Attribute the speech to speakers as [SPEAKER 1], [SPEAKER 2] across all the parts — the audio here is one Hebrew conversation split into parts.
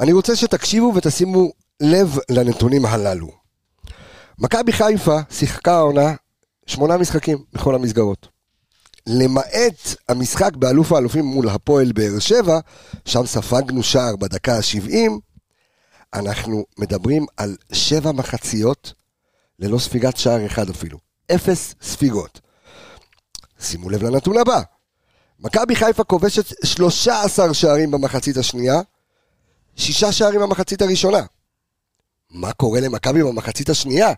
[SPEAKER 1] אני רוצה שתקשיבו ותשימו לב לנתונים הללו. מכבי חיפה שיחקה העונה שמונה משחקים בכל המסגרות. למעט המשחק באלוף האלופים מול הפועל באר שבע, שם ספגנו שער בדקה ה-70, אנחנו מדברים על שבע מחציות ללא ספיגת שער אחד אפילו. אפס ספיגות. שימו לב לנתון הבא. מכבי חיפה כובשת 13 שערים במחצית השנייה, שישה שערים במחצית הראשונה. מה קורה למכבי במחצית השנייה?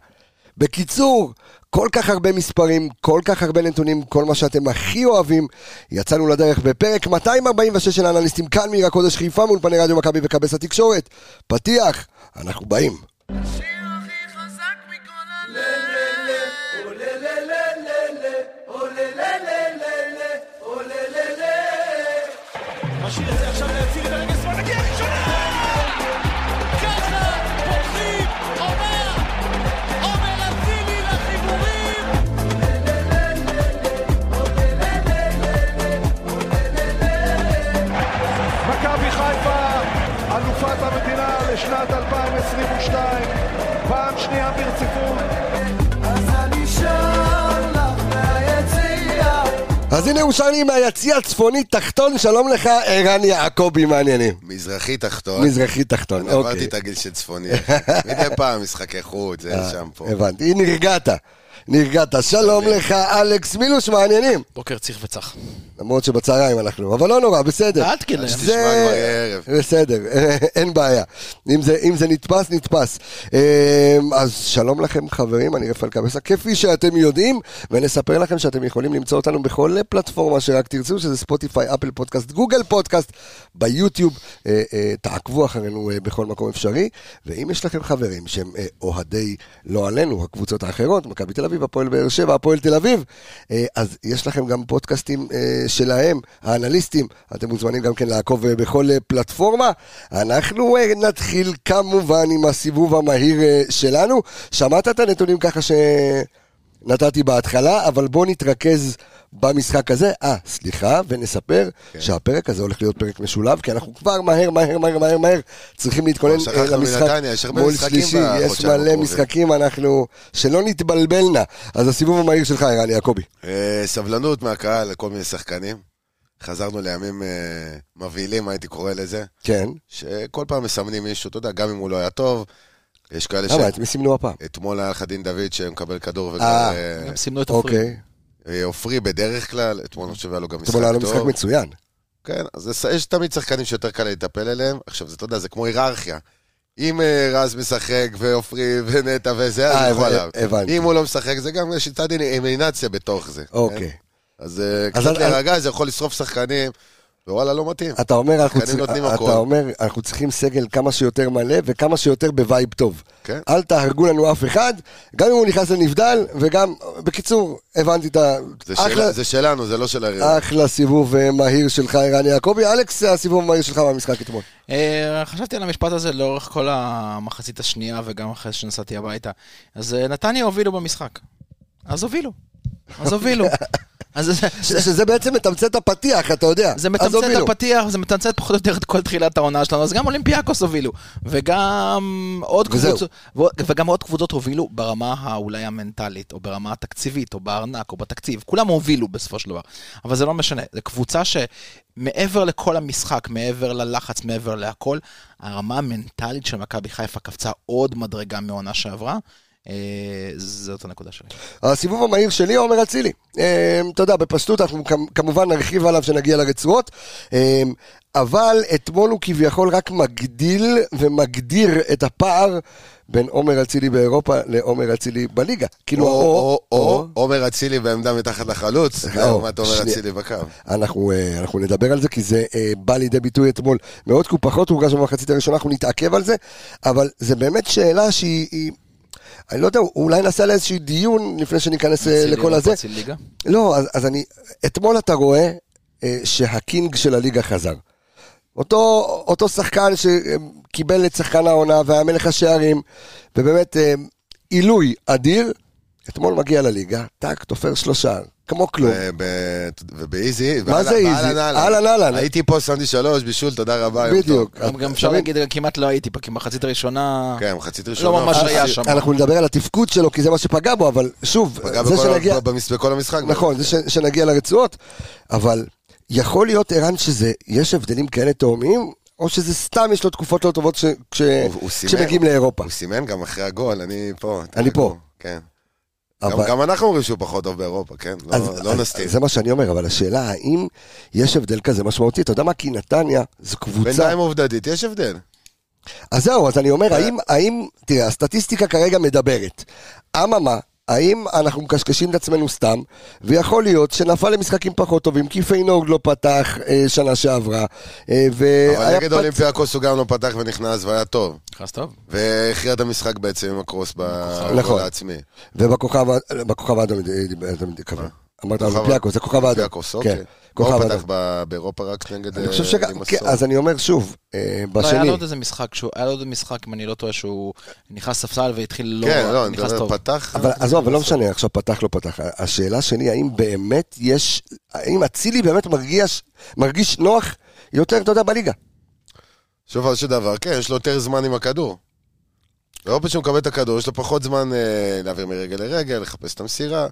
[SPEAKER 1] בקיצור, כל כך הרבה מספרים, כל כך הרבה נתונים, כל מה שאתם הכי אוהבים. יצאנו לדרך בפרק 246 של האנליסטים כאן מעיר הקודש חיפה מול פני רדיו מכבי וכבש התקשורת. פתיח, אנחנו באים.
[SPEAKER 2] השיר הכי חזק מכל הלב
[SPEAKER 3] משאיר את זה עכשיו להציל את הרגל שמאל, נגיע ראשונה! ככה פותחים עונה! עומר אצילי לחיבורים!
[SPEAKER 4] מכבי חיפה, אלופת המדינה לשנת 2022, פעם שנייה ברציפות.
[SPEAKER 1] אז הנה הוא שר לי מהיציע הצפוני תחתון, שלום לך, ערן יעקבי, מה העניינים?
[SPEAKER 5] מזרחי תחתון.
[SPEAKER 1] מזרחי תחתון,
[SPEAKER 5] אני
[SPEAKER 1] אוקיי.
[SPEAKER 5] עברתי את הגיל של צפוני. מדי פעם משחקי חוץ, זה שם פה.
[SPEAKER 1] אה, הבנתי, נרגעת. נרגעת. שלום לך, אלכס מילוש, מה העניינים?
[SPEAKER 6] בוקר צריך וצח.
[SPEAKER 1] למרות שבצהריים אנחנו, אבל לא נורא, בסדר.
[SPEAKER 6] אל תקנא.
[SPEAKER 1] זה-
[SPEAKER 5] תשמע כבר יהיה ערב.
[SPEAKER 1] בסדר, אין בעיה. אם זה, אם זה נתפס, נתפס. אמ, אז שלום לכם חברים, אני רפאל קבסה, כפי שאתם יודעים, ונספר לכם שאתם יכולים למצוא אותנו בכל פלטפורמה שרק תרצו, שזה ספוטיפיי, אפל פודקאסט, גוגל פודקאסט, ביוטיוב. אה, אה, תעקבו אחרינו אה, בכל מקום אפשרי, ואם יש לכם חברים שהם אה, אוהדי, לא עלינו, הקבוצות האחרות, מכבי תל אביב, הפועל באר שבע, הפועל תל אביב, אה, אז יש לכם גם פודקאסטים אה, שלהם, האנליסטים, אתם מוזמנים גם כן לעקוב אה, בכל אה, פלטפורמה. אנחנו אה, נתחיל כמובן עם הסיבוב המהיר אה, שלנו. שמעת את הנתונים ככה שנתתי בהתחלה, אבל בוא נתרכז במשחק הזה. אה, סליחה, ונספר כן. שהפרק הזה הולך להיות פרק משולב, כי אנחנו כבר מהר, מהר, מהר, מהר, מהר צריכים להתכונן
[SPEAKER 5] כבר
[SPEAKER 1] אה,
[SPEAKER 5] שכחנו
[SPEAKER 1] למשחק
[SPEAKER 5] מנתניה, יש הרבה
[SPEAKER 1] מול
[SPEAKER 5] משחקים
[SPEAKER 1] שלישי. יש
[SPEAKER 5] בחודשיים
[SPEAKER 1] מלא
[SPEAKER 5] הקרובים.
[SPEAKER 1] משחקים, אנחנו... שלא נתבלבלנה. אז הסיבוב המהיר שלך, ערן יעקבי.
[SPEAKER 5] אה, סבלנות מהקהל לכל מיני שחקנים. חזרנו לימים אה, מבהילים, הייתי קורא לזה,
[SPEAKER 1] כן.
[SPEAKER 5] שכל פעם מסמנים מישהו, אתה יודע, גם אם הוא לא היה טוב, יש כאלה ש...
[SPEAKER 1] למה? את מי סימנו הפעם?
[SPEAKER 5] אתמול היה לך דין דוד שמקבל כדור
[SPEAKER 1] אה,
[SPEAKER 5] וכבר... אה,
[SPEAKER 6] הם סימנו את הפריט.
[SPEAKER 1] אוקיי.
[SPEAKER 5] אה, עופרי בדרך כלל, אתמול אני חושב היה לו גם משחק
[SPEAKER 1] אתמול היה לו משחק
[SPEAKER 5] טוב.
[SPEAKER 1] מצוין.
[SPEAKER 5] כן, אז זה- יש תמיד שחקנים שיותר קל להיטפל אליהם. עכשיו, זה, אתה יודע, זה כמו היררכיה. אם אה, רז משחק, ועופרי, ונטע וזה,
[SPEAKER 1] אה,
[SPEAKER 5] אז יכול
[SPEAKER 1] הבנ-
[SPEAKER 5] עליו.
[SPEAKER 1] הבנתי.
[SPEAKER 5] אם הוא לא משחק, זה גם יש צד אלימינציה בתוך זה.
[SPEAKER 1] אוקיי.
[SPEAKER 5] כן? אז אה,
[SPEAKER 1] אז
[SPEAKER 5] קצת
[SPEAKER 1] אל-
[SPEAKER 5] להירגע, זה יכול לשרוף שחקנים, ווואלה, לא מתאים.
[SPEAKER 1] אתה אומר, אנחנו
[SPEAKER 5] שחקנים
[SPEAKER 1] צריכים-
[SPEAKER 5] נותנים
[SPEAKER 1] אתה
[SPEAKER 5] הכל.
[SPEAKER 1] אומר, אנחנו צריכים סגל כמה שיותר מלא וכמה שיותר בווייב טוב.
[SPEAKER 5] כן.
[SPEAKER 1] אל תהרגו לנו אף אחד, גם אם הוא נכנס לנבדל, וגם, בקיצור, הבנתי את ה...
[SPEAKER 5] זה,
[SPEAKER 1] אחלה-
[SPEAKER 5] שאלה, זה שלנו, זה לא של הריבה.
[SPEAKER 1] אחלה סיבוב אה, מהיר שלך, ערן יעקבי. אלכס, הסיבוב המהיר שלך מהמשחק אתמול.
[SPEAKER 6] אה, חשבתי על המשפט הזה לאורך כל המחצית השנייה וגם אחרי שנסעתי הביתה. אז אה, נתניה הובילו במשחק. אז הובילו. אז הובילו. אז זה-
[SPEAKER 1] ש- שזה בעצם מתמצת את הפתיח, אתה יודע.
[SPEAKER 6] זה
[SPEAKER 1] אז
[SPEAKER 6] מתמצת את
[SPEAKER 1] הובילו.
[SPEAKER 6] הפתיח, זה מתמצת פחות או יותר את כל תחילת העונה שלנו, אז גם אולימפיאקוס הובילו, וגם עוד
[SPEAKER 1] וזהו.
[SPEAKER 6] קבוצות, ו- וגם עוד קבוצות הובילו ברמה האולי המנטלית, או ברמה התקציבית, או בארנק, או בתקציב, כולם הובילו בסופו של דבר, אבל זה לא משנה, זו קבוצה שמעבר לכל המשחק, מעבר ללחץ, מעבר להכל, הרמה המנטלית של מכבי חיפה קפצה עוד מדרגה מהעונה שעברה, אה, זאת הנקודה שלי.
[SPEAKER 1] אה, הסיבוב המהיר שלי, עומר אצילי. אה, אתה יודע, בפשטות אנחנו כמ- כמובן נרחיב עליו כשנגיע לרצועות, אה, אבל אתמול הוא כביכול רק מגדיל ומגדיר את הפער בין עומר אצילי באירופה לעומר אצילי בליגה. כאילו,
[SPEAKER 5] או, או, או, עומר אצילי בעמדה מתחת לחלוץ, לעומת עומר
[SPEAKER 1] אה, אוקיי, שנייה.
[SPEAKER 5] אצילי בקו.
[SPEAKER 1] אנחנו, אה, אנחנו נדבר על זה, כי זה אה, בא לידי ביטוי אתמול. מאוד כי הוא פחות הורגש במחצית הראשונה, אנחנו נתעכב על זה, אבל זה באמת שאלה שהיא... היא- אני לא יודע, אולי נעשה לה איזשהו דיון לפני שניכנס אה,
[SPEAKER 6] אצילי
[SPEAKER 1] לכל
[SPEAKER 6] אירופה,
[SPEAKER 1] הזה.
[SPEAKER 6] אצילי ליגה?
[SPEAKER 1] לא, אז, אז אני... אתמול אתה רואה אה, שהקינג של הליגה חזר. אותו, אותו שחקן שקיבל את שחקן העונה והיה מלך השערים, ובאמת אה, עילוי אדיר, אתמול מגיע לליגה, טאק, תופר שלושה, כמו כלום.
[SPEAKER 5] ו- ב- ובאיזי,
[SPEAKER 1] מה
[SPEAKER 5] אה, ואהלן-
[SPEAKER 1] זה איזי?
[SPEAKER 5] ואהלן,
[SPEAKER 1] אהלן, אהלן.
[SPEAKER 5] הייתי פה, שמתי שלוש, בישול, תודה רבה. יום
[SPEAKER 1] בדיוק.
[SPEAKER 6] גם גם
[SPEAKER 1] אתה
[SPEAKER 6] אפשר
[SPEAKER 1] מבין?
[SPEAKER 6] להגיד, כמעט לא הייתי פה, כי מחצית הראשונה...
[SPEAKER 5] טוב. כן, מחצית ראשונה.
[SPEAKER 6] לא ממש
[SPEAKER 5] אבל-
[SPEAKER 6] היה שם.
[SPEAKER 1] אנחנו נדבר על התפקוד שלו, כי זה מה שפגע בו, אבל שוב,
[SPEAKER 5] פגע
[SPEAKER 1] זה
[SPEAKER 5] בכל ה-
[SPEAKER 1] שנגיע...
[SPEAKER 5] במס- בכל המשחק.
[SPEAKER 1] נכון, זה ש- שנגיע לרצועות, אבל יכול להיות, ערן, שזה, יש הבדלים כאלה תאומיים, או שזה סתם יש לו תקופות לא טובות ש- כש-
[SPEAKER 5] הוא- הוא סימן.
[SPEAKER 1] כשמגיעים לאירופה.
[SPEAKER 5] הוא סימן גם אחרי הגול, אני פה.
[SPEAKER 1] אני פה.
[SPEAKER 5] כן. גם-
[SPEAKER 1] אבל-
[SPEAKER 5] גם אנחנו אומרים שהוא פחות טוב באירופה, כן? לא-
[SPEAKER 1] אז-
[SPEAKER 5] לא
[SPEAKER 1] אז-
[SPEAKER 5] נסתיר.
[SPEAKER 1] זה מה שאני אומר, אבל השאלה האם יש הבדל כזה משמעותי, אתה יודע מה? כי נתניה זו קבוצה...
[SPEAKER 5] בינתיים אה. עובדתית, יש הבדל.
[SPEAKER 1] אז זהו, אז אני אומר, האם, האם, תראה, הסטטיסטיקה כרגע מדברת. אממה, האם אנחנו מקשקשים את עצמנו סתם, ויכול להיות שנפל למשחקים פחות טובים, כי פיינורד לא פתח אה, שנה שעברה, אה,
[SPEAKER 5] אבל
[SPEAKER 1] והיה
[SPEAKER 5] נגד אולימפיאקוס הוא גם לא פתח ונכנס והיה טוב.
[SPEAKER 6] נכנס טוב.
[SPEAKER 5] והכריע את המשחק בעצם עם הקרוס בגול
[SPEAKER 1] נכון.
[SPEAKER 5] העצמי.
[SPEAKER 1] ובכוכב ה- בכוכב האדום, אה, דיבר- אתה מתכוון. אמרת
[SPEAKER 5] כוכב-
[SPEAKER 1] אולימפיאקוס, זה כוכב האדום.
[SPEAKER 5] נכון. אולימפיאקוס, אוקיי.
[SPEAKER 1] כן,
[SPEAKER 5] מה
[SPEAKER 6] לא,
[SPEAKER 1] כוכב
[SPEAKER 5] הוא פתח
[SPEAKER 1] האדום.
[SPEAKER 5] ב- באירופה רק נגד...
[SPEAKER 1] אני
[SPEAKER 5] אה,
[SPEAKER 1] חושב שגם,
[SPEAKER 5] לימסול?
[SPEAKER 1] כן, אז אני אומר שוב, אה,
[SPEAKER 6] לא, היה לו
[SPEAKER 1] בשני,
[SPEAKER 6] עוד איזה משחק, שהוא- היה לו עוד איזה משחק, אם אני לא טועה, שהוא נכנס ספסל והתחיל לא...
[SPEAKER 5] כן, לא, אני
[SPEAKER 6] נכנס
[SPEAKER 5] מדבר,
[SPEAKER 6] טוב.
[SPEAKER 5] פתח... אה,
[SPEAKER 1] אבל עזוב, אבל לא משנה, עכשיו פתח, לא פתח. השאלה שלי, האם באמת יש, האם אצילי באמת מרגיש, מרגיש נוח יותר, אתה יודע, בליגה?
[SPEAKER 5] שוב של דבר, כן, יש לו יותר זמן עם הכדור. באופן שהוא מקבל את הכדור, יש לו פחות זמן אה, להעביר מרגל לרגל, לחפש את המסירה.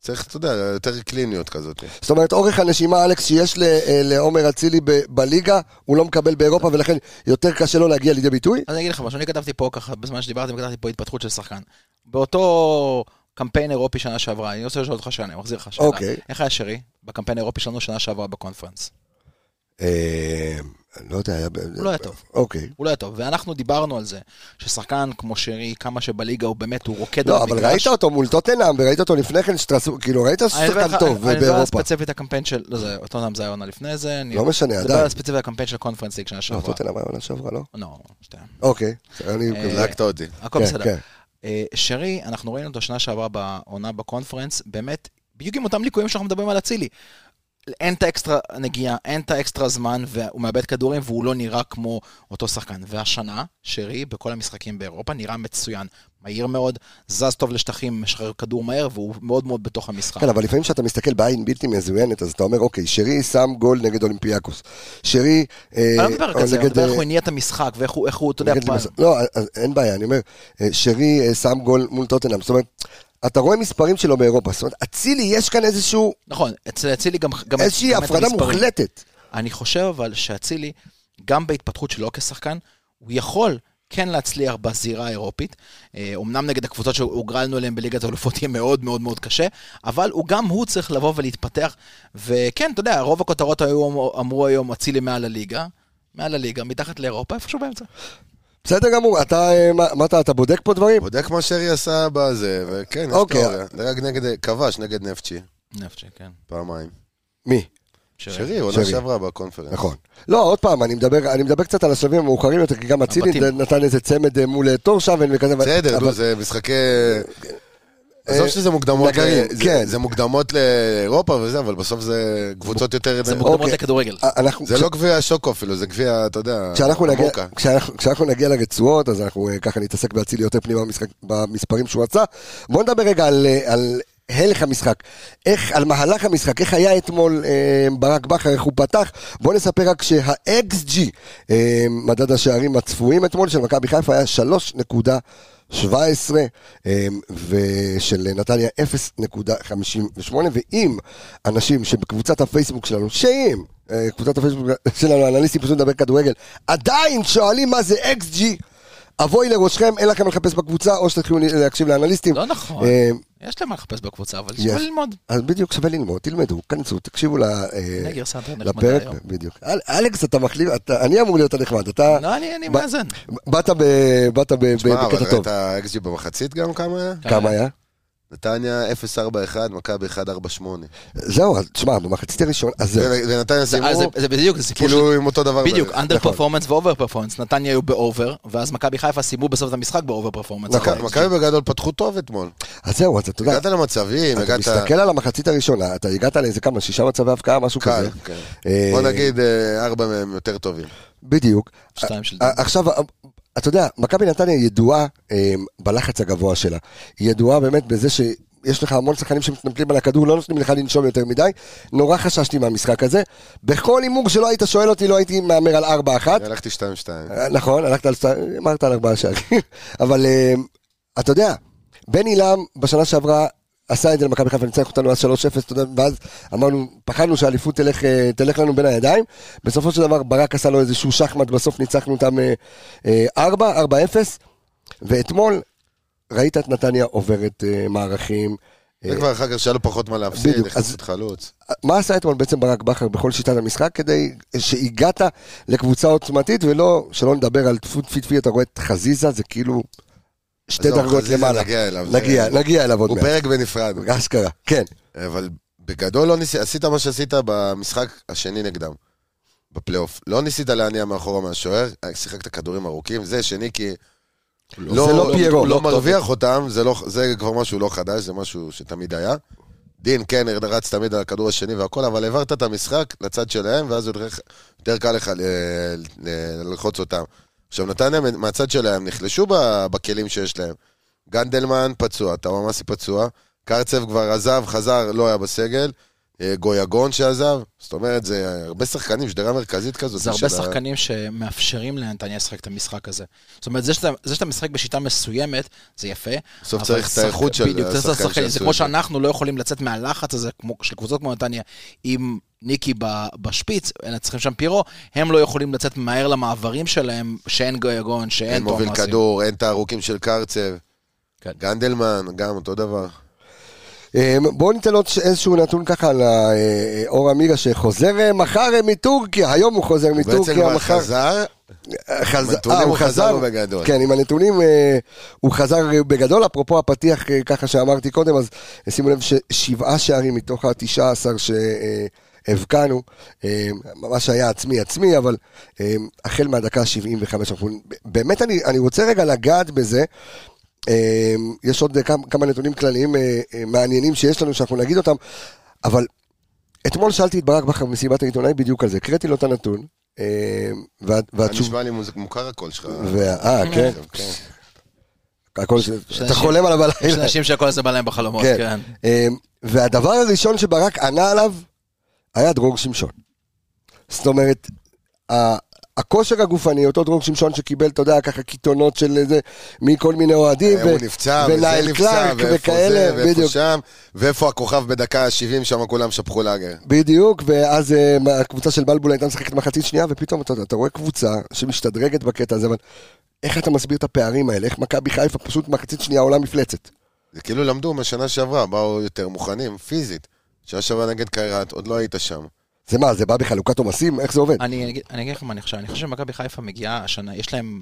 [SPEAKER 5] צריך, אתה יודע, יותר קליניות כזאת.
[SPEAKER 1] זאת אומרת, אורך הנשימה, אלכס, שיש ל- אה, לעומר אצילי ב- בליגה, הוא לא מקבל באירופה, ולכן יותר קשה לו להגיע לידי ביטוי?
[SPEAKER 6] אז אני אגיד לך משהו, אני כתבתי פה ככה, בזמן שדיברתם, כתבתי פה התפתחות של שחקן. באותו קמפיין אירופי שנה שעברה, אני רוצה לשאול אותך שאלה, אני מחזיר לך שאלה.
[SPEAKER 1] אוקיי.
[SPEAKER 6] איך היה שרי בקמפיין האירופי שלנו שנה שעברה בקונפרנס?
[SPEAKER 1] אה, לא יודע, היה... ב-
[SPEAKER 6] לא היה טוב.
[SPEAKER 1] אוקיי.
[SPEAKER 6] הוא לא היה טוב, ואנחנו דיברנו על זה, ששחקן כמו שרי, כמה שבליגה הוא באמת, הוא רוקד
[SPEAKER 1] לא,
[SPEAKER 6] על
[SPEAKER 1] אבל
[SPEAKER 6] המגרש.
[SPEAKER 1] ראית אותו מול טוטנאם, וראית אותו לפני כן, שטרסו, כאילו, ראית
[SPEAKER 6] אני מדבר
[SPEAKER 1] ששחקן
[SPEAKER 6] איתך-
[SPEAKER 1] טוב
[SPEAKER 6] אני מדבר על
[SPEAKER 1] באירופה.
[SPEAKER 6] ספציפית הקמפיין של, לא, זה, אותו נאם זה היה עונה לפני זה. אני-
[SPEAKER 1] לא משנה,
[SPEAKER 6] אני מדבר
[SPEAKER 1] עדיין.
[SPEAKER 6] על ספציפית הקמפיין של קונפרנס ליג שנה
[SPEAKER 1] לא,
[SPEAKER 6] שעברה.
[SPEAKER 1] טוטנאם היה עונה שעברה, לא?
[SPEAKER 6] לא, שתיים.
[SPEAKER 1] אוקיי. אני...
[SPEAKER 6] אה,
[SPEAKER 5] זרקת אותי.
[SPEAKER 6] הכל
[SPEAKER 1] כן,
[SPEAKER 6] בסדר.
[SPEAKER 1] כן.
[SPEAKER 6] אה, שרי, אנחנו ראינו אותו שנה שעברה בעונה בקונפרנס, באמת, בדיוק עם אותם ליקויים שאנחנו מדברים על אצילי. אין את האקסטרה נגיעה, אין את האקסטרה זמן, והוא מאבד כדורים והוא לא נראה כמו אותו שחקן. והשנה, שרי, בכל המשחקים באירופה, נראה מצוין. מהיר מאוד, זז טוב לשטחים, משחרר כדור מהר, והוא מאוד מאוד בתוך המשחק.
[SPEAKER 1] כן, אבל לפעמים כשאתה מסתכל בעין בלתי מזוינת, אז אתה אומר, אוקיי, שרי שם גול נגד אולימפיאקוס. שרי... אה,
[SPEAKER 6] אני לא מדבר רק על זה, אני מדבר איך הוא
[SPEAKER 1] נגד אה,
[SPEAKER 6] הניע את המשחק, ואיך הוא, איך הוא, אתה יודע, פעם-
[SPEAKER 1] לימס- לא, אז אין בעיה, אני אומר, אה, שרי אה, שם גול מול טוטנאם. זאת אומרת, אתה רואה מספרים שלו באירופה. זאת אומרת, אצילי, יש כאן איזשהו...
[SPEAKER 6] נכון, אצל אצילי גם... גם
[SPEAKER 1] איזושהי
[SPEAKER 6] גם את
[SPEAKER 1] הפרדה
[SPEAKER 6] המספרים.
[SPEAKER 1] מוחלטת.
[SPEAKER 6] אני חושב אבל שאצילי, גם בהתפתחות שלו כשחקן, הוא יכול כן להצליח בזירה האירופית. אה, אומנם נגד הקבוצות שהוגרלנו אליהן בליגת האלופות יהיה מאוד מאוד מאוד קשה, אבל הוא גם הוא צריך לבוא ולהתפתח. וכן, אתה יודע, רוב הכותרות היו, אמ-, אמרו היום אצילי מעל הליגה. מעל הליגה, מתחת לאירופה, איפשהו באמצע.
[SPEAKER 1] בסדר גמור, אתה, אה, מה מה אתה, אתה בודק פה דברים?
[SPEAKER 5] בודק מה שרי עשה בזה, וכן, יש
[SPEAKER 1] אוקיי.
[SPEAKER 5] תיאוריה. זה רק נגד, כבש נגד נפצ'י,
[SPEAKER 6] נפצ'ה, כן.
[SPEAKER 5] פעמיים.
[SPEAKER 1] מי?
[SPEAKER 5] שרי, עונה
[SPEAKER 1] שרי.
[SPEAKER 5] שעברה בקונפרנס.
[SPEAKER 1] נכון. לא, עוד פעם, אני מדבר, אני מדבר קצת על השלבים המאוחרים יותר, כי גם אצילי
[SPEAKER 6] הבתים.
[SPEAKER 1] נתן איזה צמד אה, מול אה, טורשאבן וכזה. אבל-
[SPEAKER 5] בסדר,
[SPEAKER 1] אבל-
[SPEAKER 5] נו, זה משחקי... עזוב שזה מוקדמות,
[SPEAKER 1] נגרים,
[SPEAKER 5] ל- זה-
[SPEAKER 1] כן.
[SPEAKER 5] זה מוקדמות לאירופה וזה, אבל בסוף זה קבוצות יותר...
[SPEAKER 6] זה מוקדמות
[SPEAKER 1] אוקיי.
[SPEAKER 6] לכדורגל.
[SPEAKER 1] אה, אנחנו-
[SPEAKER 5] זה לא גביע שוקו אפילו, זה גביע, אתה יודע,
[SPEAKER 1] כשאנחנו נגיע,
[SPEAKER 5] המוקה.
[SPEAKER 1] כשאנחנו, כשאנחנו נגיע לרצועות, אז אנחנו אה, ככה נתעסק באצילי יותר פנימה במשחק, במספרים שהוא עשה. בואו נדבר רגע על, אה, על הלך המשחק, איך, על מהלך המשחק, איך היה אתמול אה, ברק בכר, איך הוא פתח. בואו נספר רק שה-XG, אה, מדד השערים הצפויים אתמול של מכבי חיפה היה 3.17, אה, ושל נתניה 0.58, ואם אנשים שבקבוצת הפייסבוק שלנו, שאם אה, קבוצת הפייסבוק שלנו, האנליסטים פשוט מדבר כדורגל, עדיין שואלים מה זה XG, אבוי לראשכם, אין לכם לחפש בקבוצה, או שתתחילו להקשיב לאנליסטים.
[SPEAKER 6] לא נכון.
[SPEAKER 1] אה,
[SPEAKER 6] יש להם מה לחפש בקבוצה, אבל
[SPEAKER 1] יש.
[SPEAKER 6] שווה ללמוד.
[SPEAKER 1] אז בדיוק שווה ללמוד, תלמדו, כנסו, תקשיבו ל- אה,
[SPEAKER 6] הנה גרסה יותר נחמדה
[SPEAKER 1] לפרק,
[SPEAKER 6] היום.
[SPEAKER 1] בדיוק. אל- אלכס, אתה מחליף, אתה- אני אמור להיות הנחמד, אתה
[SPEAKER 6] לא, אני אני
[SPEAKER 1] ב-
[SPEAKER 6] מאזן.
[SPEAKER 1] באת ב- באת ב- ב-
[SPEAKER 5] שמע, אבל
[SPEAKER 1] בקטע טוב.
[SPEAKER 5] ראית אקסג'י במחצית גם כמה היה?
[SPEAKER 6] אה,
[SPEAKER 1] כמה היה?
[SPEAKER 5] נתניה 0-4-1, מכבי 1-4-8.
[SPEAKER 1] זהו, אז תשמע, במחצית הראשונה, אז זהו.
[SPEAKER 5] ו- ונתניה
[SPEAKER 6] זה- אה,
[SPEAKER 5] סיימו
[SPEAKER 6] זה- זה בדיוק, זה סיפור של-
[SPEAKER 5] כאילו עם אותו דבר. נכון.
[SPEAKER 6] בדיוק,
[SPEAKER 5] בערך.
[SPEAKER 6] אנדר פרפורמנס ואובר פרפורמנס. נתניה היו באובר, ואז מכבי חיפה סיימו בסוף את המשחק באובר פרפורמנס.
[SPEAKER 5] נכון, מכבי-
[SPEAKER 1] נכון.
[SPEAKER 5] מכבי בגדול פתחו טוב אתמול.
[SPEAKER 1] אז זהו, אז אתה יודע,
[SPEAKER 5] הגעת למצבים,
[SPEAKER 1] אתה
[SPEAKER 5] הגעת...
[SPEAKER 1] מסתכל על המחצית הראשונה, אתה הגעת לאיזה כמה, שישה מצבי הבקעה, משהו
[SPEAKER 5] קל,
[SPEAKER 1] כזה.
[SPEAKER 5] כן.
[SPEAKER 1] אה,
[SPEAKER 5] בוא נגיד אה, ארבע מהם יותר טובים.
[SPEAKER 1] בדיוק.
[SPEAKER 6] שתיים של
[SPEAKER 1] אה,
[SPEAKER 6] דן.
[SPEAKER 1] עכשיו, אה, אתה יודע, מכבי נתניה ידועה אה, בלחץ הגבוה שלה. היא ידועה באמת בזה ש... יש לך המון שחקנים שמתנפלים על הכדור, לא נותנים לך לנשום יותר מדי. נורא חששתי מהמשחק הזה. בכל הימור שלא היית שואל אותי, לא הייתי מהמר על 4-1.
[SPEAKER 5] אני הלכתי 2-2.
[SPEAKER 1] נכון, הלכת על... שתי- אמרת על ארבעה שערים. אבל אה, אתה יודע, בן עילם בשנה שעברה עשה את זה למכבי חיפה, ניצח אותנו אז 3-0, אתה יודע, ואז אמרנו, פחדנו שהאליפות תלך, אה, תלך לנו בין הידיים. בסופו של דבר ברק עשה לו איזשהו שחמט, בסוף ניצחנו אותם אה, אה, 4, 4-0. ואתמול ראית את נתניה עוברת אה, מערכים.
[SPEAKER 5] זה כבר אחר כך שהיה לו פחות מה להפסיד,
[SPEAKER 1] בדיוק, אז-
[SPEAKER 5] נכנסת חלוץ.
[SPEAKER 1] מה עשה אתמול בעצם ברק בכר בכל שיטת המשחק כדי שהגעת לקבוצה עוצמתית ולא, שלא נדבר על טפו טפי טפי, אתה רואה את חזיזה, זה כאילו שתי
[SPEAKER 5] עזוב,
[SPEAKER 1] דרגות
[SPEAKER 5] חזיזה,
[SPEAKER 1] למעלה.
[SPEAKER 5] נגיע אליו, לא, זה-
[SPEAKER 1] נגיע, לא נגיע אליו עוד
[SPEAKER 5] הוא
[SPEAKER 1] מעט.
[SPEAKER 5] פרק בנפרד.
[SPEAKER 1] אשכרה, כן.
[SPEAKER 5] אבל בגדול לא ניסית, עשית מה שעשית במשחק השני נגדם, בפלייאוף. לא ניסית להניע מאחורה מהשוער, אה, שיחקת כדורים ארוכים, זה שני כי...
[SPEAKER 1] זה לא פיירו,
[SPEAKER 5] הוא
[SPEAKER 1] לא
[SPEAKER 5] לא
[SPEAKER 1] טוב.
[SPEAKER 5] מרוויח אותם, זה, לא, זה כבר משהו לא חדש, זה משהו שתמיד היה. דין, כן, רץ תמיד על הכדור השני והכל, אבל העברת את המשחק לצד שלהם, ואז יותר, יותר קל לך ל- ל- ללחוץ אותם. עכשיו, נתניה מהצד שלהם נחלשו ב- בכלים שיש להם. גנדלמן פצוע, טוואמאסי פצוע, קרצב כבר עזב, חזר, לא היה בסגל, אה, גויגון שעזב, זאת אומרת, זה הרבה שחקנים, שדרה מרכזית כזאת.
[SPEAKER 6] זה הרבה
[SPEAKER 5] של ה-
[SPEAKER 6] שחקנים שמאפשרים לנתניה לשחק את המשחק הזה. זאת אומרת, זה שאתה- זה שאתה משחק בשיטה מסוימת, זה יפה.
[SPEAKER 5] בסוף
[SPEAKER 6] אבל
[SPEAKER 5] צריך את
[SPEAKER 6] שחק-
[SPEAKER 5] האיכות של
[SPEAKER 6] בדיוק, צריך את
[SPEAKER 5] השחקנים
[SPEAKER 6] השחקנים. זה
[SPEAKER 5] שעשו
[SPEAKER 6] כמו
[SPEAKER 5] את זה.
[SPEAKER 6] שאנחנו לא יכולים לצאת מהלחץ הזה כמו- של קבוצות כמו נתניה עם ניקי ב- בשפיץ, אלא צריכים שם פירו, הם לא יכולים לצאת מהר למעברים שלהם, שאין גויגון,
[SPEAKER 5] אין
[SPEAKER 6] שאין
[SPEAKER 5] מוביל
[SPEAKER 6] תומאסים.
[SPEAKER 5] כדור, אין את הארוכים של קרצב.
[SPEAKER 6] כן.
[SPEAKER 5] גנדלמן, גם אותו דבר.
[SPEAKER 1] אה, בואו ניתן עוד ש- איזשהו נתון ככה אה, לאור אמירה שחוזר אה, מחר אה, מטורקיה, היום הוא חוזר
[SPEAKER 5] בעצם
[SPEAKER 1] מטורקיה,
[SPEAKER 5] כבר
[SPEAKER 1] מחר...
[SPEAKER 5] חזר,
[SPEAKER 1] חז...
[SPEAKER 5] הנתונים
[SPEAKER 1] אה, הוא
[SPEAKER 5] הוא חזר
[SPEAKER 1] חזר,
[SPEAKER 5] בגדול.
[SPEAKER 1] כן, עם הנתונים אה, הוא חזר אה, בגדול, אפרופו הפתיח אה, ככה שאמרתי קודם, אז אה, שימו לב ששבעה שערים מתוך התשעה עשר שהבקענו, אה, ממש היה עצמי עצמי, אבל אה, החל מהדקה ה-75, אנחנו... באמת אני, אני רוצה רגע לגעת בזה. אה, יש עוד אה, כמה- כמה נתונים כלליים אה, אה, מעניינים שיש לנו שאנחנו נגיד אותם, אבל אתמול שאלתי את ברק בכר במסיבת העיתונאי בדיוק על זה, הקראתי לו את הנתון, אה, וה-
[SPEAKER 5] אני
[SPEAKER 1] והתשוב-
[SPEAKER 5] נשמע לי מוזיק- מוכר הקול שלך.
[SPEAKER 1] וה- אה, כן.
[SPEAKER 5] כן.
[SPEAKER 1] הכל ש...
[SPEAKER 6] שאנשים-
[SPEAKER 1] אתה חולם עליו
[SPEAKER 6] יש
[SPEAKER 1] בלילה.
[SPEAKER 6] אנשים שהכל הזה בא להם בחלומות,
[SPEAKER 1] כן.
[SPEAKER 6] כן.
[SPEAKER 1] אמ, והדבר הראשון שברק ענה עליו היה דרור שמשון. זאת אומרת, ה- הכושר הגופני, אותו דרור שמשון שקיבל, אתה יודע, ככה קיתונות של זה, מכל מיני אוהדים.
[SPEAKER 5] אה, הוא
[SPEAKER 1] ו-
[SPEAKER 5] נפצע, וזה
[SPEAKER 1] ונייל
[SPEAKER 5] נפצע,
[SPEAKER 1] קלארק
[SPEAKER 5] ואיפה
[SPEAKER 1] וכאלה,
[SPEAKER 5] זה, ואיפה
[SPEAKER 1] בדיוק.
[SPEAKER 5] שם, ואיפה הכוכב בדקה ה-70, שם כולם שפכו לאגר.
[SPEAKER 1] בדיוק, ואז אה, מה- הקבוצה של בלבול הייתה משחקת מחצית שנייה, ופתאום אתה, אתה רואה קבוצה שמשתדרגת בקטע הזה, אבל איך אתה מסביר את הפערים האלה? איך מכבי חיפה פשוט מחצית שנייה עולה מפלצת?
[SPEAKER 5] זה כאילו למדו מהשנה שעברה, באו יותר מוכנים, פיזית. שנה שעברה נגד קיירת, עוד לא היית שם.
[SPEAKER 1] זה מה, זה בא בחלוקת עומסים? איך זה עובד?
[SPEAKER 6] אני אגיד, אני אגיד לך מה אני חושב, אני חושב שמכבי חיפה מגיעה השנה, יש להם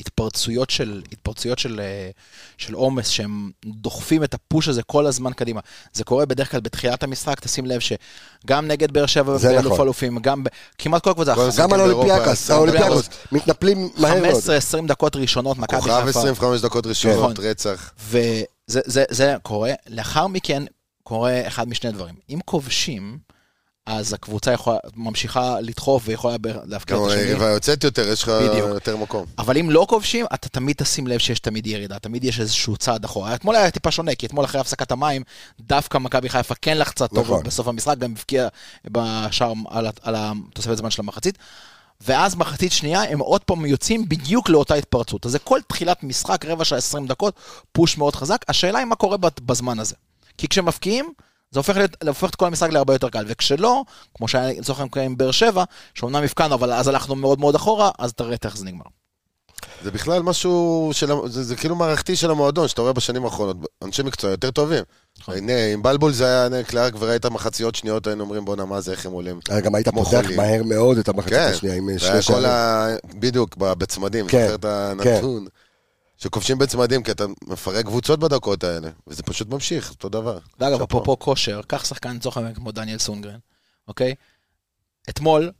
[SPEAKER 6] התפרצויות של, התפרצויות של, אה, של עומס, שהם דוחפים את הפוש הזה כל הזמן קדימה. זה קורה בדרך כלל בתחילת המשחק, תשים לב שגם נגד באר שבע
[SPEAKER 1] זה
[SPEAKER 6] באלוף
[SPEAKER 1] נכון.
[SPEAKER 6] אלופים, גם ב- כמעט כל הקבוצה,
[SPEAKER 5] כל
[SPEAKER 1] גם על
[SPEAKER 5] באירופה,
[SPEAKER 1] אולימפיאקוס, האולימפיאקוס, מתנפלים מהר מאוד.
[SPEAKER 6] 15-20 דקות ראשונות, מכבי חיפה.
[SPEAKER 5] כוכב 25
[SPEAKER 1] כן.
[SPEAKER 5] דקות ראשונות,
[SPEAKER 6] נכון.
[SPEAKER 5] רצח.
[SPEAKER 6] וזה זה, זה קורה. לאחר מכן קורה אחד משני דברים. אם כובשים, אז הקבוצה יכולה, ממשיכה לדחוף ויכולה ב- להבקיע
[SPEAKER 5] גם
[SPEAKER 6] את
[SPEAKER 1] אה,
[SPEAKER 6] השני.
[SPEAKER 5] היריבה יוצאת יותר, יש לך
[SPEAKER 6] בדיוק.
[SPEAKER 5] יותר מקום.
[SPEAKER 6] אבל אם לא כובשים, אתה תמיד תשים לב שיש תמיד ירידה, תמיד יש איזשהו צעד אחורה. אתמול היה טיפה שונה, כי אתמול אחרי הפסקת המים, דווקא מכבי חיפה כן לחצה טוב
[SPEAKER 1] נכון.
[SPEAKER 6] בסוף המשחק, גם הבקיעה בשער על, ה- על התוספת זמן של המחצית. ואז מחצית שנייה הם עוד פעם יוצאים בדיוק לאותה התפרצות. אז זה כל תחילת משחק, רבע שעה 20 דקות, פוש מאוד חזק. השאלה היא מה קורה בת- בזמן הזה. כי כשמפקיעים, זה הופך, להיות, הופך את כל המשחק להרבה יותר קל. וכשלא, כמו שהיה לצורך העניין עם באר שבע, שאומנם הפקענו, אבל אז הלכנו מאוד מאוד אחורה, אז תראה איך זה נגמר.
[SPEAKER 5] זה בכלל משהו, של, ה- זה, זה כאילו מערכתי של המועדון, שאתה רואה בשנים האחרונות, אנשי מקצוע יותר טובים.
[SPEAKER 6] נכון.
[SPEAKER 5] הנה, עם בלבול זה היה הנה, קלארק, וראית מחציות שניות, היינו אומרים בואנה מה זה, איך הם עולים.
[SPEAKER 1] אה, גם היית
[SPEAKER 5] כמו
[SPEAKER 1] פותח
[SPEAKER 5] חולים.
[SPEAKER 1] מהר מאוד את המחצית
[SPEAKER 5] כן,
[SPEAKER 1] השנייה עם אה, שני
[SPEAKER 5] והיה כל
[SPEAKER 1] שערים.
[SPEAKER 5] ה... בדיוק, ב- בצמדים,
[SPEAKER 1] כן,
[SPEAKER 5] זוכר את הנתון. שכובשים בצמדים, כי אתה מפרק קבוצות בדקות האלה, וזה פשוט ממשיך, אותו דבר.
[SPEAKER 6] ואגב,
[SPEAKER 5] שאפו.
[SPEAKER 6] אפרופו כושר, קח שחקן לצורך העניין כמו דניאל סונגרן, אוקיי? אתמול,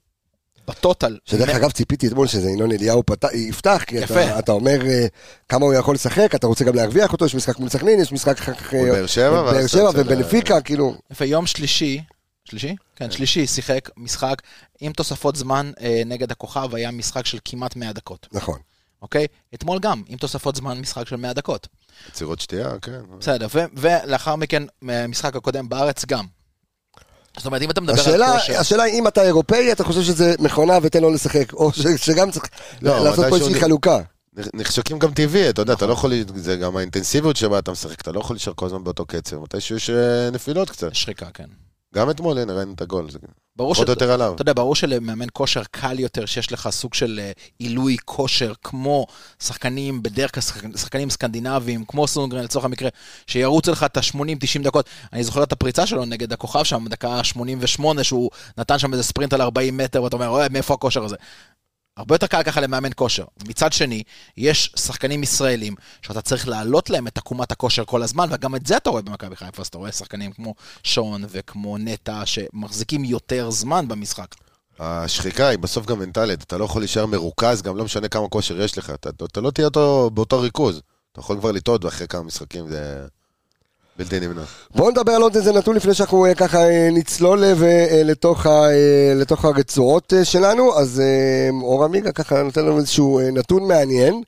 [SPEAKER 6] בטוטל,
[SPEAKER 1] שדרך אגב, ציפיתי אתמול שזה ינון אליהו פת- יפתח, כי אתה-
[SPEAKER 6] יפה.
[SPEAKER 1] אתה אומר אה, כמה הוא יכול לשחק, אתה רוצה גם להרוויח אותו, יש משחק מול סכנין, יש משחק אחר כך... אה,
[SPEAKER 5] מול באר שבע,
[SPEAKER 1] מול באר
[SPEAKER 5] ואז
[SPEAKER 1] שבע
[SPEAKER 5] אתה יוצא ל-
[SPEAKER 1] ובנפיקה, כאילו,
[SPEAKER 6] יפה, יום שלישי, שלישי? כן, שלישי, שיחק משחק עם תוספות זמן אה, נגד הכוכב, היה משחק של כמעט 100 דקות,
[SPEAKER 1] נכון.
[SPEAKER 6] אוקיי? אתמול גם, עם תוספות זמן משחק של 100 דקות.
[SPEAKER 5] עצירות שתייה, כן.
[SPEAKER 6] בסדר, ו- ולאחר מכן, מהמשחק הקודם בארץ גם. זאת אומרת, אם אתה מדבר על
[SPEAKER 1] השאלה,
[SPEAKER 6] כושר...
[SPEAKER 1] השאלה אם אתה אירופאי, אתה חושב שזה מכונה ותן לו לשחק, או ש, שגם צריך
[SPEAKER 5] לא,
[SPEAKER 1] לעשות פה
[SPEAKER 5] מתישהו
[SPEAKER 1] איזושהי
[SPEAKER 5] נ-
[SPEAKER 1] חלוקה.
[SPEAKER 5] נחשקים גם טבעי, אתה יודע, אתה לא
[SPEAKER 1] נכון.
[SPEAKER 5] יכול, זה גם האינטנסיביות שבה אתה משחק, אתה לא יכול להישאר כל הזמן באותו קצב, מתישהו יש אה, נפילות קצת.
[SPEAKER 6] שחיקה, כן.
[SPEAKER 5] גם אתמול, הנה, ראינו את הגול, זה
[SPEAKER 6] ברור
[SPEAKER 5] פחות או יותר עליו.
[SPEAKER 6] אתה יודע, ברור שלמאמן כושר קל יותר, שיש לך סוג של אה, עילוי כושר, כמו שחקנים, בדרך כלל שחק- שחקנים סקנדינביים, כמו סונגרן לצורך המקרה, שירוץ לך את ה-80-90 דקות. אני זוכר את הפריצה שלו נגד הכוכב שם, דקה 88, שהוא נתן שם איזה ספרינט על 40 מטר, ואתה אומר, "אוי, מאיפה הכושר הזה? הרבה יותר קל ככה למאמן כושר. מצד שני, יש שחקנים ישראלים שאתה צריך להעלות להם את עקומת הכושר כל הזמן, וגם את זה אתה רואה במכבי חיפה, אז אתה רואה שחקנים כמו שון וכמו נטע, שמחזיקים יותר זמן במשחק.
[SPEAKER 5] השחיקה היא בסוף גם מנטלית, אתה לא יכול להישאר מרוכז, גם לא משנה כמה כושר יש לך, אתה, אתה לא תהיה אותו, באותו ריכוז. אתה יכול כבר לטעות אחרי כמה משחקים, זה בלתי נמנע.
[SPEAKER 1] בואו נדבר על עוד איזה נתון לפני שאנחנו אה, ככה אה, נצלול לב, אה, לתוך, ה- אה, לתוך הרצועות אה, שלנו, אז אה, אור עמיגה ככה נותן לנו איזשהו אה, נתון מעניין,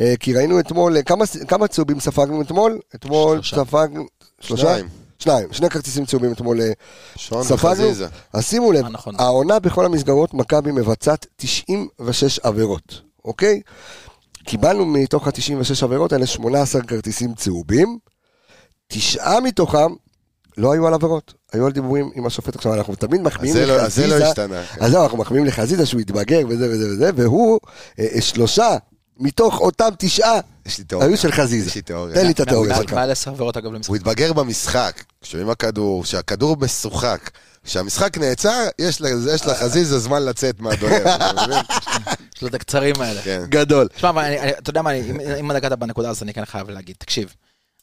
[SPEAKER 1] אה, כי ראינו אתמול, אה, כמה, ס- כמה צהובים ספגנו אתמול? אתמול
[SPEAKER 6] שלושה.
[SPEAKER 1] ספגנו... שלושה?
[SPEAKER 5] שניים.
[SPEAKER 1] שניים, שני כרטיסים צהובים אתמול אה,
[SPEAKER 5] שון
[SPEAKER 1] ספגנו.
[SPEAKER 5] וחזיזה.
[SPEAKER 1] אז שימו לב,
[SPEAKER 6] אה, נכון.
[SPEAKER 1] העונה בכל המסגרות, מכבי מבצעת 96 עבירות, אוקיי? קיבלנו מתוך ה-96 עבירות האלה 18 כרטיסים צהובים, תשעה מתוכם לא היו על עבירות, היו על דיבורים עם השופט. עכשיו, אנחנו תמיד מחמיאים
[SPEAKER 5] אז זה לא-
[SPEAKER 1] לחזיזה.
[SPEAKER 5] אז זה לא השתנה, כן.
[SPEAKER 1] אז זהו, אנחנו מחמיאים לחזיזה שהוא התבגר וזה וזה וזה, והוא, אה, אה, שלושה מתוך אותם תשעה,
[SPEAKER 5] יש לי תיאוריה.
[SPEAKER 1] היו של חזיזה.
[SPEAKER 5] יש לי תיאוריה.
[SPEAKER 1] תן לי את התיאוריה
[SPEAKER 6] מעל-
[SPEAKER 1] שלך.
[SPEAKER 6] מעל עשר עבירות אגב למשחק.
[SPEAKER 5] הוא התבגר במשחק, כשעם הכדור, כשהכדור משוחק. כשהמשחק נעצר, יש לה- יש לחזיזה זמן לצאת מהדולר. אתה מבין?
[SPEAKER 6] יש לו את הקצרים האלה.
[SPEAKER 5] כן.
[SPEAKER 1] גדול.
[SPEAKER 6] תשמע, אבל אני- אני- אתה יודע מה, אני- אם- אם נגעת בנקודה הזאת, אני כן חייב להגיד, תקשיב,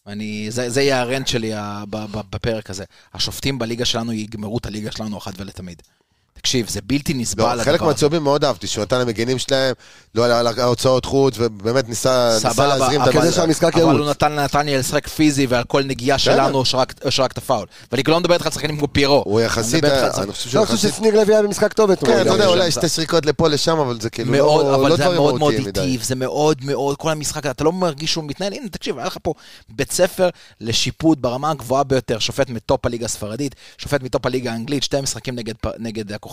[SPEAKER 6] אני, זה זה יהיה הרנט שלי ה- ב- ב- בפרק הזה. השופטים בליגה שלנו יגמרו את הליגה שלנו אחת ולתמיד. תקשיב, זה בלתי נסבל
[SPEAKER 5] לא, חלק
[SPEAKER 6] הדבר הזה.
[SPEAKER 5] מהצהובים מאוד אהבתי, שהוא נתן למגינים שלהם, לא על- על ההוצאות חוץ, ובאמת ניסה ניסה
[SPEAKER 6] סבבה,
[SPEAKER 5] להזרים את
[SPEAKER 6] אבל-
[SPEAKER 1] כדי
[SPEAKER 5] המשחק.
[SPEAKER 1] שהמשחק
[SPEAKER 6] אבל
[SPEAKER 1] ירוץ.
[SPEAKER 6] הוא נתן לנתניה לשחק פיזי ועל כל נגיעה שלנו שרק- שרק את הפאול. ואני לא מדבר איתך על שחקנים כמו פירו.
[SPEAKER 5] הוא
[SPEAKER 6] אני
[SPEAKER 5] יחסית, אה,
[SPEAKER 6] מדבר איתך על
[SPEAKER 5] אני
[SPEAKER 6] שחק-
[SPEAKER 5] חושב
[SPEAKER 1] לא,
[SPEAKER 5] שהוא
[SPEAKER 1] אני חושב
[SPEAKER 5] יחסית...
[SPEAKER 1] ששניר לוי היה במשחק טוב אתמול. לא,
[SPEAKER 5] כן, אתה
[SPEAKER 1] גם.
[SPEAKER 5] יודע,
[SPEAKER 6] שם,
[SPEAKER 5] אולי
[SPEAKER 6] שם.
[SPEAKER 5] שתי סריקות לפה לשם, אבל זה כאילו
[SPEAKER 6] מאוד,
[SPEAKER 5] לא-
[SPEAKER 6] אבל
[SPEAKER 5] לא
[SPEAKER 6] זה היה
[SPEAKER 5] דברים
[SPEAKER 6] מאוד מאוד
[SPEAKER 5] מהותיים מדי.
[SPEAKER 6] איטי, זה מאוד מאוד, כל המשחק, אתה לא מרגיש שהוא מתנהל, הנה תקשיב, היה לך פה בית ספר לשיפוט ברמה הגבוהה ביותר, שופט מטופ הליגה הספרדית, שופט מטופ הליגה האנגלית, שתי משחקים נגד, פ- נגד הכוכב,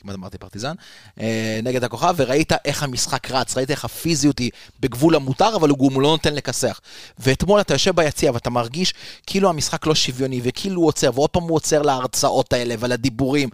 [SPEAKER 6] כמעט אמרתי פרטיזן, אה, נגד הכוכב, וראית איך המשחק רץ, ראית איך הפיזיות היא בגבול המותר, אבל הוא גם לא נותן לכסח. ואתמול אתה יושב ביציע ואתה מרגיש כאילו המשחק לא שוויוני, וכאילו הוא עוצר, ועוד פעם הוא עוצר להרצאות האלה ולדיבורים.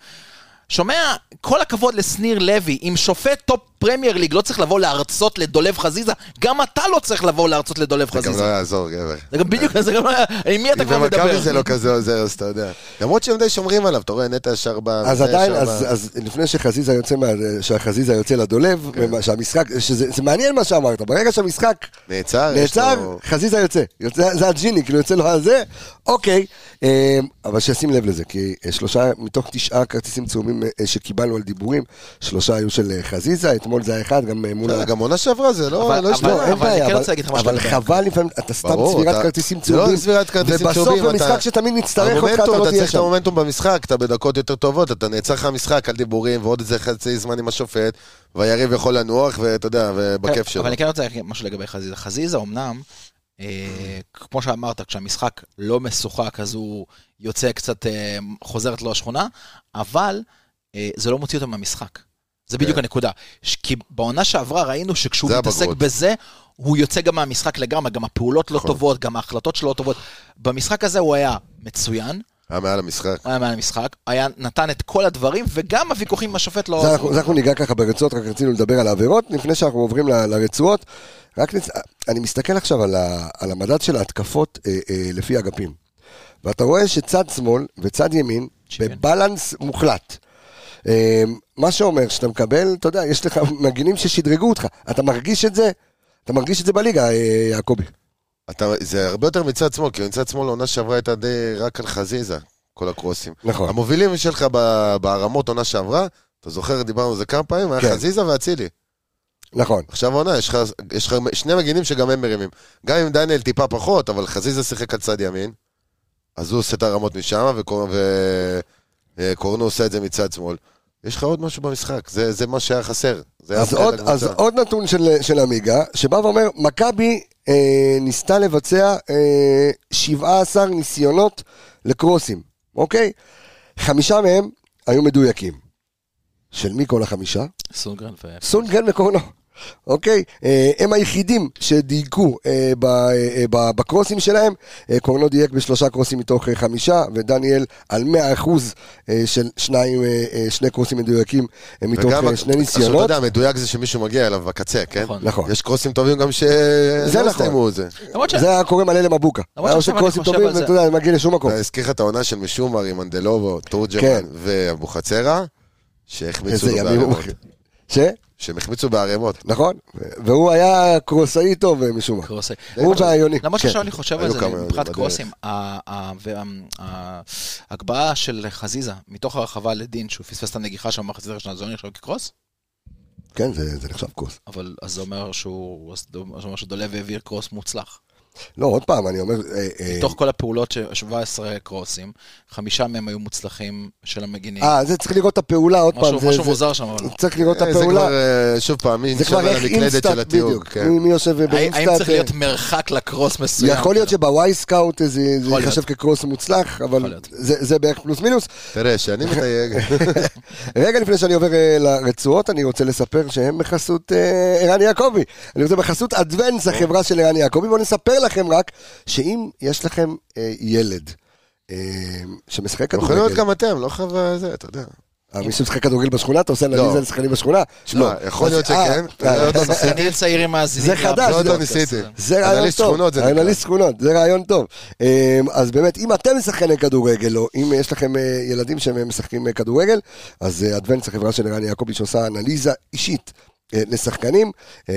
[SPEAKER 6] שומע, כל הכבוד לשניר לוי, אם שופט טופ פרמייר ליג לא צריך לבוא להרצות לדולב חזיזה, גם אתה לא צריך לבוא להרצות לדולב
[SPEAKER 5] זה גם לא
[SPEAKER 6] חזיזה.
[SPEAKER 5] יעזור, גבר.
[SPEAKER 6] זה גם בדיוק, זה גם לא... עם מי אתה כבר מדבר?
[SPEAKER 5] ומכבי זה לא כזה עוזר, אז אתה יודע. למרות שהם די שומרים עליו, אתה רואה, נטע ישר בא...
[SPEAKER 1] אז
[SPEAKER 5] וזה
[SPEAKER 1] עדיין,
[SPEAKER 5] ישר
[SPEAKER 1] אז,
[SPEAKER 5] בא.
[SPEAKER 1] אז לפני שחזיזה יוצא, מה, שהחזיזה יוצא לדולב, כן. שהמשחק, שזה, זה מעניין מה שאמרת, ברגע שהמשחק
[SPEAKER 5] נעצר, אה, יש
[SPEAKER 1] נעצר,
[SPEAKER 5] לו-
[SPEAKER 1] חזיזה יוצא, יוצא, זה הג'יני, כאילו יוצא לו הזה, אוקיי, אה, אבל שישים לב לזה, כי אה, שלושה מתוך תשעה כרטיסים צהובים אה, שקיבלנו על דיבורים, שלושה היו של אה, חזיזה, אתמול זה היה אחד, גם אה, מול... ה-
[SPEAKER 5] בסדר, גם עונה שעברה זה לא...
[SPEAKER 6] אבל-
[SPEAKER 5] לא השתנה.
[SPEAKER 1] לא, אין
[SPEAKER 6] אבל
[SPEAKER 1] בעיה,
[SPEAKER 6] אני כן
[SPEAKER 1] אבל-
[SPEAKER 6] רוצה להגיד לך משהו
[SPEAKER 1] אבל
[SPEAKER 6] לגבי
[SPEAKER 1] חבל לפעמים, אתה סתם
[SPEAKER 5] ברור,
[SPEAKER 1] צבירת
[SPEAKER 5] אתה-
[SPEAKER 1] כרטיסים
[SPEAKER 5] זה לא
[SPEAKER 1] צהובים,
[SPEAKER 5] צבירת כרטיסים צהובים,
[SPEAKER 1] ובסוף במשחק
[SPEAKER 5] אתה-
[SPEAKER 1] שתמיד נצטרך אותך,
[SPEAKER 5] המומנטום,
[SPEAKER 1] אתה לא
[SPEAKER 5] אתה
[SPEAKER 1] תהיה
[SPEAKER 5] צריך את
[SPEAKER 1] שם.
[SPEAKER 5] המומנטום במשחק, אתה בדקות יותר טובות, אתה נעצר לך משחק על דיבורים ועוד איזה חצי זמן עם השופט, והיריב יכול לנוח, ואתה יודע, ובכיף
[SPEAKER 1] אה,
[SPEAKER 5] שלו.
[SPEAKER 6] אבל אני כן רוצה להגיד משהו לגבי חזיזה. חזיזה אמנם, אה, כמו שאמרת, כשהמשחק לא משוחק, אז הוא יוצא קצת, אה, חוזרת לו השכונה, אבל אה, זה לא מוציא אותו מהמשחק. זה בדיוק הנקודה. ש- כי בעונה שעברה ראינו שכשהוא
[SPEAKER 5] אה. זה
[SPEAKER 6] מתעסק
[SPEAKER 5] הבגרות.
[SPEAKER 6] בזה, הוא יוצא גם מהמשחק לגמרי, גם הפעולות לא
[SPEAKER 5] נכון.
[SPEAKER 6] טובות, גם ההחלטות שלו לא טובות. במשחק הזה הוא היה מצוין,
[SPEAKER 5] היה מעל המשחק.
[SPEAKER 6] הוא היה מעל המשחק, היה נתן את כל הדברים, וגם הוויכוחים עם השופט לא...
[SPEAKER 1] זה אנחנו, זה אנחנו ניגע ככה ברצועות, רק רצינו לדבר על העבירות. לפני שאנחנו עוברים ל- לרצועות, רק נצ... אני מסתכל עכשיו על, ה... על המדד של ההתקפות אה, אה, לפי אגפים. ואתה רואה שצד שמאל וצד ימין,
[SPEAKER 6] שוויון.
[SPEAKER 1] בבלנס מוחלט. אה, מה שאומר שאתה מקבל, אתה יודע, יש לך מגינים ששדרגו אותך. אתה מרגיש את זה? אתה מרגיש את זה בליגה, אה, יעקבי.
[SPEAKER 5] אתה- זה הרבה יותר מצד שמאל, כי מצד שמאל העונה שעברה הייתה די רק על חזיזה, כל הקרוסים.
[SPEAKER 1] נכון.
[SPEAKER 5] המובילים שלך ב- בהרמות עונה שעברה, אתה זוכר, דיברנו על זה כמה פעמים, היה
[SPEAKER 1] כן.
[SPEAKER 5] חזיזה ואצילי.
[SPEAKER 1] נכון.
[SPEAKER 5] עכשיו העונה, יש לך- יש לך שני מגינים שגם הם מרימים. גם אם דניאל טיפה פחות, אבל חזיזה שיחק על צד ימין, אז הוא עושה את הרמות משם, וקור- ו- אה, קורנו עושה את זה מצד שמאל. יש לך עוד משהו במשחק, זה, זה מה שהיה חסר. זה היה
[SPEAKER 1] אז
[SPEAKER 5] מפריע
[SPEAKER 1] עוד,
[SPEAKER 5] לקבוצה.
[SPEAKER 1] אז עוד נתון של, של עמיגה, שבא ואומר, מכבי אה, ניסתה לבצע אה, 17 ניסיונות לקרוסים, אוקיי? חמישה מהם היו מדויקים. של מי כל החמישה?
[SPEAKER 6] סונגרן ו...
[SPEAKER 1] סונגרן וקורנו. אוקיי, אה, הם היחידים שדייקו אה, ב- אה, ב- בקרוסים שלהם, אה, קורנו דייק בשלושה קרוסים מתוך אה, חמישה, ודניאל על 100% אה, של שניים, אה, אה, שני קרוסים מדויקים אה, מתוך
[SPEAKER 5] וגם-
[SPEAKER 1] אה, שני
[SPEAKER 5] עכשיו, אתה
[SPEAKER 1] ניסיונות.
[SPEAKER 5] יודע, מדויק זה שמישהו מגיע אליו בקצה, כן?
[SPEAKER 6] נכון.
[SPEAKER 1] נכון.
[SPEAKER 5] יש קרוסים טובים גם ש...
[SPEAKER 1] זה
[SPEAKER 5] לא
[SPEAKER 1] נכון.
[SPEAKER 5] הסתיימו את זה.
[SPEAKER 6] למרות ש...
[SPEAKER 1] זה היה קורה מלא למבוקה.
[SPEAKER 6] למרות
[SPEAKER 1] היה עושה
[SPEAKER 6] שעכשיו אני
[SPEAKER 1] קרוסים
[SPEAKER 6] חושב
[SPEAKER 1] טובים,
[SPEAKER 6] על זה.
[SPEAKER 1] ואתה יודע, מגיע לשום מקום.
[SPEAKER 5] אתה הזכיר לך את העונה של משומר עם אנדלובו,
[SPEAKER 1] כן.
[SPEAKER 5] תורג'מן ואבוחצירא, שהחמיצו
[SPEAKER 1] איזה
[SPEAKER 5] לו
[SPEAKER 1] ימים הוא...
[SPEAKER 5] בערימות.
[SPEAKER 1] ש?
[SPEAKER 5] שהם החמיצו בערימות.
[SPEAKER 1] נכון. והוא היה קרוסאי טוב אה, משום מה.
[SPEAKER 6] קרוסי.
[SPEAKER 1] הוא והיוני.
[SPEAKER 6] למרות
[SPEAKER 1] כן.
[SPEAKER 6] שעכשיו אני חושב על
[SPEAKER 5] היו
[SPEAKER 6] זה,
[SPEAKER 5] כמה
[SPEAKER 6] מבחינת
[SPEAKER 5] בדרך.
[SPEAKER 6] קרוסים, ההגבהה של חזיזה, מתוך הרחבה לדין, שהוא פספס את הנגיחה שם במחצית הראשונה, זה לא נחשב כקרוס,
[SPEAKER 1] כן, זה זה נחשב קרוס.
[SPEAKER 6] אבל אז זה אומר שהוא אז זה אומר שהוא דולב והעביר קרוס מוצלח.
[SPEAKER 1] לא, עוד פעם, אני אומר... אה, אה,
[SPEAKER 6] מתוך כל הפעולות, ש- 17 קרוסים, חמישה מהם היו מוצלחים של המגינים.
[SPEAKER 1] אה, זה צריך לראות את הפעולה, עוד פעם.
[SPEAKER 6] משהו
[SPEAKER 1] זה-
[SPEAKER 6] משהו
[SPEAKER 1] זה-
[SPEAKER 6] מוזר שם, אבל...
[SPEAKER 1] צריך לראות את
[SPEAKER 5] אה, זה כבר,
[SPEAKER 1] הפעולה.
[SPEAKER 5] אה, שוב פעם, מי
[SPEAKER 1] זה
[SPEAKER 5] נשאר
[SPEAKER 1] כבר
[SPEAKER 5] על
[SPEAKER 1] איך
[SPEAKER 5] המקלדת של
[SPEAKER 1] אינסטאט,
[SPEAKER 5] התיוג.
[SPEAKER 1] בדיוק.
[SPEAKER 5] כן.
[SPEAKER 1] מי מי יושב אה,
[SPEAKER 6] האם האם
[SPEAKER 1] באינסטאט.
[SPEAKER 6] צריך להיות מרחק לקרוס מסוים?
[SPEAKER 1] יכול להיות שבוואי סקאוט זה זה
[SPEAKER 6] יכול
[SPEAKER 1] ייחשב
[SPEAKER 6] להיות.
[SPEAKER 1] כקרוס מוצלח,
[SPEAKER 6] יכול
[SPEAKER 1] אבל
[SPEAKER 6] להיות.
[SPEAKER 1] זה זה בערך פלוס מינוס.
[SPEAKER 5] תראה, שאני מתייג,
[SPEAKER 1] רגע לפני שאני עובר אה, לרצועות, אני רוצה לספר שהם בחסות אה, ערן יעקבי. אני רוצה בחסות אדוונס, החברה של ערן יעקבי. בואו נספר לכם רק, שאם יש לכם אה, ילד אה, שמשחק
[SPEAKER 5] יכולים להיות
[SPEAKER 1] כדורגל,
[SPEAKER 5] גם אתם, לא חייב אה, זה, אתה יודע.
[SPEAKER 1] אה, מי שמשחק כדורגל בשכונה, אתה עושה אנליזה על שחקנים בשכונה?
[SPEAKER 5] לא. שמע, יכול להיות
[SPEAKER 1] אז- אה,
[SPEAKER 5] שכן,
[SPEAKER 1] אה,
[SPEAKER 5] זה עוד לא
[SPEAKER 6] זה ניל צעיר עם מאזינים.
[SPEAKER 1] זה חדש,
[SPEAKER 6] לפודקאסט.
[SPEAKER 5] לא, לא ניסיתי.
[SPEAKER 1] זה רעיון
[SPEAKER 5] אנליסט
[SPEAKER 1] טוב,
[SPEAKER 5] שכונות זה נקרא.
[SPEAKER 1] אנליסט שכונות, זה רעיון טוב. אה, אז באמת, אם אתם שחקני כדורגל, או אם יש לכם אה, ילדים שהם אה, משחקים אה, כדורגל, אז אה, אדוונס, החברה של ערן יעקבי, שעושה אנליזה אישית. אה, לשחקנים, אה,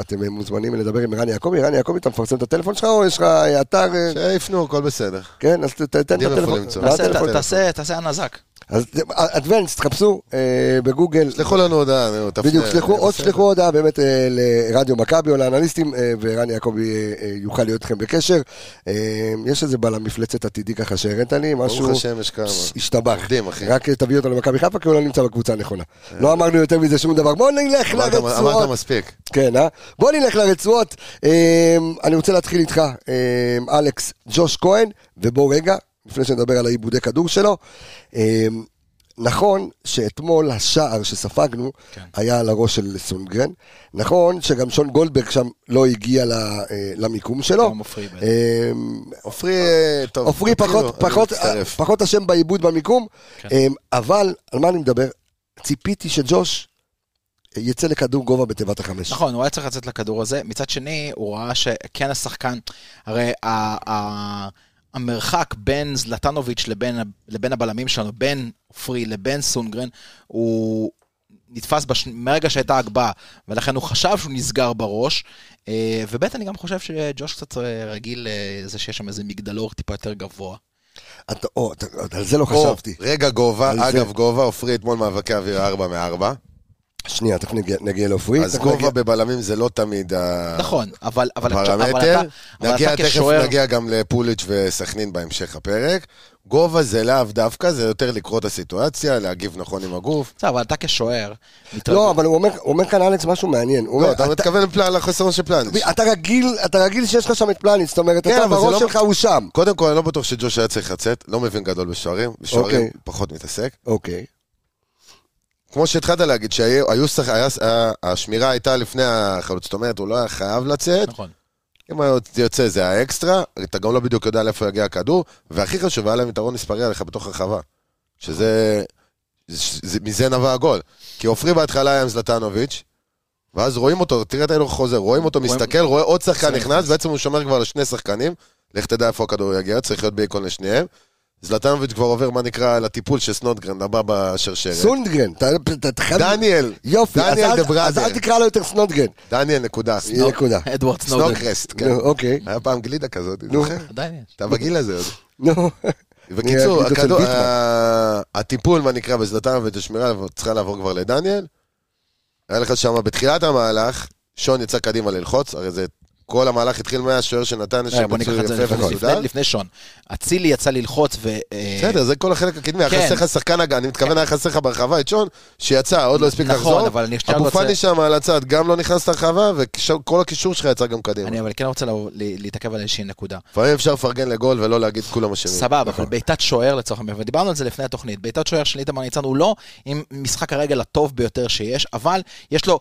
[SPEAKER 1] אתם אה, מוזמנים לדבר עם ערן יעקבי, ערן יעקבי, אתה מפרסם את הטלפון שלך או יש לך אה, אתר, אה,
[SPEAKER 5] שיפנו, הכל בסדר.
[SPEAKER 1] כן, אז ת- ת- תן את
[SPEAKER 5] יודעים איפה
[SPEAKER 1] הטלפון.
[SPEAKER 5] למצוא.
[SPEAKER 1] מה
[SPEAKER 5] נעשה
[SPEAKER 6] תעשה-
[SPEAKER 1] הטלפון?
[SPEAKER 5] הטלפון.
[SPEAKER 6] תעשה- תעשה הנזק.
[SPEAKER 1] אז אדוונס, תחפשו אה, בגוגל,
[SPEAKER 5] שלחו לנו הודעה, נו, תפנה.
[SPEAKER 1] בדיוק, שלחו,
[SPEAKER 5] זה
[SPEAKER 1] עוד
[SPEAKER 5] בסדר.
[SPEAKER 1] שלחו הודעה באמת אה, לרדיו מכבי או לאנליסטים, אה, ורן יעקבי אה, אה, יוכל להיות איתכם בקשר. אה, יש איזה בעל המפלצת עתידי ככה שהראית לי, משהו...
[SPEAKER 5] ברוך השם, יש כמה.
[SPEAKER 1] ש- השתבח.
[SPEAKER 5] עובדים, אחי.
[SPEAKER 1] רק אה, תביא אותו למכבי חיפה, כי הוא לא נמצא בקבוצה הנכונה. לא אמרנו יותר מזה שום דבר. בואו נלך
[SPEAKER 5] אמרת-
[SPEAKER 1] לרצועות.
[SPEAKER 5] אמרת מספיק.
[SPEAKER 1] כן, אה? בואו נלך לרצועות. אה, אני רוצה להתחיל איתך, אה, אלכס, ג'וש כהן, ובוא רגע, לפני שנדבר על העיבודי כדור שלו. אה, נכון שאתמול השער שספגנו כן. היה על הראש של סונגרן. נכון שגם שון גולדברג שם לא הגיע ל, אה, למיקום שלו.
[SPEAKER 6] גם עופרי בטח.
[SPEAKER 1] אה,
[SPEAKER 5] עופרי, אה, טוב.
[SPEAKER 1] עופרי
[SPEAKER 5] תתחילו,
[SPEAKER 1] פחות,
[SPEAKER 5] אני
[SPEAKER 1] פחות,
[SPEAKER 5] מצטרף.
[SPEAKER 1] פחות אשם בעיבוד במיקום,
[SPEAKER 6] כן.
[SPEAKER 1] אמ, אבל על מה אני מדבר? ציפיתי שג'וש אה, יצא לכדור גובה בתיבת החמש.
[SPEAKER 6] נכון, הוא היה צריך לצאת לכדור הזה. מצד שני, הוא ראה שכן השחקן, הרי ה- ה- המרחק בין זלטנוביץ' לבין, ה- לבין הבלמים שלנו, בין עופרי לבין סונגרן, הוא נתפס בש... מרגע שהייתה הגבהה, ולכן הוא חשב שהוא נסגר בראש. אה, ובית, אני גם חושב שג'וש קצת אה, רגיל לזה שיש שם איזה מגדלור טיפה יותר גבוה.
[SPEAKER 1] אתה- או, אתה- על זה לא
[SPEAKER 5] או,
[SPEAKER 1] חשבתי.
[SPEAKER 5] רגע גובה,
[SPEAKER 1] על זה.
[SPEAKER 5] אגב גובה, עופרי אתמול מאבקי אוויר 4 מ-4.
[SPEAKER 1] שנייה, תכף נגיע- נגיע לעופרי.
[SPEAKER 5] אז
[SPEAKER 1] תכף
[SPEAKER 5] גובה
[SPEAKER 1] נגיע-
[SPEAKER 5] בבלמים זה לא תמיד ה-
[SPEAKER 6] נכון, אבל, אבל, אבל
[SPEAKER 5] פרמטר.
[SPEAKER 6] אתה, אבל
[SPEAKER 5] נגיע,
[SPEAKER 6] אתה
[SPEAKER 5] תכף
[SPEAKER 6] כשוער...
[SPEAKER 5] נגיע גם לפוליץ' וסכנין בהמשך הפרק. גובה זה לאו דווקא, זה יותר לקרוא את הסיטואציה, להגיב נכון עם הגוף.
[SPEAKER 6] בסדר, אבל אתה כשוער...
[SPEAKER 1] לא, אבל הוא אומר- הוא אומר כאן אלכס משהו מעניין. הוא
[SPEAKER 5] לא,
[SPEAKER 1] אומר,
[SPEAKER 5] אתה
[SPEAKER 1] אתה-
[SPEAKER 5] מתכוון פלא- לחסרון של פלניץ'.
[SPEAKER 1] אתה רגיל, אתה רגיל שיש לך שם את פלניץ', זאת אומרת,
[SPEAKER 5] כן,
[SPEAKER 1] אתה
[SPEAKER 5] אבל זה
[SPEAKER 1] בראש
[SPEAKER 5] לא-
[SPEAKER 1] שלך הוא שם.
[SPEAKER 5] קודם כל, אני לא בטוח שג'וש היה צריך לצאת, לא מבין גדול בשוערים, בשוערים
[SPEAKER 1] אוקיי.
[SPEAKER 5] פחות מתעסק.
[SPEAKER 1] אוקיי.
[SPEAKER 5] כמו שהתחלת להגיד, שהיו שח- היה- היה- השמירה הייתה לפני החלוץ, זאת אומרת, הוא לא היה חייב לצאת,
[SPEAKER 6] נכון.
[SPEAKER 5] אם היה יוצא זה היה אקסטרה, אתה גם לא בדיוק יודע לאיפה יגיע הכדור, והכי חשוב, היה להם יתרון מספרי עליך בתוך הרחבה. שזה... זה- זה- מזה נבע הגול. כי עופרי בהתחלה היה עם זלטנוביץ', ואז רואים אותו, תראה את ההילוך חוזר, רואים אותו
[SPEAKER 6] רואים-
[SPEAKER 5] מסתכל, רואה עוד שחקן
[SPEAKER 6] שחקן
[SPEAKER 5] נכנס, בעצם הוא שומר כבר לשני שחקנים, לך תדע איפה הכדור יגיע, צריך להיות בהיקון לשניהם. זלטנוביץ' כבר עובר, מה נקרא, לטיפול של סנודגרן, הבא בשרשרת.
[SPEAKER 1] סונדגרן, אתה- אתה אתה חייב...
[SPEAKER 5] דניאל,
[SPEAKER 1] יופי, אז
[SPEAKER 5] דניאל
[SPEAKER 1] אל-
[SPEAKER 5] דה בראדר.
[SPEAKER 1] אז אל תקרא לו יותר סנודגרן.
[SPEAKER 5] דניאל, נקודה.
[SPEAKER 1] יהיה נקודה.
[SPEAKER 6] אדוארד סנודן.
[SPEAKER 5] סנוקרסט, כן.
[SPEAKER 1] נו, אוקיי.
[SPEAKER 5] היה פעם גלידה כזאת,
[SPEAKER 1] נו.
[SPEAKER 5] זוכר?
[SPEAKER 6] עדיין יש.
[SPEAKER 5] אתה בגיל הזה עוד.
[SPEAKER 1] נו.
[SPEAKER 5] בקיצור,
[SPEAKER 1] נהיה גלידות של
[SPEAKER 5] הכדור-
[SPEAKER 1] ביטמן.
[SPEAKER 5] ה- הטיפול, מה נקרא, בזלטן ותשמירה צריכה לעבור כבר לדניאל. היה לך שם בתחילת המהלך, שון יצא קדימה ללחוץ, הרי זה כל המהלך התחיל מהשוער של נתניה,
[SPEAKER 6] רגע, אה, בוא ניקח
[SPEAKER 5] שביצוע
[SPEAKER 6] את זה
[SPEAKER 5] יפה
[SPEAKER 6] לפני-
[SPEAKER 5] ומסודר.
[SPEAKER 6] לפני- לפני שון. אצילי יצא ללחוץ ו... אה,
[SPEAKER 5] בסדר, זה כל החלק הקדמי, היה
[SPEAKER 6] כן.
[SPEAKER 5] חסר לך שחקן הגן, אני מתכוון, היה חסר לך ברחבה את שון, שיצא, עוד לא הספיק
[SPEAKER 6] נכון,
[SPEAKER 5] לחזור.
[SPEAKER 6] אבל אני עכשיו
[SPEAKER 5] אבו
[SPEAKER 6] רוצה-
[SPEAKER 5] פאני שם על הצד, גם לא נכנס לרחבה, וכל הקישור שלך יצא גם קדימה.
[SPEAKER 6] אני אבל כן רוצה לבוא- ל- להתעכב על איזושהי נקודה.
[SPEAKER 5] לפעמים אפשר לפרגן לגול ולא להגיד כולם אשמים. נכון.
[SPEAKER 6] סבבה, אבל בעיטת שוער לצורך העניין, ודיברנו על זה לפני התוכנית, בעיטת שוער של איתמר ניצן הוא לא עם משחק הרגל הטוב ביותר שיש, אבל יש לו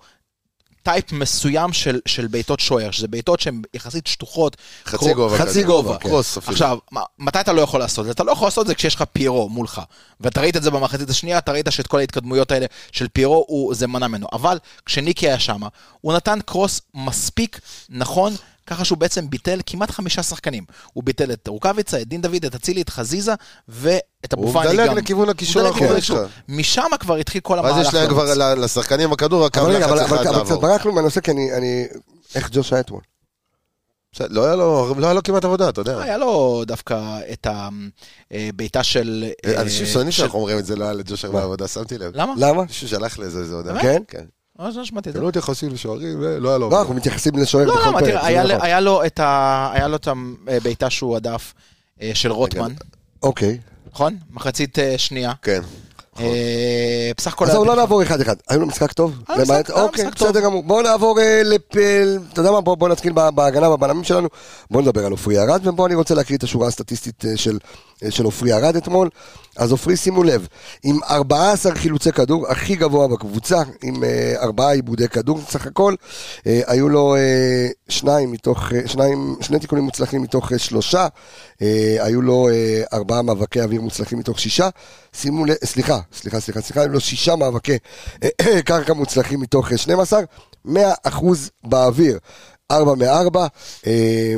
[SPEAKER 6] טייפ מסוים של, של בעיטות שוער, שזה בעיטות שהן יחסית שטוחות.
[SPEAKER 5] חצי
[SPEAKER 6] קרוב-
[SPEAKER 5] גובה
[SPEAKER 6] חצי
[SPEAKER 5] כזה,
[SPEAKER 6] גובה.
[SPEAKER 5] כן. קרוס אפילו.
[SPEAKER 6] עכשיו, מה- מתי אתה לא יכול לעשות את זה? אתה לא יכול לעשות את זה כשיש לך פיירו מולך. ואתה ראית את זה במחצית השנייה, אתה ראית שאת כל ההתקדמויות האלה של פיירו, הוא, זה מנע ממנו. אבל כשניקי היה שם, הוא נתן קרוס מספיק נכון. ככה שהוא בעצם ביטל כמעט חמישה שחקנים. הוא ביטל את רוקאביצה, את דין דוד, את אצילי, את חזיזה ואת אבו
[SPEAKER 5] הוא
[SPEAKER 6] פאני גם.
[SPEAKER 5] מדלג לכיוון
[SPEAKER 6] הוא
[SPEAKER 5] הקישור
[SPEAKER 6] מדלג לכיוון
[SPEAKER 5] האחורי
[SPEAKER 6] הקישור.
[SPEAKER 5] שלך.
[SPEAKER 6] משם כבר התחיל כל המהלך.
[SPEAKER 5] אז יש להם
[SPEAKER 6] לרוץ.
[SPEAKER 5] כבר ל- לשחקנים הכדור, הקו
[SPEAKER 1] אבל רגע,
[SPEAKER 5] לחץ
[SPEAKER 1] אבל-
[SPEAKER 5] אחד
[SPEAKER 1] אבל אבל קצת
[SPEAKER 5] לעבור.
[SPEAKER 1] ברחנו מהנושא, כי אני... אני- איך ג'וש היה אתמול?
[SPEAKER 5] בסדר, לא היה לו- לא היה לו כמעט עבודה, אתה יודע.
[SPEAKER 6] היה לו דווקא את הבעיטה של... אה,
[SPEAKER 5] אנשים שונאים
[SPEAKER 6] של-
[SPEAKER 5] שאנחנו אומרים את זה, לא היה לג'ושר בעבודה, שמתי לב.
[SPEAKER 6] למה?
[SPEAKER 1] למה?
[SPEAKER 5] מישהו שלח לזה איזה הודעה.
[SPEAKER 1] באמת? כן?
[SPEAKER 6] לא לא שמעתי את זה.
[SPEAKER 5] לא מתייחסים לשוערים, לא היה לו
[SPEAKER 1] לא, אנחנו מתייחסים לשוער
[SPEAKER 6] לא,
[SPEAKER 1] בכל
[SPEAKER 6] למה?
[SPEAKER 1] פרק.
[SPEAKER 6] תראה,
[SPEAKER 1] זה
[SPEAKER 6] היה
[SPEAKER 1] נכון.
[SPEAKER 6] ל- היה לו את ה- היה לו את הבעיטה שהוא הדף אה, של רוטמן,
[SPEAKER 1] אוקיי.
[SPEAKER 6] נכון? מחצית אה, שנייה.
[SPEAKER 5] כן.
[SPEAKER 6] אה, בסך הכל...
[SPEAKER 1] אז
[SPEAKER 6] היה
[SPEAKER 1] זהו, לא
[SPEAKER 6] ביטחון.
[SPEAKER 1] נעבור אחד-אחד. היה לנו משחק טוב?
[SPEAKER 6] היה אה, משחק-
[SPEAKER 1] למעט-
[SPEAKER 6] היה
[SPEAKER 1] אוקיי,
[SPEAKER 6] משחק טוב.
[SPEAKER 1] בסדר גמור. בואו נעבור אה, לפל... אתה יודע מה? בואו בואו נתחיל בה- בהגנה, בבלמים שלנו. בואו נדבר על עופרי ארד, ובואו אני רוצה להקריא את השורה הסטטיסטית אה, של- אה, של עופרי ארד אתמול. אז עופרי, שימו לב, עם 14 חילוצי כדור, הכי גבוה בקבוצה, עם אה, ארבעה עיבודי כדור סך הכל. אה, היו לו אה, שניים מתוך, אה, שניים, שני תיקונים מוצלחים מתוך אה, שלושה. אה, היו לו אה, ארבעה מאבקי אוויר מוצלחים מתוך שישה. שימו לב, סליחה, סליחה, סליחה, סליחה, היו לו שישה מאבקי אה, קרקע מוצלחים מתוך אה, 12. 100% באוויר, 4 מ-4. אה,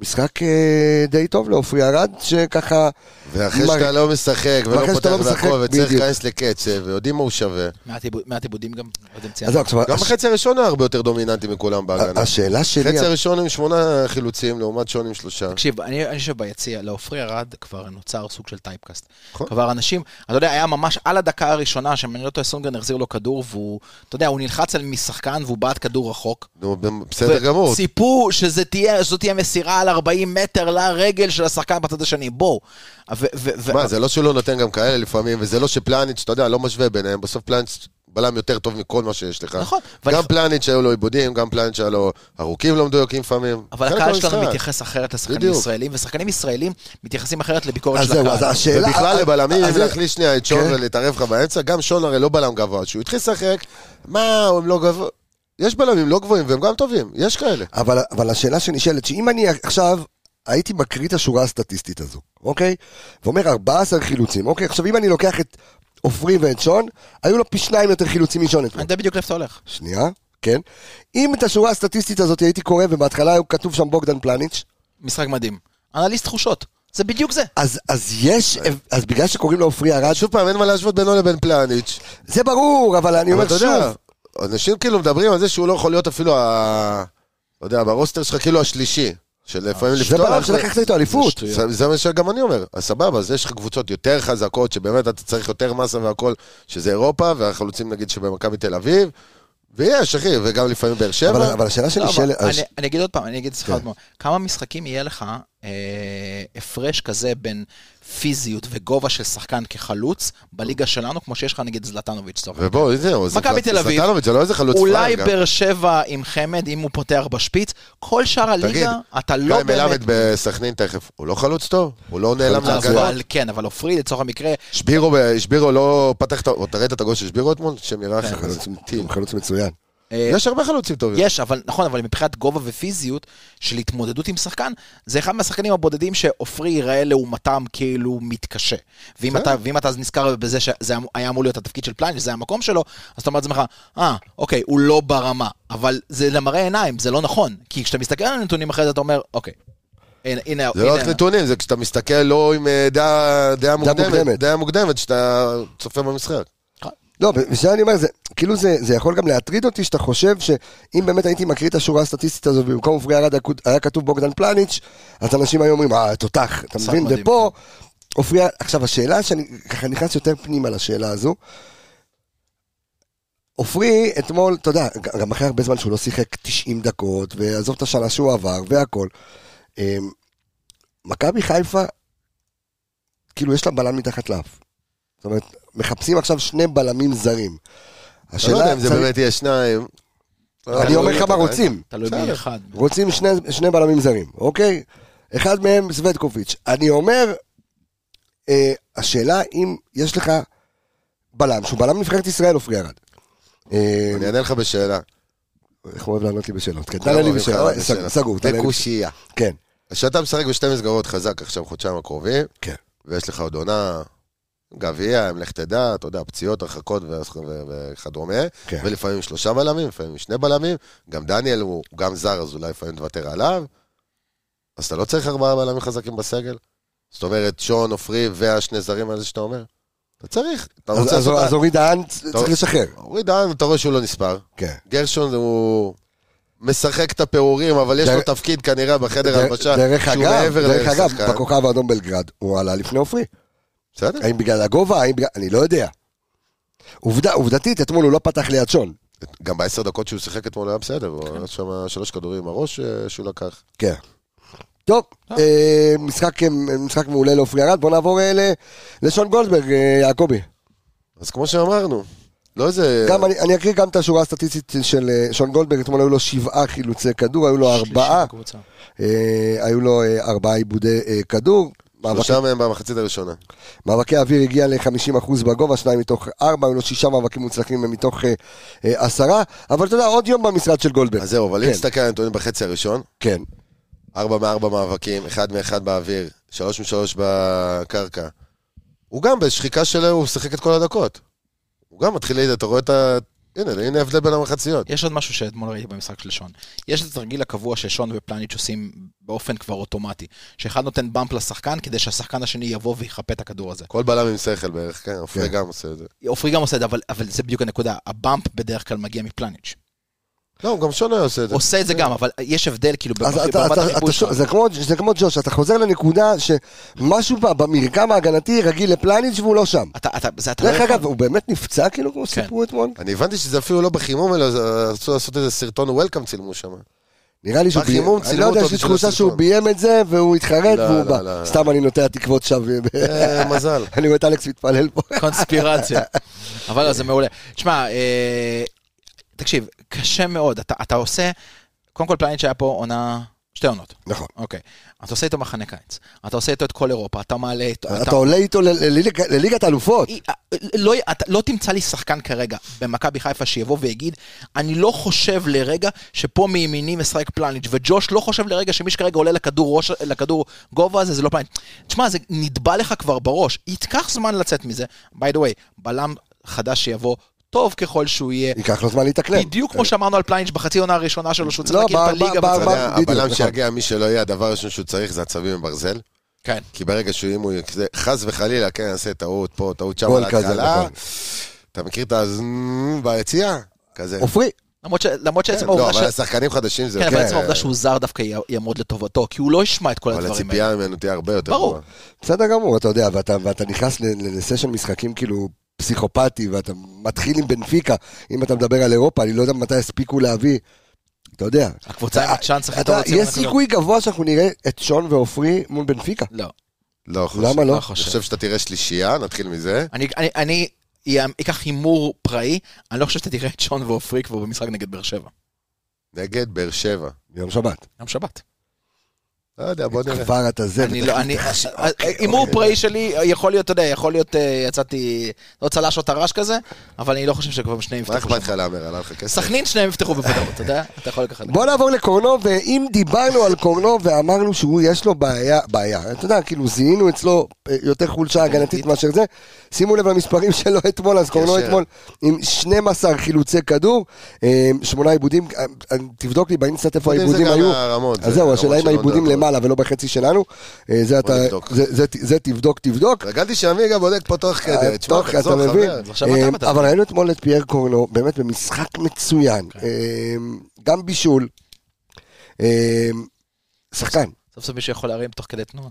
[SPEAKER 1] משחק אה, די טוב לעופרי ארד, שככה...
[SPEAKER 5] ואחרי
[SPEAKER 1] מר-
[SPEAKER 5] שאתה לא משחק, ולא
[SPEAKER 1] ואחרי
[SPEAKER 5] פותח
[SPEAKER 1] שאתה לא משחק,
[SPEAKER 5] והכל, וצריך
[SPEAKER 1] בדיוק.
[SPEAKER 5] להיכנס לקצב, ויודעים מה הוא שווה.
[SPEAKER 6] מעט עיבוד- מעט עיבודים גם, לא עוד הם
[SPEAKER 1] אז
[SPEAKER 6] ציינו.
[SPEAKER 1] זהו, עכשיו,
[SPEAKER 5] גם
[SPEAKER 1] הש- אה,
[SPEAKER 5] בחצי הראשון היה הרבה יותר דומיננטי מכולם בהגנה.
[SPEAKER 1] השאלה שלי...
[SPEAKER 5] חצי הראשון עם שמונה חילוצים, לעומת שון עם שלושה.
[SPEAKER 6] תקשיב, אני אני יושב ביציע, לעופרי ארד כבר נוצר סוג של טייפקאסט.
[SPEAKER 5] נכון.
[SPEAKER 6] כבר אנשים, אתה יודע, היה ממש על הדקה הראשונה, שאם אני לא טועה, סונגרן החזיר לו כדור, והוא, אתה יודע, הוא נלחץ על משחקן והוא בעט כדור רחוק.
[SPEAKER 5] נו, בסדר גמור.
[SPEAKER 6] ציפו שזה תהיה, שזו תהיה מסירה על 40 מטר לרגל של השחקן בצד השני, בואו. ו- ו- ו-
[SPEAKER 5] מה, זה לא שהוא לא נותן גם כאלה לפעמים, וזה לא שפלניץ', אתה יודע, לא משווה ביניהם, בסוף פלניץ' בלם יותר טוב מכל מה שיש לך.
[SPEAKER 6] נכון, אבל-
[SPEAKER 5] גם פלניץ' היו לו עיבודים, גם פלניץ' היה לו ארוכים לא מדויקים לפעמים.
[SPEAKER 6] אבל
[SPEAKER 5] חלק
[SPEAKER 6] הקהל שלנו
[SPEAKER 5] מהמשחק.
[SPEAKER 6] מתייחס אחרת לשחקנים
[SPEAKER 5] לא בדיוק.
[SPEAKER 6] ישראלים, ושחקנים ישראלים מתייחסים אחרת לביקורת
[SPEAKER 1] אז
[SPEAKER 6] של
[SPEAKER 1] זהו, אז
[SPEAKER 6] הקהל.
[SPEAKER 1] השאלה...
[SPEAKER 5] ובכלל לבלמים,
[SPEAKER 1] אז
[SPEAKER 5] אם
[SPEAKER 1] זה-
[SPEAKER 5] להחליש שנייה את שון
[SPEAKER 1] כן.
[SPEAKER 5] ולהתערב לך באמצע, גם שון הרי לא בלם גבוה, שהוא התחיל לשחק, מה, הם לא גבוה... יש בלמים לא גבוהים והם גם טובים, יש כאלה.
[SPEAKER 1] אבל, אבל השאלה שנשאלת, שאם אני עכשיו הייתי מקריא את השורה הסטטיסטית הזו, אוקיי? ואומר 14 חילוצים, אוקיי? עכשיו אם אני לוקח את עופרי ואת שון, היו לו פי שניים יותר חילוצים משון אתמול.
[SPEAKER 6] אני יודע בדיוק לאיפה אתה הולך.
[SPEAKER 1] שנייה, כן. אם את השורה הסטטיסטית הזאת הייתי קורא, ובהתחלה היה כתוב שם בוגדן פלניץ',
[SPEAKER 6] משחק מדהים. אנליסט תחושות. זה בדיוק זה.
[SPEAKER 1] אז, אז יש, אז בגלל שקוראים לו עופרי ארד,
[SPEAKER 5] שוב פעם, אין מה להשוות בינו לבין פלניץ'.
[SPEAKER 1] זה ברור, אבל אני
[SPEAKER 5] אבל
[SPEAKER 1] אומר
[SPEAKER 5] אתה
[SPEAKER 1] שוב,
[SPEAKER 5] יודע, אנשים כאילו מדברים על זה שהוא לא יכול להיות אפילו ה... אתה יודע, ברוסטר שלך כאילו השלישי. שלפעמים
[SPEAKER 1] אה, זה
[SPEAKER 5] לפתוח...
[SPEAKER 1] בלם שלקחת איתו אליפות.
[SPEAKER 5] זה- זה מה שגם אני אומר, אז סבבה, אז יש לך קבוצות יותר חזקות, שבאמת אתה צריך יותר מסה והכל, שזה אירופה, והחלוצים נגיד שבמכבי תל אביב, ויש, אחי, וגם לפעמים באר
[SPEAKER 1] אבל,
[SPEAKER 5] שבע.
[SPEAKER 1] אבל השאלה
[SPEAKER 6] לא, אבל
[SPEAKER 1] שנשאלת,
[SPEAKER 6] אני-
[SPEAKER 1] הש-
[SPEAKER 6] אני אגיד עוד פעם, אני אגיד לך עוד פעם. כמה משחקים יהיה לך אה, הפרש כזה בין פיזיות וגובה של שחקן כחלוץ בליגה שלנו, כמו שיש לך נגיד זלטנוביץ' סוף.
[SPEAKER 5] ובואו, זהו, זה
[SPEAKER 6] מכבי
[SPEAKER 5] פלט-
[SPEAKER 6] תל אביב.
[SPEAKER 5] זלטנוביץ', זה לא איזה חלוץ
[SPEAKER 6] אולי
[SPEAKER 5] פראייר גם.
[SPEAKER 6] באר שבע עם חמד, אם הוא פותח בשפיץ, כל שאר
[SPEAKER 5] תגיד,
[SPEAKER 6] הליגה, אתה לא
[SPEAKER 5] גיא
[SPEAKER 6] באמת...
[SPEAKER 5] מלמד בסכנין תכף, הוא לא חלוץ טוב? הוא לא נעלם
[SPEAKER 1] חלוץ
[SPEAKER 5] להגנה?
[SPEAKER 6] אבל כן, אבל עופרי לצורך המקרה,
[SPEAKER 5] שבירו, ב- שבירו לא פתח את ה... אתה ראית את הגול של שבירו אתמול? שנראה
[SPEAKER 1] הוא
[SPEAKER 5] לך חלוץ.
[SPEAKER 1] חלוץ- כן. הוא חלוץ מצוין.
[SPEAKER 6] אה,
[SPEAKER 5] יש הרבה חלוצים טובים.
[SPEAKER 6] יש, אבל נכון, אבל מבחינת גובה ופיזיות של התמודדות עם שחקן, זה אחד מהשחקנים הבודדים שעופרי ייראה לעומתם כאילו מתקשה. ואם
[SPEAKER 5] כן.
[SPEAKER 6] אתה, ואם אתה אז נזכר בזה שזה היה אמור להיות התפקיד של פלניץ', זה המקום שלו, אז אתה אומר לעצמך, אה, אוקיי, הוא לא ברמה. אבל זה למראה עיניים, זה לא נכון. כי כשאתה מסתכל על הנתונים אחרי זה, אתה אומר, אוקיי. הנה, הנה,
[SPEAKER 5] זה לא רק
[SPEAKER 6] הנה-
[SPEAKER 5] נתונים, זה כשאתה מסתכל לא עם אה, דעה דעה
[SPEAKER 1] מוקדמת.
[SPEAKER 5] מוקדמת, דעה מוקדמת, שאתה צופה במשחק.
[SPEAKER 1] לא, ושאלה אני אומר, זה, כאילו זה, זה יכול גם להטריד אותי שאתה חושב שאם באמת הייתי מקריא את השורה הסטטיסטית הזאת במקום עוברי ארד היה כות- היה כתוב בוגדן פלניץ', אז אנשים היו אומרים, אה, תותח, אתה
[SPEAKER 6] שחק
[SPEAKER 1] מבין?
[SPEAKER 6] מדהים,
[SPEAKER 1] ופה, עופרי ארד, עכשיו השאלה שאני ככה נכנס יותר פנימה לשאלה הזו, עופרי אתמול, אתה יודע, ג- גם אחרי הרבה זמן שהוא לא שיחק 90 דקות, ועזוב את השנה שהוא עבר והכל. אמ, מכבי חיפה, כאילו יש לה בלם מתחת לאף. זאת אומרת, מחפשים עכשיו שני בלמים זרים.
[SPEAKER 5] אני לא יודע אם זה
[SPEAKER 1] צריך-
[SPEAKER 5] באמת לא, יהיה שניים. אה,
[SPEAKER 1] אני אומר לך מה רוצים.
[SPEAKER 6] תלוי
[SPEAKER 5] בסדר.
[SPEAKER 6] מי אחד.
[SPEAKER 1] רוצים שני, שני בלמים זרים, אוקיי? אחד מהם סווטקוביץ'. אני אומר, אה, השאלה אם יש לך בלם, שהוא בלם נבחרת ישראל, עופרי ארד. אה,
[SPEAKER 5] אני אענה לך בשאלה.
[SPEAKER 1] איך הוא אוהב לענות לי בשאלות? כן,
[SPEAKER 5] כולם
[SPEAKER 1] תענה לי
[SPEAKER 5] אוהבים לענות
[SPEAKER 1] בשאלות, סגור,
[SPEAKER 5] בשאלה.
[SPEAKER 1] סגור, תענה לי.
[SPEAKER 5] בקושייה.
[SPEAKER 1] כן,
[SPEAKER 5] שאתה משחק בשתי מסגרות חזק עכשיו, חודשיים הקרובים,
[SPEAKER 1] כן.
[SPEAKER 5] ויש לך עוד עונה, גביע, אם לך תדע, אתה יודע, פציעות, הרחקות ו- ו- וכדומה,
[SPEAKER 1] כן.
[SPEAKER 5] ולפעמים שלושה בלמים, לפעמים שני בלמים, גם דניאל הוא הוא גם זר, אז אולי לפעמים תוותר עליו, אז אתה לא צריך ארבעה בלמים חזקים בסגל? זאת אומרת, שון, עופרי והשני זרים האלה שאתה אומר? אתה צריך. אתה
[SPEAKER 1] אז-
[SPEAKER 5] רוצה
[SPEAKER 1] אז-
[SPEAKER 5] לעשות-
[SPEAKER 1] אז אורי דהן צריך לשחרר.
[SPEAKER 5] אורי דהן, אתה רואה שהוא לא נספר.
[SPEAKER 1] כן.
[SPEAKER 5] גרשון הוא משחק את הפירורים, אבל יש
[SPEAKER 1] דרך-
[SPEAKER 5] לו תפקיד כנראה בחדר
[SPEAKER 1] דר-
[SPEAKER 5] ההלבשה,
[SPEAKER 1] דרך
[SPEAKER 5] שהוא
[SPEAKER 1] אגב,
[SPEAKER 5] מעבר
[SPEAKER 1] דרך אגב,
[SPEAKER 5] לשחקן.
[SPEAKER 1] בכוכב האדום בלגרד, הוא עלה לפני עופרי.
[SPEAKER 5] בסדר,
[SPEAKER 1] האם בגלל הגובה, האם בגלל... אני לא יודע. עובדה, עובדתית, אתמול הוא לא פתח ליד שון.
[SPEAKER 5] גם בעשר דקות שהוא שיחק אתמול היה בסדר, הוא היה שם שלוש כדורים בראש אה, שהוא לקח.
[SPEAKER 1] כן. טוב, אה, משחק, אה, משחק מעולה לעופרי ארד, בוא נעבור אה, ל- לשון גולדברג, אה, יעקבי.
[SPEAKER 5] אז כמו שאמרנו, לא איזה...
[SPEAKER 1] גם אני, אני אקריא גם את השורה הסטטיסטית של אה, שון גולדברג, אתמול היו לו שבעה חילוצי כדור, היו לו
[SPEAKER 6] שלישי
[SPEAKER 1] ארבעה,
[SPEAKER 6] בקבוצה.
[SPEAKER 1] אה, היו לו אה, ארבעה עיבודי אה, כדור. מאבקי,
[SPEAKER 5] שלושה מהם במחצית הראשונה.
[SPEAKER 1] כן. מאבקי אוויר הגיע ל-50% בגובה, שניים מתוך ארבע, היו לו שישה מאבקים מוצלחים מתוך אה, אה, עשרה, אבל אתה יודע, עוד יום במשרד של גולדברג.
[SPEAKER 5] אז זהו, אבל אם
[SPEAKER 1] כן.
[SPEAKER 5] נסתכל על הנתונים בחצי הראשון,
[SPEAKER 1] כן,
[SPEAKER 5] ארבע מארבע מאבקים, אחד מאחד באוויר, שלוש משלוש בקרקע. הוא גם בשחיקה שלו, הוא משחק את כל הדקות. הוא גם מתחיל, להיד- אתה רואה את ה... הנה, הנה ההבדל בין המחציות.
[SPEAKER 6] יש עוד משהו שאתמול ראיתי במשחק של שון. יש את התרגיל הקבוע ששון ופלניץ' עושים באופן כבר אוטומטי. שאחד נותן באמפ לשחקן כדי שהשחקן השני יבוא ויחפה את הכדור הזה.
[SPEAKER 5] כל בלם עם שכל בערך, כן? עופרי גם עושה את זה.
[SPEAKER 6] עופרי גם עושה את זה, אבל, אבל זה בדיוק הנקודה. הבאמפ בדרך כלל מגיע מפלניץ'.
[SPEAKER 5] לא, גם שונה עושה את זה.
[SPEAKER 6] עושה את זה גם, אבל יש הבדל כאילו
[SPEAKER 1] אז אתה-
[SPEAKER 6] ברמת
[SPEAKER 1] אתה- אתה-
[SPEAKER 6] החיפוש שלך.
[SPEAKER 1] זה כמו- זה כמו ג'וש, אתה חוזר לנקודה שמשהו ב- במרקם ההגנתי רגיל לפלניץ' והוא לא שם.
[SPEAKER 6] אתה, אתה, זה אתה לא
[SPEAKER 1] דרך
[SPEAKER 6] יכול.
[SPEAKER 1] אגב, הוא באמת נפצע כאילו כמו
[SPEAKER 6] כן.
[SPEAKER 1] שסיפרו אתמול?
[SPEAKER 5] אני הבנתי שזה אפילו לא בחימום, אלא זה- רצו לעשות איזה סרטון וולקאם צילמו שם.
[SPEAKER 1] נראה לי שהוא ביים,
[SPEAKER 5] בחימום
[SPEAKER 1] אני
[SPEAKER 5] צילמו
[SPEAKER 1] לא יודע,
[SPEAKER 5] אותו
[SPEAKER 1] יש לי
[SPEAKER 5] בשביל
[SPEAKER 1] תחושה שהוא
[SPEAKER 5] הסרטון.
[SPEAKER 1] ביים את זה והוא התחרט
[SPEAKER 5] לא,
[SPEAKER 1] והוא
[SPEAKER 5] לא,
[SPEAKER 1] בא.
[SPEAKER 5] לא.
[SPEAKER 1] סתם אני נוטע תקוות שווא.
[SPEAKER 5] אה, מזל.
[SPEAKER 1] אני רואה את אלכס מתפלל פה.
[SPEAKER 6] קונספירציה. אבל לא, זה מעולה. תשמע, אה, תקשיב, קשה מאוד. אתה, אתה עושה, קודם כל פלניץ' היה פה עונה, שתי עונות.
[SPEAKER 1] נכון.
[SPEAKER 6] אוקיי. אתה עושה איתו מחנה קיץ, אתה עושה איתו את כל אירופה, אתה מעלה איתו...
[SPEAKER 1] אתה עולה איתו ל- לליגה- לליגת האלופות.
[SPEAKER 6] אי- לא, אתה לא תמצא לי שחקן כרגע במכבי חיפה שיבוא ויגיד, אני לא חושב לרגע שפה מימיני משחק פלניץ', וג'וש לא חושב לרגע שמי שכרגע עולה לכדור, ראש, לכדור גובה הזה, זה לא פלניץ'. תשמע, זה נטבע לך כבר בראש, ייקח זמן לצאת מזה. by the way, בלם חדש שיבוא, טוב ככל שהוא יהיה.
[SPEAKER 1] ייקח לו זמן להתאקלם. אה,
[SPEAKER 6] בדיוק כמו שאמרנו על פלניץ' בחצי עונה הראשונה שלו, שהוא צריך
[SPEAKER 1] כן. לא,
[SPEAKER 6] להכיר את
[SPEAKER 1] ב-
[SPEAKER 6] הליגה.
[SPEAKER 1] ב- ב-
[SPEAKER 5] אתה
[SPEAKER 6] וצריך-
[SPEAKER 5] יודע,
[SPEAKER 1] אמר- בדיוק,
[SPEAKER 5] הבלם
[SPEAKER 1] נכון.
[SPEAKER 5] שיגיע, מי שלא יהיה, הדבר הראשון שהוא צריך זה עצבים מברזל.
[SPEAKER 6] כן.
[SPEAKER 5] כי ברגע שהוא, אם הוא, יקרה- חס וחלילה, כן, יעשה טעות פה, טעות שם
[SPEAKER 1] גול
[SPEAKER 5] על
[SPEAKER 1] כזה,
[SPEAKER 5] ההתחלה.
[SPEAKER 1] נכון.
[SPEAKER 5] אתה מכיר את הזנ... ביציאה? כזה.
[SPEAKER 1] עופרי,
[SPEAKER 6] למרות ש- למרות
[SPEAKER 5] כן,
[SPEAKER 6] שעצם
[SPEAKER 5] לא,
[SPEAKER 6] העובדה ש...
[SPEAKER 5] אבל השחקנים חדשים זה...
[SPEAKER 6] כן, אבל
[SPEAKER 5] כן,
[SPEAKER 6] עצם העובדה שהוא זר דווקא י- יעמוד לטובתו, כי הוא לא ישמע את כל
[SPEAKER 5] אבל
[SPEAKER 6] הדברים האלה.
[SPEAKER 5] הציפייה ממנו תהיה הרבה יותר
[SPEAKER 6] ברור.
[SPEAKER 5] גבוהה.
[SPEAKER 1] בסדר גמור, אתה יודע, ואתה, ואתה נכנס ל- ל- לסשן משחקים כאילו פסיכופתי, ואתה מתחיל עם בנפיקה, אם אתה מדבר על אירופה, אני לא יודע מתי יספיקו להביא, אתה יודע.
[SPEAKER 6] הקבוצה עם
[SPEAKER 1] אתה-
[SPEAKER 6] הצ'אנס הכי
[SPEAKER 1] אתה-
[SPEAKER 6] טוב לציון
[SPEAKER 1] יש סיכוי גבוה שאנחנו נראה את שון ועופרי מול בנפיקה.
[SPEAKER 6] לא.
[SPEAKER 5] לא חושב.
[SPEAKER 1] למה לא?
[SPEAKER 6] לא
[SPEAKER 5] אני
[SPEAKER 6] חושב.
[SPEAKER 5] חושב שאתה תראה שלישייה, נתחיל מזה.
[SPEAKER 6] אני- אני- אני יא- אקח הימור פראי, אני לא חושב שאתה תראה את שון ועופרי כבר במשחק נגד באר שבע.
[SPEAKER 5] נגד באר שבע.
[SPEAKER 1] ביום שבת.
[SPEAKER 6] יום שבת.
[SPEAKER 5] לא יודע, בוא נראה.
[SPEAKER 1] כבר אתה זה.
[SPEAKER 6] אני לא, אני, הימור פראי שלי יכול להיות, אתה יודע, יכול להיות, אה, יצאתי, לא צלש או טרש כזה, אבל אני לא חושב שכבר שניהם
[SPEAKER 5] מה
[SPEAKER 6] יפתחו.
[SPEAKER 5] אכפת לך
[SPEAKER 6] שם.
[SPEAKER 5] להמר? עלה לך כסף?
[SPEAKER 6] סכנין שניהם יפתחו בוודאות, אתה יודע? אתה יכול לקחת.
[SPEAKER 1] בוא נעבור לקורנו, ואם דיברנו על קורנו ואמרנו שהוא יש לו בעיה, בעיה, אתה יודע, כאילו זיהינו אצלו אה, יותר חולשה הגנתית מאשר זה, שימו לב למספרים שלו אתמול, אז קורנו
[SPEAKER 5] ישר.
[SPEAKER 1] אתמול עם 12 חילוצי כדור, אה, שמונה עיבודים, אה, אה, תבדוק לי באינסטנט איפה
[SPEAKER 5] עיבודים זה
[SPEAKER 1] העיבודים
[SPEAKER 5] גם
[SPEAKER 1] היו,
[SPEAKER 5] הרמות,
[SPEAKER 1] אז
[SPEAKER 5] זה
[SPEAKER 1] זהו,
[SPEAKER 5] הרמות
[SPEAKER 1] השאלה אם
[SPEAKER 5] שלא
[SPEAKER 1] העיבודים
[SPEAKER 5] נדע.
[SPEAKER 1] למעלה ולא בחצי שלנו, אה, זה אתה,
[SPEAKER 5] נבדוק.
[SPEAKER 1] זה- זה- זה תבדוק, תבדוק.
[SPEAKER 5] התרגלתי שעמיגה בודק פה תוך כדי. תשמע,
[SPEAKER 1] אה, תוך, אתה
[SPEAKER 5] תחזור, חבר.
[SPEAKER 1] מבין?
[SPEAKER 6] אז עכשיו אתה
[SPEAKER 1] אה,
[SPEAKER 6] מדבר.
[SPEAKER 1] אבל ראינו אתמול את פייר קורנו, באמת במשחק מצוין. אה, גם בישול. אה, שחקן.
[SPEAKER 6] סוף סוף מישהו יכול להרים תוך כדי תנועה.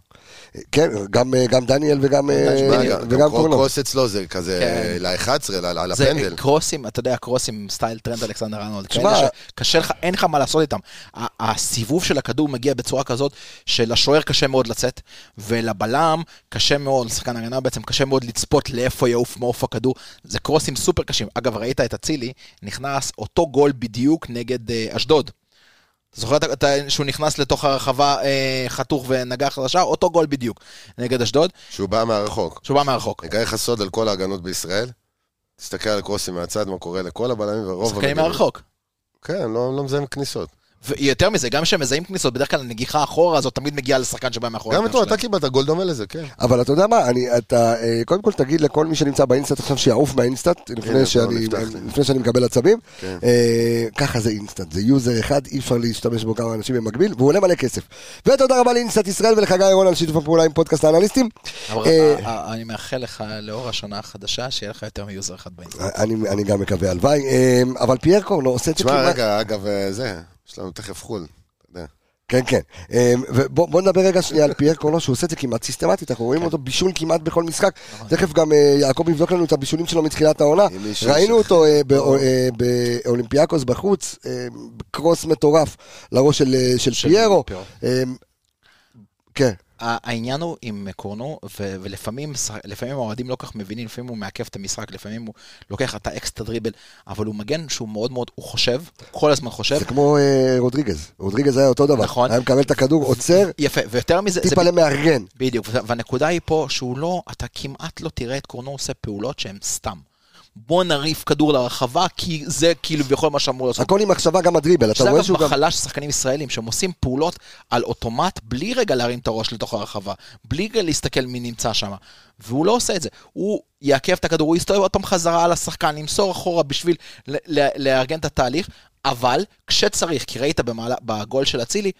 [SPEAKER 1] כן, גם, אה, גם דניאל וגם, אה,
[SPEAKER 5] תשמע, גם-
[SPEAKER 1] וגם
[SPEAKER 5] גם
[SPEAKER 1] קורנו.
[SPEAKER 5] קרוס אצלו זה כזה אה,
[SPEAKER 6] כן.
[SPEAKER 5] ל-11, על
[SPEAKER 6] זה
[SPEAKER 5] הפנדל.
[SPEAKER 6] קרוסים, אתה יודע, קרוסים סטייל טרנד אלכסנדר ארנולד.
[SPEAKER 1] תשמע-
[SPEAKER 6] כאלה שקשה לך, אין לך מה לעשות איתם. ה- הסיבוב של הכדור מגיע בצורה כזאת שלשוער קשה מאוד לצאת, ולבלם קשה מאוד, לשחקן הגנה בעצם, קשה מאוד לצפות לאיפה יעוף מעוף הכדור. זה קרוסים סופר קשים. אגב, ראית את אצילי, נכנס אותו גול בדיוק נגד אה, אשדוד. אתה זוכר את ה- את ה- שהוא נכנס לתוך הרחבה אה, חתוך ונגח לשער? אותו גול בדיוק נגד אשדוד,
[SPEAKER 5] שהוא בא מהרחוק.
[SPEAKER 6] שהוא בא מרחוק.
[SPEAKER 5] אני אגלה לך סוד על כל ההגנות בישראל. תסתכל על קרוסים מהצד, מה קורה לכל הבלמים ורוב
[SPEAKER 6] שחקנים
[SPEAKER 5] המגינים.
[SPEAKER 6] מרחוק.
[SPEAKER 5] כן, לא לא מזהים כניסות.
[SPEAKER 6] ויותר מזה, גם כשהם מזהים כניסות, בדרך כלל הנגיחה אחורה הזאת תמיד מגיעה לשחקן שבא מאחורה.
[SPEAKER 5] גם אתמול אתה קיבלת גול דומה לזה, כן.
[SPEAKER 1] אבל אתה יודע מה, אני, אתה, אה, קודם כל תגיד לכל מי שנמצא באינסטאט עכשיו שיעוף מהאינסטאט,
[SPEAKER 5] בוא,
[SPEAKER 1] לפני, שאני,
[SPEAKER 5] נפתח לי.
[SPEAKER 1] לפני שאני מקבל עצבים.
[SPEAKER 5] כן.
[SPEAKER 1] אה, ככה זה אינסטאט, זה יוזר אחד, אי אפשר להשתמש בו כמה אנשים במקביל, והוא עולה מלא כסף. ותודה רבה לאינסטאט ישראל ולחגי רון על שיתוף הפעולה עם פודקאסט האנליסטים.
[SPEAKER 6] אבל
[SPEAKER 1] אה,
[SPEAKER 6] אה, אה, אני מאחל לך, לאור השנה החדשה, שיהיה לך יותר מיוזר אחד באינסטגרם.
[SPEAKER 1] אני, אני גם מקווה, הלוואי. אה, אבל פייר קורנו עושה את זה
[SPEAKER 5] תשמע, רגע, אגב, אה, זה, יש לנו תכף חו"ל. אתה יודע.
[SPEAKER 1] כן, כן. אה, ובוא בוא נדבר רגע שנייה על פייר קורנו, שהוא עושה את זה כמעט סיסטמטית, אנחנו רואים אותו בישול כמעט בכל משחק. תכף גם אה, יעקב יבדוק לנו את הבישולים שלו מתחילת העונה.
[SPEAKER 5] אם מישהו
[SPEAKER 1] ראינו
[SPEAKER 5] שכח-
[SPEAKER 1] אותו אה, בא- אה, באולימפיאקוס בחוץ, אה, קרוס מטורף לראש של, אה, של
[SPEAKER 6] של
[SPEAKER 1] פיירו.
[SPEAKER 6] פיירו.
[SPEAKER 1] אה, כן,
[SPEAKER 6] ה- העניין הוא עם קורנו, ו- ולפעמים שח- לפעמים האוהדים לא כל כך מבינים, לפעמים הוא מעכב את המשחק, לפעמים הוא לוקח את האקסטה דריבל, אבל הוא מגן שהוא מאוד מאוד, הוא חושב, הוא כל הזמן חושב.
[SPEAKER 1] זה כמו אה, רודריגז. רודריגז היה אותו דבר.
[SPEAKER 6] נכון.
[SPEAKER 1] היה מקבל את הכדור, עוצר,
[SPEAKER 6] יפה, ויותר מזה, זה
[SPEAKER 1] טיפה למארגן.
[SPEAKER 6] בדיוק, וה- והנקודה היא פה שהוא לא, אתה כמעט לא תראה את קורנו עושה פעולות שהן סתם. בוא נריף כדור לרחבה, כי זה כאילו בכל מה שאמור לעשות.
[SPEAKER 1] הכל עם מחשבה גם הדריבל, אתה
[SPEAKER 6] שזה
[SPEAKER 1] רואה שהוא
[SPEAKER 6] אגב
[SPEAKER 1] גם...
[SPEAKER 6] מחלה של שחקנים ישראלים, שהם עושים פעולות על אוטומט בלי רגע להרים את הראש לתוך הרחבה, בלי רגע להסתכל מי נמצא שם. והוא לא עושה את זה. הוא יעכב את הכדור, הוא יסתובב עוד פעם חזרה על השחקן, ימסור אחורה בשביל ל- ל- לארגן את התהליך, אבל כשצריך, כי ראית במעלה, בגול של אצילי,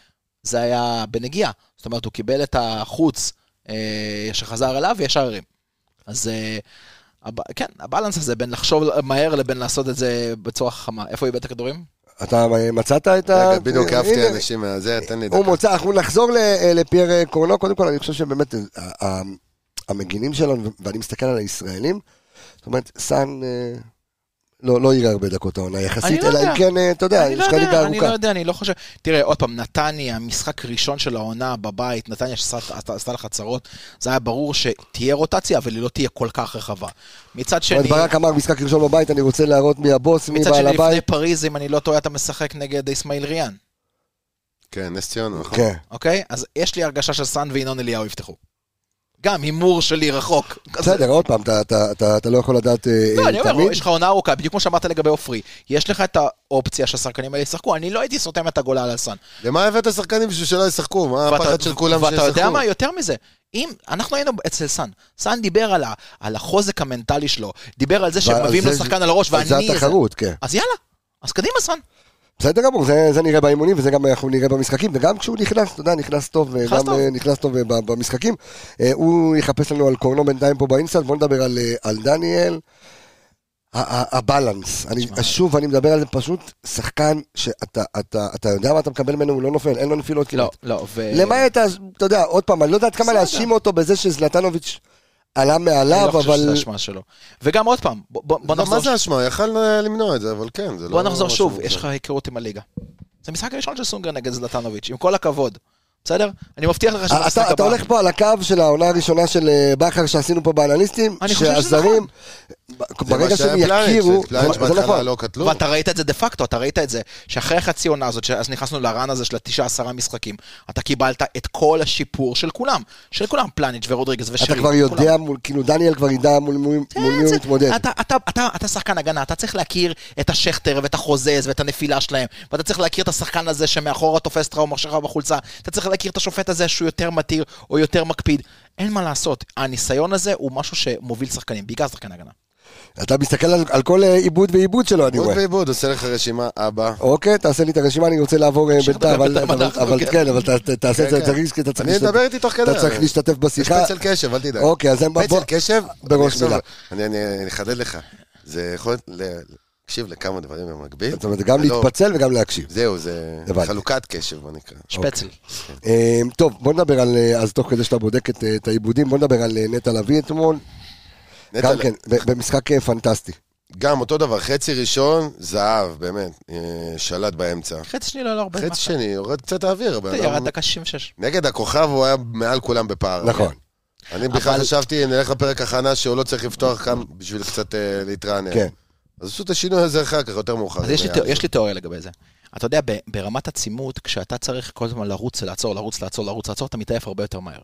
[SPEAKER 6] זה היה בנגיעה. זאת אומרת, הוא קיבל את החוץ אה, שחזר אליו וישר הרים. אז... אה, הב- כן, הבלנס הזה בין לחשוב מהר לבין לעשות את זה בצורה חכמה. איפה הוא איבד את הכדורים?
[SPEAKER 1] אתה מצאת את ה...
[SPEAKER 5] רגע, בדיוק אהבתי
[SPEAKER 1] אה, הנה,
[SPEAKER 5] אנשים מהזה, תן לי
[SPEAKER 1] הוא
[SPEAKER 5] דקה.
[SPEAKER 1] מוצא, אנחנו נחזור ל- אה, לפייר אה, קורנו, קודם כל אני חושב שבאמת אה, ה- המגינים שלנו, ו- ואני מסתכל על הישראלים, זאת אומרת, סאן אה, לא לא יראה הרבה דקות העונה יחסית,
[SPEAKER 6] לא
[SPEAKER 1] אלא
[SPEAKER 6] יודע.
[SPEAKER 1] אם כן, אה, אתה יודע,
[SPEAKER 6] אני
[SPEAKER 1] יש
[SPEAKER 6] לא
[SPEAKER 1] לך ליגה
[SPEAKER 6] יודע, אני לא
[SPEAKER 1] ארוכה.
[SPEAKER 6] יודע, אני לא חושב... תראה, עוד פעם, נתניה, משחק ראשון של העונה בבית, נתניה שעשתה עשתה לך צרות, זה היה ברור שתהיה רוטציה, אבל היא לא תהיה כל כך רחבה. מצד
[SPEAKER 1] זאת
[SPEAKER 6] שני,
[SPEAKER 1] אומרת, ברק אמר משחק ראשון בבית, אני רוצה להראות מי הבוס, מי
[SPEAKER 6] מצד
[SPEAKER 1] בעל
[SPEAKER 6] שני, לפני
[SPEAKER 1] הבית.
[SPEAKER 6] פריז, אם אני לא טועה, אתה משחק נגד אסמאעיל ריאן,
[SPEAKER 5] כן, נס ציונה, נכון?
[SPEAKER 1] כן.
[SPEAKER 6] אוקיי? אז יש לי הרגשה שסאן וינון אליהו יפתחו. גם הימור שלי רחוק.
[SPEAKER 1] בסדר, עוד פעם, אתה- אתה- אתה- אתה לא יכול לדעת אה,
[SPEAKER 6] לא,
[SPEAKER 1] אה,
[SPEAKER 6] אני אומר,
[SPEAKER 1] תמיד.
[SPEAKER 6] יש לך עונה ארוכה, בדיוק כמו שאמרת לגבי עופרי. יש לך את האופציה שהשחקנים האלה ישחקו, אני לא הייתי סותם את הגולה על הסאן.
[SPEAKER 5] למה הבאת שחקנים בשביל שלא ישחקו? מה הפחד של כולם
[SPEAKER 6] שישחקו. ואתה יודע
[SPEAKER 5] שישחקו?
[SPEAKER 6] מה, יותר מזה, אם, אנחנו היינו אצל סאן, סאן דיבר על, ה, על החוזק המנטלי שלו, דיבר על זה
[SPEAKER 1] ועל
[SPEAKER 6] שמביאים לו
[SPEAKER 1] זה-
[SPEAKER 6] שחקן על הראש,
[SPEAKER 1] על
[SPEAKER 6] ואני...
[SPEAKER 1] זה התחרות, כן.
[SPEAKER 6] אז יאללה, אז קדימה סאן.
[SPEAKER 1] בסדר גמור, זה, זה נראה באימונים וזה גם אנחנו נראה במשחקים, וגם כשהוא נכנס, אתה יודע, נכנס טוב, נכנס
[SPEAKER 6] טוב.
[SPEAKER 1] נכנס טוב אה, ב- במשחקים. אה, הוא יחפש לנו על קורנו בינתיים פה באינסטנט, בוא נדבר על, אה, על דניאל. ה- ה- הבלנס, אני, שוב, אני מדבר על זה, פשוט שחקן שאתה אתה, אתה יודע מה אתה מקבל ממנו, הוא לא נופל, אין לו נפילות
[SPEAKER 5] כאילו,
[SPEAKER 6] לא,
[SPEAKER 1] כמעט.
[SPEAKER 6] לא, ו...
[SPEAKER 1] למעט, אז, אתה יודע, עוד פעם, אני לא יודע עד כמה
[SPEAKER 6] בסדר.
[SPEAKER 1] להאשים אותו בזה שזלטנוביץ' עלה
[SPEAKER 6] אני
[SPEAKER 1] מעליו,
[SPEAKER 6] לא חושב שזה
[SPEAKER 1] אבל...
[SPEAKER 6] אשמה שלו. וגם עוד פעם, בוא- בוא בוא
[SPEAKER 5] לא,
[SPEAKER 6] נחזור
[SPEAKER 5] מה זה אשמה? יכל אה, למנוע את זה, אבל כן, זה לא...
[SPEAKER 6] בוא נחזור
[SPEAKER 5] משהו
[SPEAKER 6] שוב,
[SPEAKER 5] מוזר.
[SPEAKER 6] יש לך היכרות עם הליגה. זה משחק הראשון של סונגר נגד זלטנוביץ', עם כל הכבוד. בסדר? אני מבטיח
[SPEAKER 5] אה,
[SPEAKER 6] לך
[SPEAKER 1] אתה-
[SPEAKER 6] שבמשחק
[SPEAKER 1] אתה, אתה
[SPEAKER 6] הבא...
[SPEAKER 1] הולך פה על הקו של העונה הראשונה של אה, בכר שעשינו פה באנליסטים,
[SPEAKER 6] אני חושב שזה נכון.
[SPEAKER 1] שהזרים, ב-
[SPEAKER 5] זה
[SPEAKER 1] ברגע שהם
[SPEAKER 5] מה שהיה פלניץ',
[SPEAKER 1] יכירו,
[SPEAKER 5] פלניץ'
[SPEAKER 1] זה נכון,
[SPEAKER 5] בהתחלה לא קטלו.
[SPEAKER 6] ואתה ראית את זה דה פקטו, אתה ראית את זה, שאחרי החצי עונה הזאת, אז נכנסנו לרן הזה של התשעה עשרה משחקים, אתה קיבלת את כל השיפור של כולם, של כולם, פלניץ' ורודריגז ושירי.
[SPEAKER 1] אתה כבר יודע, מול- כאילו דניאל כבר ידע מול מי
[SPEAKER 6] כן,
[SPEAKER 1] מול מי הוא מתמודד.
[SPEAKER 6] אתה, אתה, אתה, אתה שחקן הגנה, אתה צריך להכיר את השכטר ואת החוזז ואת הנפילה שלהם, ואתה צריך להכיר את השחקן הזה שמאחורה תופס טראומה שלך בחולצה, אתה צריך להכיר את השופט הזה שהוא יותר מתיר או יותר מקפיד. אין מה לעשות, הניסיון הזה הוא משהו שמוביל שחקנים, בעיקר שחקן הגנה.
[SPEAKER 1] אתה מסתכל על- על כל אה, עיבוד ועיבוד שלו, אני
[SPEAKER 5] עיבוד
[SPEAKER 1] רואה.
[SPEAKER 5] ועיבוד, עושה לך רשימה, אבא.
[SPEAKER 1] אוקיי, תעשה לי את הרשימה, אני רוצה לעבור אה,
[SPEAKER 6] אפשר לדבר
[SPEAKER 1] בינתיים, אבל-
[SPEAKER 6] בינתיים
[SPEAKER 1] אבל-
[SPEAKER 6] אנחנו,
[SPEAKER 1] אבל
[SPEAKER 6] כן.
[SPEAKER 1] כן, אבל ת- ת- תעשה את זה
[SPEAKER 5] כן,
[SPEAKER 1] זריז, כי אתה צריך
[SPEAKER 5] אני
[SPEAKER 1] להשתתף-
[SPEAKER 5] מדבר איתי תוך כדי.
[SPEAKER 1] אתה צריך להשתתף
[SPEAKER 5] יש
[SPEAKER 1] בשיחה.
[SPEAKER 5] פצל קשב, אל תדאג.
[SPEAKER 1] אוקיי, אז אין- בוא-
[SPEAKER 5] פצל קשב,
[SPEAKER 1] בראש
[SPEAKER 5] אני אחשוב-
[SPEAKER 1] מילה.
[SPEAKER 5] אני- אני אני אחדד לך. זה יכול להיות ל- תקשיב לכמה דברים במקביל.
[SPEAKER 1] זאת אומרת, זה גם
[SPEAKER 5] זה לא-
[SPEAKER 1] להתפצל וגם להקשיב.
[SPEAKER 5] זהו, זה
[SPEAKER 1] הבנתי.
[SPEAKER 5] חלוקת קשב, מה נקרא.
[SPEAKER 1] אוקיי.
[SPEAKER 6] שפצל.
[SPEAKER 1] אה, טוב, בוא נדבר על, אה, אז תוך כדי שאתה בודק את, אה, את העיבודים, בוא נדבר על אה, נטע לביא אתמול,
[SPEAKER 5] נטע, לא. כן.
[SPEAKER 1] גם כן, ב- במשחק אה, פנטסטי.
[SPEAKER 5] גם אותו דבר, חצי ראשון, זהב, באמת, אה, שלט באמצע.
[SPEAKER 6] חצי שני לא לא הרבה.
[SPEAKER 5] חצי שני, יורד קצת האוויר. הבן
[SPEAKER 6] זמן.
[SPEAKER 5] אדם-
[SPEAKER 6] ירד דקה 66.
[SPEAKER 5] נגד הכוכב הוא היה מעל כולם בפער. כן.
[SPEAKER 1] נכון.
[SPEAKER 5] אני בכלל
[SPEAKER 6] אבל-
[SPEAKER 5] חשבתי, נלך לפרק הכנה שהוא לא צריך לפתוח כאן בשביל קצת אה, להתרענן.
[SPEAKER 1] כן.
[SPEAKER 5] אז עשו את השינוי הזה אחר כך, יותר מאוחר.
[SPEAKER 6] אז יש לי תא- יש לי תיאוריה לגבי זה. אתה יודע, ב- ברמת עצימות, כשאתה צריך כל הזמן לרוץ, לעצור, לרוץ, לעצור, לרוץ, לעצור, אתה מתעייף הרבה יותר מהר.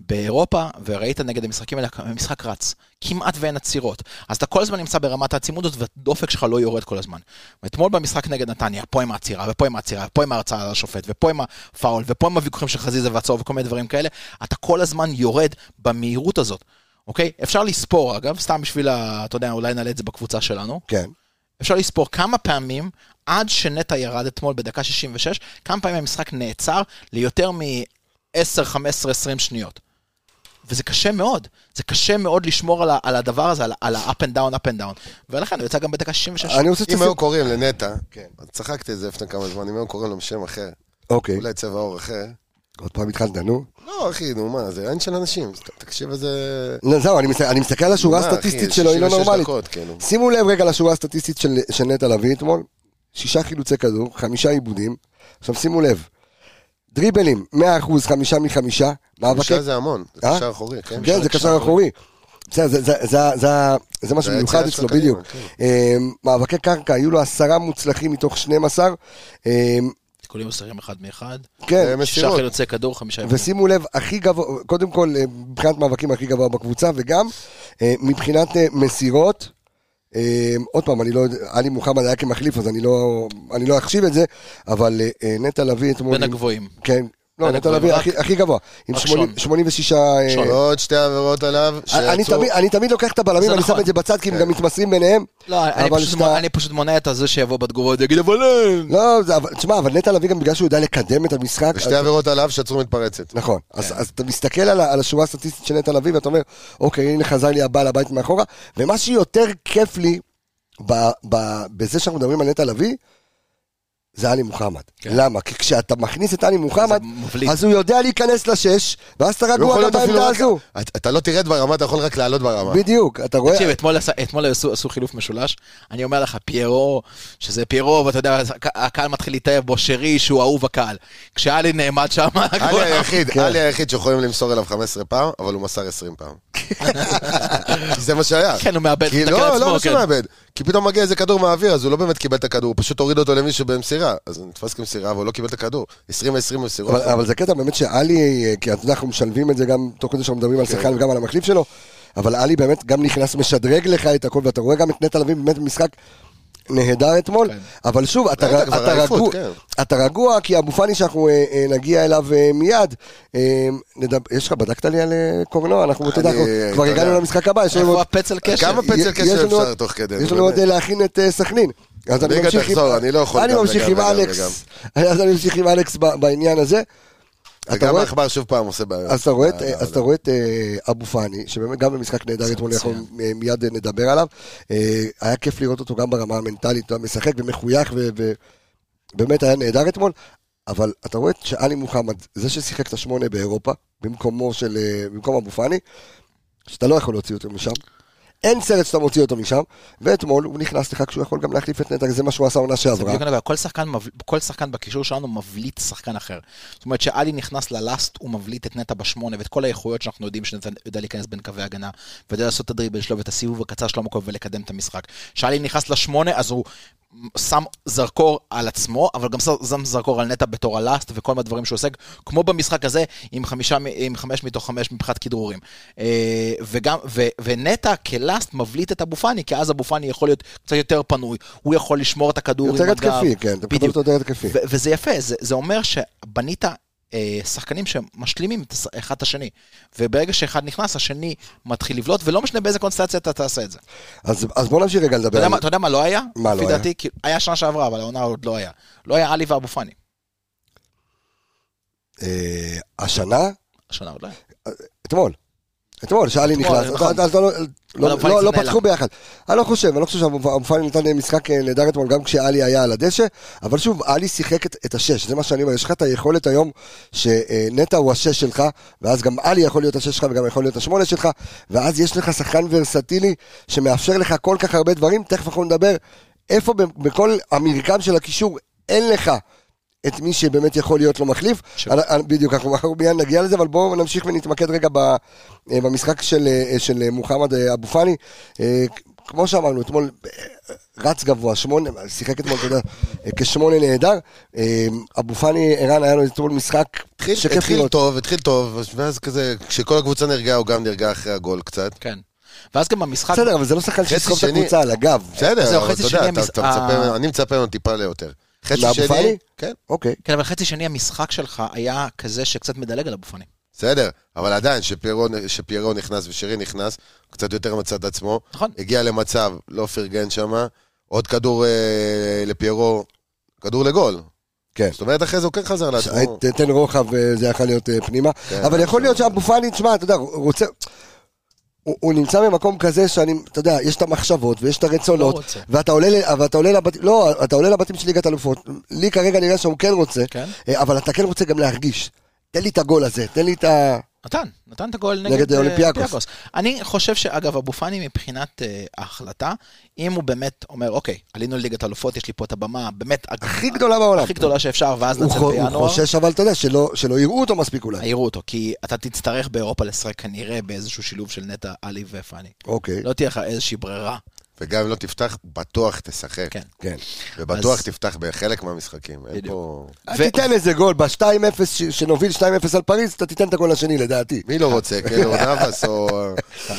[SPEAKER 6] באירופה, וראית נגד המשחקים האלה, המשחק רץ. כמעט ואין עצירות. אז אתה כל הזמן נמצא ברמת העצימות הזאת, והדופק שלך לא יורד כל הזמן. ואתמול במשחק נגד נתניה, פה עם העצירה, ופה עם העצירה, ופה עם ההרצאה על השופט, ופה עם הפאול, ופה עם הוויכוחים של חזיזה והצהוב, וכל מיני דברים כאלה, אתה כל הזמן יורד במהירות הזאת. אוקיי? אפשר לספור, אגב, סתם בשביל ה... אתה יודע, אולי נעלה את זה בקבוצה שלנו.
[SPEAKER 1] כן.
[SPEAKER 6] אפשר לספור כמה פעמים, עד שנטע ירד אתמול בדקה 66, כמה פעמים המשחק נעצר ליותר מ-10, 15, 20 שניות. וזה קשה מאוד, זה קשה מאוד לשמור על, ה- על הדבר הזה, על, ה- על ה-up and down, up and down. ולכן הוא יצא גם בדקה 66.
[SPEAKER 1] אני רוצה
[SPEAKER 5] אם
[SPEAKER 1] שתשים...
[SPEAKER 5] היו קוראים לנטע,
[SPEAKER 1] כן.
[SPEAKER 5] אז צחקתי את זה לפני כמה זמן, אם היו קוראים לו בשם אחר,
[SPEAKER 1] אוקיי,
[SPEAKER 5] אולי צבע עור אחר.
[SPEAKER 1] עוד פעם התחלת, נו.
[SPEAKER 5] לא, אחי, נו מה, זה עניין של אנשים, אז ת- תקשיב איזה...
[SPEAKER 1] לא, זהו, אני מסתכל- אני מסתכל על השורה
[SPEAKER 5] מה, אחי,
[SPEAKER 1] הסטטיסטית שלו, היא לא
[SPEAKER 5] 66
[SPEAKER 1] נורמלית.
[SPEAKER 5] דקות, כאילו.
[SPEAKER 1] שימו לב רגע לשורה הסטטיסטית של, של נטע לביא אתמול, שישה חילוצי כדור, חמישה עיבודים. עכשיו שימו לב, דריבלים, 100%, חמישה מחמישה, מאבקי...
[SPEAKER 5] חמישה זה המון, זה
[SPEAKER 1] כן. אה?
[SPEAKER 5] קשר אחורי, כן?
[SPEAKER 1] כן, זה קשר אחורי. בסדר, זה- זה- זה- זה- זה מה
[SPEAKER 5] זה
[SPEAKER 1] שמיוחד
[SPEAKER 5] היציאה כן.
[SPEAKER 1] אצלו,
[SPEAKER 5] שלו
[SPEAKER 1] בדיוק.
[SPEAKER 5] קדימה,
[SPEAKER 1] אמ, מאבקי קרקע, היו לו עשרה מוצלחים מתוך 12. אמ,
[SPEAKER 6] כולם מסרים אחד מאחד,
[SPEAKER 1] כן,
[SPEAKER 5] זה
[SPEAKER 6] שישה
[SPEAKER 5] מסירות.
[SPEAKER 6] חילוצי כדור, חמישה...
[SPEAKER 1] ושימו לב, הכי גבוה, קודם כל אה, מבחינת מאבקים הכי גבוה בקבוצה, וגם אה, מבחינת אה, מסירות, אה, עוד פעם, אני לא יודע, עלי מוחמד היה כמחליף, אז אני לא, אני לא אחשיב את זה, אבל אה, אה, נטע לביא אתמול...
[SPEAKER 6] בין הגבוהים.
[SPEAKER 1] כן, לא,
[SPEAKER 6] בין
[SPEAKER 1] נטע
[SPEAKER 6] הגבוהים,
[SPEAKER 1] לביא
[SPEAKER 6] רק-
[SPEAKER 1] הכי- הכי גבוה, עם
[SPEAKER 6] רק
[SPEAKER 1] 80
[SPEAKER 6] שון.
[SPEAKER 1] 86... אה,
[SPEAKER 6] שון.
[SPEAKER 5] עוד שתי עבירות עליו,
[SPEAKER 1] אני- אני
[SPEAKER 5] שיצאו-
[SPEAKER 1] תמיד- אני תמיד לוקח את הבלמים,
[SPEAKER 6] זה
[SPEAKER 1] אני שם
[SPEAKER 6] נכון.
[SPEAKER 1] את זה בצד, כי הם גם מתמסרים ביניהם.
[SPEAKER 6] לא, אני
[SPEAKER 1] אבל
[SPEAKER 6] פשוט
[SPEAKER 1] כשאתה-
[SPEAKER 6] מונע- אני פשוט מונע את הזה שיבוא בתגובות ויגיד, אבל... אין."
[SPEAKER 1] לא, זה- אבל- תשמע, אבל נטע לביא גם בגלל שהוא יודע לקדם את המשחק,
[SPEAKER 5] ושתי עבירות עליו שעצרו מתפרצת.
[SPEAKER 1] נכון, אז, אז אתה מסתכל על, ה- על השורה הסטטיסטית של נטע לביא ואתה אומר, אוקיי, הנה חזר לי הבעל הבית מאחורה, ומה שיותר כיף לי ב, ב, בזה שאנחנו מדברים על נטע לביא, זה עלי מוחמד. כן.
[SPEAKER 6] כן.
[SPEAKER 1] למה? כי כשאתה מכניס את עלי מוחמד,
[SPEAKER 6] מבליט.
[SPEAKER 1] אז הוא יודע להיכנס לשש, ואז אתה
[SPEAKER 5] הוא
[SPEAKER 1] רגוע
[SPEAKER 5] יכול
[SPEAKER 1] גם
[SPEAKER 5] להיות אפילו
[SPEAKER 1] בעמדה
[SPEAKER 5] רק-
[SPEAKER 1] הזו.
[SPEAKER 5] אתה- אתה לא תרד ברמה, אתה יכול רק לעלות ברמה.
[SPEAKER 1] בדיוק, אתה רואה?
[SPEAKER 6] תקשיב, אתמול, עשה- אתמול עשו, עשו חילוף משולש, אני אומר לך, פיירו, שזה פיירו, ואתה יודע, הק- הקהל מתחיל להתאהב בו, שרי, שהוא אהוב הקהל. כשאלי נעמד שם,
[SPEAKER 5] עלי היחיד,
[SPEAKER 1] כן.
[SPEAKER 5] עלי היחיד שיכולים למסור אליו 15 פעם, אבל הוא מסר 20 פעם. כי זה מה שהיה.
[SPEAKER 6] כן, הוא מאבד
[SPEAKER 5] כי
[SPEAKER 6] את הכדור
[SPEAKER 5] לא,
[SPEAKER 6] עצמו,
[SPEAKER 5] לא מה שהוא
[SPEAKER 6] כן.
[SPEAKER 5] מאבד. כי פתאום מגיע איזה כדור מהאוויר, אז הוא לא באמת קיבל את הכדור, הוא פשוט הוריד אותו למישהו במסירה. אז הוא נתפס כמסירה, אבל הוא לא קיבל את הכדור. 20 ו-20 מסירות.
[SPEAKER 1] אבל, אה, אבל זה קטע באמת שעלי, אה, כי אתה יודע, אנחנו משלבים את זה גם תוך כדי שאנחנו
[SPEAKER 5] כן.
[SPEAKER 1] מדברים על שחקן וגם על המחליף שלו, אבל עלי באמת גם נכנס, משדרג לך את הכל, ואתה רואה גם את נטע לביא באמת במשחק נהדר אתמול, אבל שוב, אתה,
[SPEAKER 5] נכון, כן. ראית
[SPEAKER 1] ר-
[SPEAKER 5] כבר
[SPEAKER 1] אתה,
[SPEAKER 5] עייפות,
[SPEAKER 1] רגוע,
[SPEAKER 5] כן.
[SPEAKER 1] אתה רגוע, כי אבו פאני שאנחנו אה, אה, נגיע אליו אה, מיד, אה, נדב, יש לך, בדקת לי על אה, קורנוע, אנחנו, אתה יודע,
[SPEAKER 5] אני- אה,
[SPEAKER 1] אנחנו
[SPEAKER 5] אתה
[SPEAKER 1] כבר
[SPEAKER 5] יודע.
[SPEAKER 1] הגענו למשחק הבא, יש לנו
[SPEAKER 6] איפה
[SPEAKER 1] עוד-
[SPEAKER 6] הפצל קשר?
[SPEAKER 5] כמה פצל
[SPEAKER 1] י-
[SPEAKER 5] קשר
[SPEAKER 1] יש לנו
[SPEAKER 5] אפשר
[SPEAKER 1] עוד-
[SPEAKER 5] תוך כדי,
[SPEAKER 1] יש
[SPEAKER 5] נו,
[SPEAKER 1] לנו עוד
[SPEAKER 5] באמת.
[SPEAKER 1] להכין את אה, סכנין. אז אני
[SPEAKER 5] ליגה
[SPEAKER 1] ממשיך עם-
[SPEAKER 5] תחזור, אני לא יכול
[SPEAKER 1] אני
[SPEAKER 5] גם
[SPEAKER 1] ממשיך
[SPEAKER 5] וגם
[SPEAKER 1] עם
[SPEAKER 5] וגם
[SPEAKER 1] אלכס. אז אני ממשיך עם אלכס ב- בעניין הזה. אתה
[SPEAKER 5] וגם
[SPEAKER 1] רואה?
[SPEAKER 5] העכבר שוב פעם עושה בעיות.
[SPEAKER 1] אז אתה רואה את-
[SPEAKER 5] אה,
[SPEAKER 1] אז אתה רואה את אה, אבו פאני, שבאמת גם במשחק נהדר אתמול, אנחנו אה, מיד אה, נדבר עליו. אה, היה כיף לראות אותו גם ברמה המנטלית, הוא משחק ומחוייך, ובאמת היה נהדר אתמול. אבל אתה רואה את שאלי מוחמד, זה ששיחק את השמונה באירופה, במקומו של, אה, במקום אבו פאני, שאתה לא יכול להוציא אותו משם. אין סרט שאתה מוציא אותו משם, ואתמול הוא נכנס לך כשהוא יכול גם להחליף את נטע, זה מה שהוא עשה עונה
[SPEAKER 6] זה
[SPEAKER 1] שעברה.
[SPEAKER 6] בדיוק הנקודה, כל שחקן, מב- כל שחקן בקישור שלנו מבליט שחקן אחר. זאת אומרת שאלי נכנס ללאסט, הוא מבליט את נטע בשמונה ואת כל האיכויות שאנחנו יודעים שנטע יודע להיכנס בין קווי הגנה, ויודע לעשות את הדריבל שלו ואת הסיבוב הקצר שלו במקום ולקדם את המשחק. שאלי נכנס לשמונה, אז הוא שם זרקור על עצמו, אבל גם ש- שם זרקור על נטע בתור הלאסט וכל מיני דברים שהוא עושה, כמו במשחק הזה, עם, חמישה, מ- עם חמש מתוך חמש מבחינת כדרורים. אה, וגם, ו, ונטע כלאסט מבליט את אבו פאני, כי אז אבו פאני יכול להיות קצת יותר פנוי, הוא יכול לשמור את הכדור
[SPEAKER 1] יותר
[SPEAKER 6] עם הגב.
[SPEAKER 1] התקפי, כן, אתה מקבל
[SPEAKER 6] בדיוק.
[SPEAKER 1] אותו יותר התקפי.
[SPEAKER 6] ו- וזה יפה, זה, זה אומר שבנית אה, שחקנים שמשלימים את הש- אחד את השני, וברגע שאחד נכנס, השני מתחיל לבלוט, ולא משנה באיזה קונסטלציה אתה תעשה את זה.
[SPEAKER 1] אז אז בוא נמשיך רגע
[SPEAKER 6] אתה
[SPEAKER 1] לדבר.
[SPEAKER 6] יודע
[SPEAKER 1] על-
[SPEAKER 6] מה- אתה יודע מה לא היה?
[SPEAKER 1] מה לא
[SPEAKER 6] לפי
[SPEAKER 1] היה?
[SPEAKER 6] דעתי, כאילו, היה שנה שעברה, אבל העונה עוד לא היה. לא היה עלי ואבו פאני.
[SPEAKER 1] אה, השנה, אה,
[SPEAKER 6] השנה עוד לא היה.
[SPEAKER 1] אתמול. אתמול, שאלי
[SPEAKER 6] אתמול,
[SPEAKER 1] נכנס,
[SPEAKER 6] נכון.
[SPEAKER 1] אז- אז לא- לא-
[SPEAKER 6] אבל
[SPEAKER 1] לא- לא
[SPEAKER 6] ויצמן
[SPEAKER 1] פתחו ביחד. אני לא חושב, אני לא חושב שהמופעני נתן משחק אה, נהדר אתמול, גם כשאלי היה על הדשא, אבל שוב, אלי שיחק את- את השש, זה מה שאני אומר, יש לך את היכולת היום שנטע הוא השש שלך, ואז גם אלי יכול להיות השש שלך וגם יכול להיות השמונה שלך, ואז יש לך שחקן ורסטילי שמאפשר לך כל כך הרבה דברים, תכף אנחנו נדבר איפה ב- בכל המרקם של הקישור אין לך. את מי שבאמת יכול להיות לו מחליף.
[SPEAKER 6] ש-
[SPEAKER 1] על- על- בדיוק, אנחנו אנחנו מיד נגיע לזה, אבל בואו נמשיך ונתמקד רגע ב- אה, במשחק של, אה, של אה, מוחמד אה, אבו פאני. אה, כ- כמו שאמרנו, אתמול אה, רץ גבוה, שמונה, שיחק אתמול, אתה יודע, אה, כשמונה נהדר. אה, אבו פאני, ערן, היה לו אתמול משחק
[SPEAKER 5] התחיל-
[SPEAKER 1] שכיף
[SPEAKER 5] התחיל
[SPEAKER 1] לראות.
[SPEAKER 5] טוב, התחיל טוב, ואז כזה, כשכל הקבוצה נרגעה, הוא גם נרגע אחרי הגול קצת.
[SPEAKER 6] כן. ואז גם המשחק...
[SPEAKER 1] בסדר, אבל זה לא שחקן
[SPEAKER 5] חצי
[SPEAKER 1] שיסחוב את
[SPEAKER 5] שני-
[SPEAKER 1] הקבוצה על הגב.
[SPEAKER 6] זהו,
[SPEAKER 5] בסדר, אבל
[SPEAKER 6] חצי
[SPEAKER 5] אתה יודע,
[SPEAKER 6] שני
[SPEAKER 5] אתה-
[SPEAKER 6] המס-
[SPEAKER 5] אתה מצפה
[SPEAKER 6] ה-
[SPEAKER 5] ממנו- אני מצפה ממנו טיפה ליותר. חצי
[SPEAKER 1] מאבו
[SPEAKER 5] שני,
[SPEAKER 1] פאני?
[SPEAKER 5] כן,
[SPEAKER 1] אוקיי.
[SPEAKER 6] כן, אבל חצי שני המשחק שלך היה כזה שקצת מדלג על אבו פאני.
[SPEAKER 5] בסדר, אבל עדיין, שפיירו- שפיירו נכנס ושרי נכנס, הוא קצת יותר מצא את עצמו.
[SPEAKER 6] נכון.
[SPEAKER 5] הגיע למצב, לא פרגן שם, עוד כדור אה, לפיירו, כדור לגול.
[SPEAKER 1] כן.
[SPEAKER 5] זאת אומרת, אחרי זה הוא כן חזר לעצמו.
[SPEAKER 1] ת- תן רוחב, אה, זה יכול להיות אה, פנימה.
[SPEAKER 5] כן,
[SPEAKER 1] אבל יכול
[SPEAKER 5] עכשיו-
[SPEAKER 6] לא-
[SPEAKER 1] להיות שאבו פאני, תשמע, אתה יודע, הוא רוצה... הוא, הוא נמצא במקום כזה שאני, אתה יודע, יש את המחשבות ויש את הרצונות,
[SPEAKER 6] לא רוצה.
[SPEAKER 1] ואתה עולה, ל- ואתה עולה לבתים, לא, אתה עולה לבתים של ליגת אלופות. לי כרגע נראה שהוא כן רוצה,
[SPEAKER 6] כן.
[SPEAKER 1] אה, אבל אתה כן רוצה גם להרגיש. תן לי את הגול הזה, תן לי את ה...
[SPEAKER 6] נתן, נתן את הגול נגד,
[SPEAKER 1] נגד
[SPEAKER 6] אה,
[SPEAKER 1] אולימפיאקוס.
[SPEAKER 6] אני חושב שאגב, אבו פאני מבחינת אה, ההחלטה, אם הוא באמת אומר, אוקיי, עלינו לליגת אלופות, יש לי פה את הבמה, באמת,
[SPEAKER 1] הכי גדולה בעולם.
[SPEAKER 6] הכי גדולה שאפשר, ואז
[SPEAKER 1] הוא,
[SPEAKER 6] נצא
[SPEAKER 1] חו- הוא
[SPEAKER 6] בינואר.
[SPEAKER 1] חושש, אבל אתה יודע, שלא, שלא יראו אותו מספיק אולי.
[SPEAKER 6] העירו אותו, כי אתה תצטרך באירופה לשחק כנראה באיזשהו שילוב של נטע, עלי ופאני.
[SPEAKER 1] אוקיי,
[SPEAKER 6] לא תהיה לך איזושהי ברירה.
[SPEAKER 5] וגם אם לא תפתח, בטוח תשחק.
[SPEAKER 6] כן.
[SPEAKER 1] כן.
[SPEAKER 5] ובטוח
[SPEAKER 6] אז-
[SPEAKER 5] תפתח בחלק מהמשחקים. אין
[SPEAKER 6] בדיוק.
[SPEAKER 5] פה...
[SPEAKER 1] ו... תיתן איזה גול, ב-2-0, ש- שנוביל 2-0 על פריז, אתה תיתן את הגול השני לדעתי.
[SPEAKER 5] מי לא רוצה, כאילו נאבס או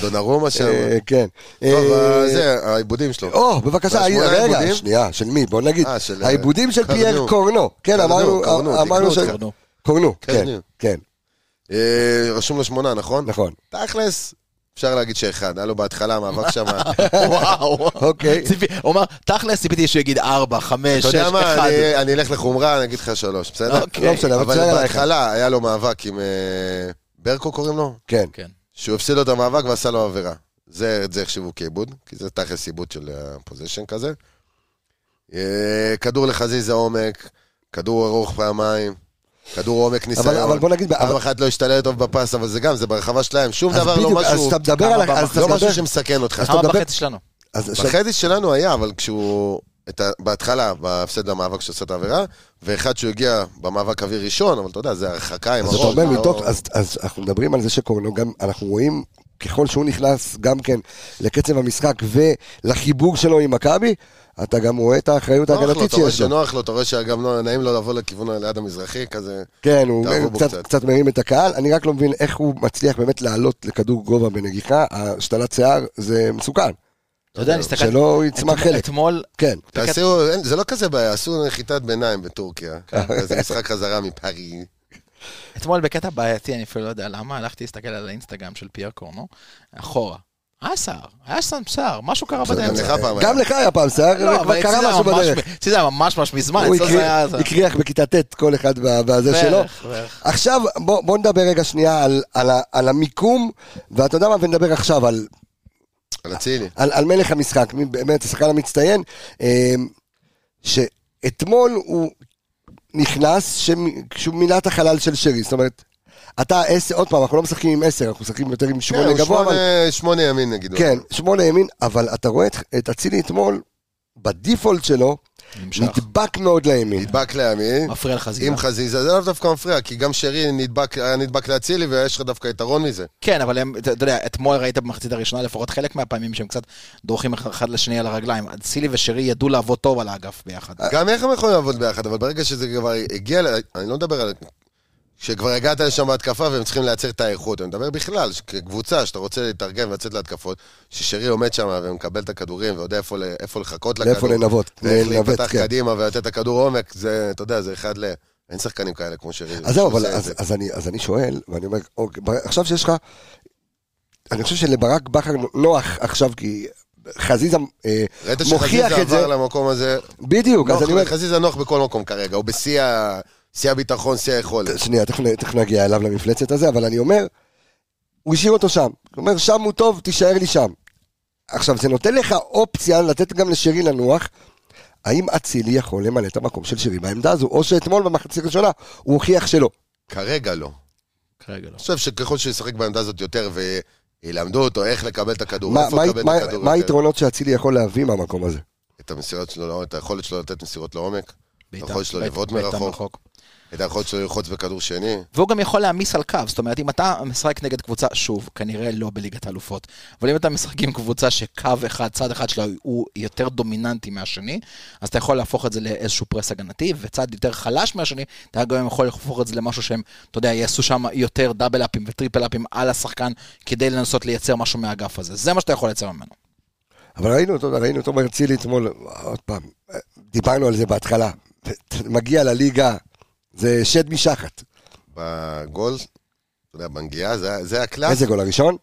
[SPEAKER 5] דונרומה שם.
[SPEAKER 1] אה, כן.
[SPEAKER 5] טוב,
[SPEAKER 1] אה,
[SPEAKER 5] אה, זה, העיבודים שלו.
[SPEAKER 1] או, בבקשה,
[SPEAKER 5] והשמונה
[SPEAKER 1] רגע,
[SPEAKER 5] עיבודים?
[SPEAKER 1] שנייה, של מי? בוא נגיד,
[SPEAKER 5] אה, של,
[SPEAKER 1] העיבודים של
[SPEAKER 5] קרנו.
[SPEAKER 1] פייר קורנו. כן,
[SPEAKER 5] קרנו,
[SPEAKER 1] אמרנו,
[SPEAKER 5] קרנו,
[SPEAKER 1] אמרנו
[SPEAKER 6] לא
[SPEAKER 5] תיקנו
[SPEAKER 1] ש...
[SPEAKER 5] אותך.
[SPEAKER 1] קורנו, כן,
[SPEAKER 5] קרנו.
[SPEAKER 1] כן,
[SPEAKER 5] אה, רשום לו שמונה, נכון?
[SPEAKER 1] נכון. אה,
[SPEAKER 5] תכלס, אפשר להגיד שאחד. היה לו בהתחלה המאבק שם.
[SPEAKER 6] וואו.
[SPEAKER 1] אוקיי.
[SPEAKER 6] ציפי- הוא אמר, תכלס ציפיתי שהוא יגיד 4, 5, 6,
[SPEAKER 5] אתה
[SPEAKER 6] 1.
[SPEAKER 5] יודע מה, אני- אני אלך לחומרה, אני אגיד לך שלוש, בסדר?
[SPEAKER 6] אוקיי. לא
[SPEAKER 1] משנה, אבל
[SPEAKER 5] אבל
[SPEAKER 1] תשאר עליי אחד.
[SPEAKER 5] בהתחלה היה לו מאבק עם אה, ברקו קוראים לו?
[SPEAKER 1] כן.
[SPEAKER 6] כן.
[SPEAKER 5] שהוא הפסיד לו את המאבק ועשה לו עבירה. זה, את זה החשיבו כעיבוד, כי זה תכלס עיבוד של הפוזיישן כזה. אה, כדור לחזיזה עומק, כדור ארוך פעמיים, כדור עומק ניסיון.
[SPEAKER 1] אבל בוא נגיד,
[SPEAKER 5] פעם
[SPEAKER 1] אבל-
[SPEAKER 5] אחת לא השתלט טוב בפס, אבל זה גם, זה ברחבה שלהם. שום
[SPEAKER 1] אז
[SPEAKER 5] דבר לא
[SPEAKER 1] בדיוק, אז
[SPEAKER 5] משהו,
[SPEAKER 1] אתה מדבר
[SPEAKER 6] כמה
[SPEAKER 1] על... ה-
[SPEAKER 6] במה?
[SPEAKER 1] אז אתה
[SPEAKER 5] לא
[SPEAKER 1] מדבר...
[SPEAKER 5] משהו שמסכן אותך.
[SPEAKER 1] אתה
[SPEAKER 6] כמה
[SPEAKER 1] מדבר-
[SPEAKER 6] בחצי שלנו?
[SPEAKER 1] אז עכשיו-
[SPEAKER 5] בחצי שלנו היה, אבל כשהוא... את ה... בהתחלה, בהפסד למאבק שעשה את העבירה, ואחד שהוא הגיע במאבק אוויר ראשון, אבל אתה יודע, זה הרחקה עם
[SPEAKER 1] אז אתה
[SPEAKER 5] הראש,
[SPEAKER 1] אומר
[SPEAKER 5] לא-
[SPEAKER 1] מתוך, אז- אז אנחנו מדברים על זה שקורנו גם, אנחנו רואים ככל שהוא נכנס גם כן לקצב המשחק ולחיבור שלו עם מכבי, אתה גם רואה את האחריות
[SPEAKER 5] נוח לו,
[SPEAKER 1] ההגנתית
[SPEAKER 5] לא, אתה רואה
[SPEAKER 1] שיש לו.
[SPEAKER 5] שנוח לו, אתה רואה שגם לא- נעים לו לבוא לכיוון ליד המזרחי, כזה...
[SPEAKER 1] כן, הוא
[SPEAKER 5] תעבור בו
[SPEAKER 1] קצת,
[SPEAKER 5] קצת.
[SPEAKER 1] קצת מרים את הקהל, אני רק לא מבין איך הוא מצליח באמת לעלות לכדור גובה בנגיחה, השתלת שיער זה מסוכן,
[SPEAKER 6] אתה יודע, אני הסתכלתי...
[SPEAKER 1] שלא יצמח
[SPEAKER 6] אתמול-
[SPEAKER 1] חלק,
[SPEAKER 6] אתמול,
[SPEAKER 1] כן.
[SPEAKER 5] תעשו, אין- זה לא כזה בעיה, עשו נחיתת ביניים בטורקיה.
[SPEAKER 1] כן.
[SPEAKER 5] זה משחק חזרה מפארי.
[SPEAKER 6] אתמול בקטע בעייתי, אני אפילו לא יודע למה, הלכתי להסתכל על האינסטגרם של פייר קורנו, אחורה. היה שיער, היה שם שיער, משהו קרה
[SPEAKER 5] גם
[SPEAKER 6] בדרך.
[SPEAKER 5] לך פעם היה.
[SPEAKER 1] גם לך היה פעם שיער,
[SPEAKER 6] לא, אבל
[SPEAKER 1] כבר
[SPEAKER 6] אצלי
[SPEAKER 1] קרה
[SPEAKER 6] זה
[SPEAKER 1] משהו
[SPEAKER 6] ממש-
[SPEAKER 1] בדרך.
[SPEAKER 6] אצלי זה היה ממש ממש מזמן,
[SPEAKER 1] הוא
[SPEAKER 6] אצלו זה
[SPEAKER 1] הקריא-
[SPEAKER 6] היה... זה-
[SPEAKER 1] הקריח בכיתה ט' כל אחד וה- והזה שלו.
[SPEAKER 6] בערך, בערך.
[SPEAKER 1] עכשיו בוא בוא נדבר רגע שנייה על- על ה- על המיקום, ואתה יודע מה, ונדבר עכשיו על
[SPEAKER 5] על אצילי.
[SPEAKER 1] על, על מלך המשחק, מי באמת השחקן המצטיין, אה, שאתמול הוא נכנס שמ- כשהוא מילא את החלל של שרי, זאת אומרת, אתה עשר, עוד פעם, אנחנו לא משחקים עם עשר, אנחנו משחקים יותר עם
[SPEAKER 5] כן,
[SPEAKER 1] שמונה
[SPEAKER 5] הוא
[SPEAKER 1] גבוה, אבל...
[SPEAKER 5] שמונה- שמונה ימין נגיד.
[SPEAKER 1] כן, שמונה ימין, אבל אתה רואה את- את אצילי אתמול, בדיפולט שלו,
[SPEAKER 6] נמשך.
[SPEAKER 1] נדבק מאוד לימין.
[SPEAKER 5] נדבק לימין.
[SPEAKER 6] מפריע לך זיגה.
[SPEAKER 5] עם חזיזה, זה לאו דווקא מפריע, כי גם שרי נדבק- היה נדבק לאצילי, ויש לך דווקא יתרון מזה.
[SPEAKER 6] כן, אבל הם, אתה אתה יודע, אתמול ראית במחצית הראשונה לפחות חלק מהפעמים שהם קצת דורכים אחד לשני על הרגליים. סילי ושרי ידעו לעבוד טוב על האגף ביחד.
[SPEAKER 1] אה,
[SPEAKER 5] גם איך הם יכולים לעבוד ביחד, אבל ברגע שזה כבר הגיע, ל- אני לא מדבר על... כשכבר הגעת לשם בהתקפה והם צריכים לייצר את האיכות, אני מדבר בכלל, ש- כקבוצה שאתה רוצה להתארגן ולצאת להתקפות, ששרי עומד שם ומקבל את הכדורים ויודע איפה, ל- איפה לחכות לכדור.
[SPEAKER 1] לאיפה לנווט,
[SPEAKER 5] ואיך
[SPEAKER 1] לנווט,
[SPEAKER 5] להיפתח
[SPEAKER 1] כן.
[SPEAKER 5] קדימה ולתת את הכדור עומק, זה, אתה יודע, זה אחד ל... אין שחקנים כאלה כמו שרי.
[SPEAKER 1] אז זהו, אבל
[SPEAKER 5] שעושה את
[SPEAKER 1] אז,
[SPEAKER 5] זה.
[SPEAKER 1] אז, אני, אז אני שואל, ואני אומר, אוקיי, בר- עכשיו שיש לך, אני חושב שלברק בכר נוח עכשיו, כי חזיזה אה,
[SPEAKER 5] ראית
[SPEAKER 1] מוכיח
[SPEAKER 5] שחזיזה
[SPEAKER 1] את זה,
[SPEAKER 5] עבר למקום הזה,
[SPEAKER 1] בדיוק, אז אני אומר,
[SPEAKER 5] נוח, חזיזה נוח בכל מקום כרגע, הוא בשיא ה- שיא הביטחון, שיא היכולת.
[SPEAKER 1] שנייה, תכף נ- תכף נגיע אליו למפלצת הזה, אבל אני אומר, הוא השאיר אותו שם. הוא אומר, שם הוא טוב, תישאר לי שם. עכשיו, זה נותן לך אופציה לתת גם לשרי לנוח. האם אצילי יכול למלא את המקום של שרי בעמדה הזו, או שאתמול במחצית הראשונה הוא הוכיח שלא.
[SPEAKER 5] כרגע לא.
[SPEAKER 6] כרגע לא.
[SPEAKER 5] אני חושב שככל שהוא ישחק בעמדה הזאת יותר וילמדו אותו איך לקבל את הכדור,
[SPEAKER 1] מה-
[SPEAKER 5] איפה
[SPEAKER 1] מה-
[SPEAKER 5] לקבל
[SPEAKER 1] מה-
[SPEAKER 5] את הכדור,
[SPEAKER 1] מה
[SPEAKER 5] יותר,
[SPEAKER 1] היתרונות שאצילי יכול להביא מהמקום הזה?
[SPEAKER 5] את המסירות שלו, את היכולת שלו לתת מסירות לעומק,
[SPEAKER 6] בעיטה.
[SPEAKER 5] היכולת שלו
[SPEAKER 6] בעיטה-
[SPEAKER 5] לבעוט
[SPEAKER 6] בעיטה
[SPEAKER 5] מרחוק. את היכולת שלו ללחוץ בכדור שני.
[SPEAKER 6] והוא גם יכול להעמיס על קו, זאת אומרת, אם אתה משחק נגד קבוצה, שוב, כנראה לא בליגת האלופות, אבל אם אתה משחק עם קבוצה שקו אחד, צד אחד שלה הוא יותר דומיננטי מהשני, אז אתה יכול להפוך את זה לאיזשהו פרס הגנתי, וצד יותר חלש מהשני, אתה גם יכול להפוך את זה למשהו שהם, אתה יודע, יעשו שם יותר דאבל אפים וטריפל אפים על השחקן, כדי לנסות לייצר משהו מהאגף הזה. זה מה שאתה יכול לייצר ממנו.
[SPEAKER 1] אבל ראינו אותו, ראינו אותו מרצילי אתמול, עוד פעם, דיברנו על זה בהתחלה. מגיע לליגה, זה שד משחת.
[SPEAKER 5] בגול, אתה יודע, בנגיעה, זה, זה הקלאס.
[SPEAKER 1] איזה גול הראשון?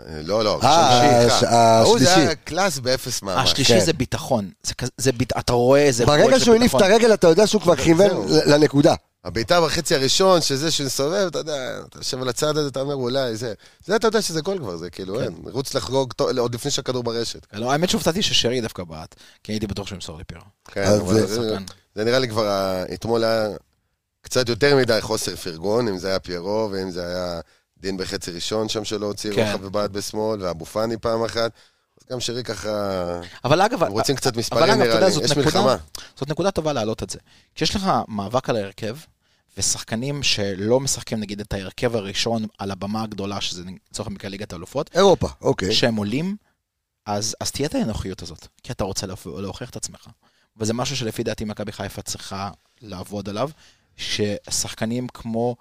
[SPEAKER 5] אה, לא, לא,
[SPEAKER 1] אה,
[SPEAKER 5] השלישי.
[SPEAKER 1] הש- השלישי.
[SPEAKER 5] ההוא זה היה קלאס באפס מאמץ.
[SPEAKER 6] השלישי זה ביטחון, זה כזה- זה ביט- אתה רואה איזה...
[SPEAKER 1] כן. ברגע
[SPEAKER 6] פרויקט של
[SPEAKER 1] שהוא הניף את
[SPEAKER 6] ביטחון.
[SPEAKER 1] הרגל, אתה יודע שהוא כבר כיוון
[SPEAKER 5] לא, זהו.
[SPEAKER 1] לנקודה.
[SPEAKER 5] הבעיטה בחצי הראשון, שזה שמסובב, אתה יודע, אתה יושב על הצד הזה, אתה אומר אולי זה. זה אתה יודע שזה גול כבר, זה
[SPEAKER 1] כן.
[SPEAKER 5] כאילו, אין, רוץ לחגוג טוב, עוד לפני שהכדור ברשת.
[SPEAKER 6] לא, האמת שהופתעתי ששרי דווקא בעט, כי הייתי בטוח שהוא ימסור לפירו.
[SPEAKER 5] כן,
[SPEAKER 1] אז
[SPEAKER 5] אבל
[SPEAKER 1] זה-
[SPEAKER 5] זה- זה נראה לי כבר, ה- אתמול היה קצת יותר מדי חוסר פרגון, אם זה היה פיירו, ואם זה היה דין בחצי ראשון שם שלא הוציא
[SPEAKER 6] כן.
[SPEAKER 5] רוחב ובעט בשמאל, ואבו פאני פעם אחת. אז גם שרי ככה,
[SPEAKER 6] אבל אגב,
[SPEAKER 5] הם רוצים קצת
[SPEAKER 6] אבל
[SPEAKER 5] מספרים
[SPEAKER 6] אגב, אתה
[SPEAKER 5] נראה
[SPEAKER 6] יודע,
[SPEAKER 5] לי,
[SPEAKER 6] זאת
[SPEAKER 5] יש
[SPEAKER 6] נקודה,
[SPEAKER 5] מלחמה.
[SPEAKER 6] זאת נקודה טובה להעלות את זה. כשיש לך מאבק על ההרכב, ושחקנים שלא משחקים נגיד את ההרכב הראשון על הבמה הגדולה, שזה לצורך המקרה ליגת האלופות,
[SPEAKER 1] אירופה, אוקיי.
[SPEAKER 6] שהם עולים, אז, אז תהיה את האנוכיות הזאת, כי אתה רוצה להופ- להוכיח את עצמך. וזה משהו שלפי דעתי מכבי חיפה צריכה לעבוד עליו, ששחקנים כמו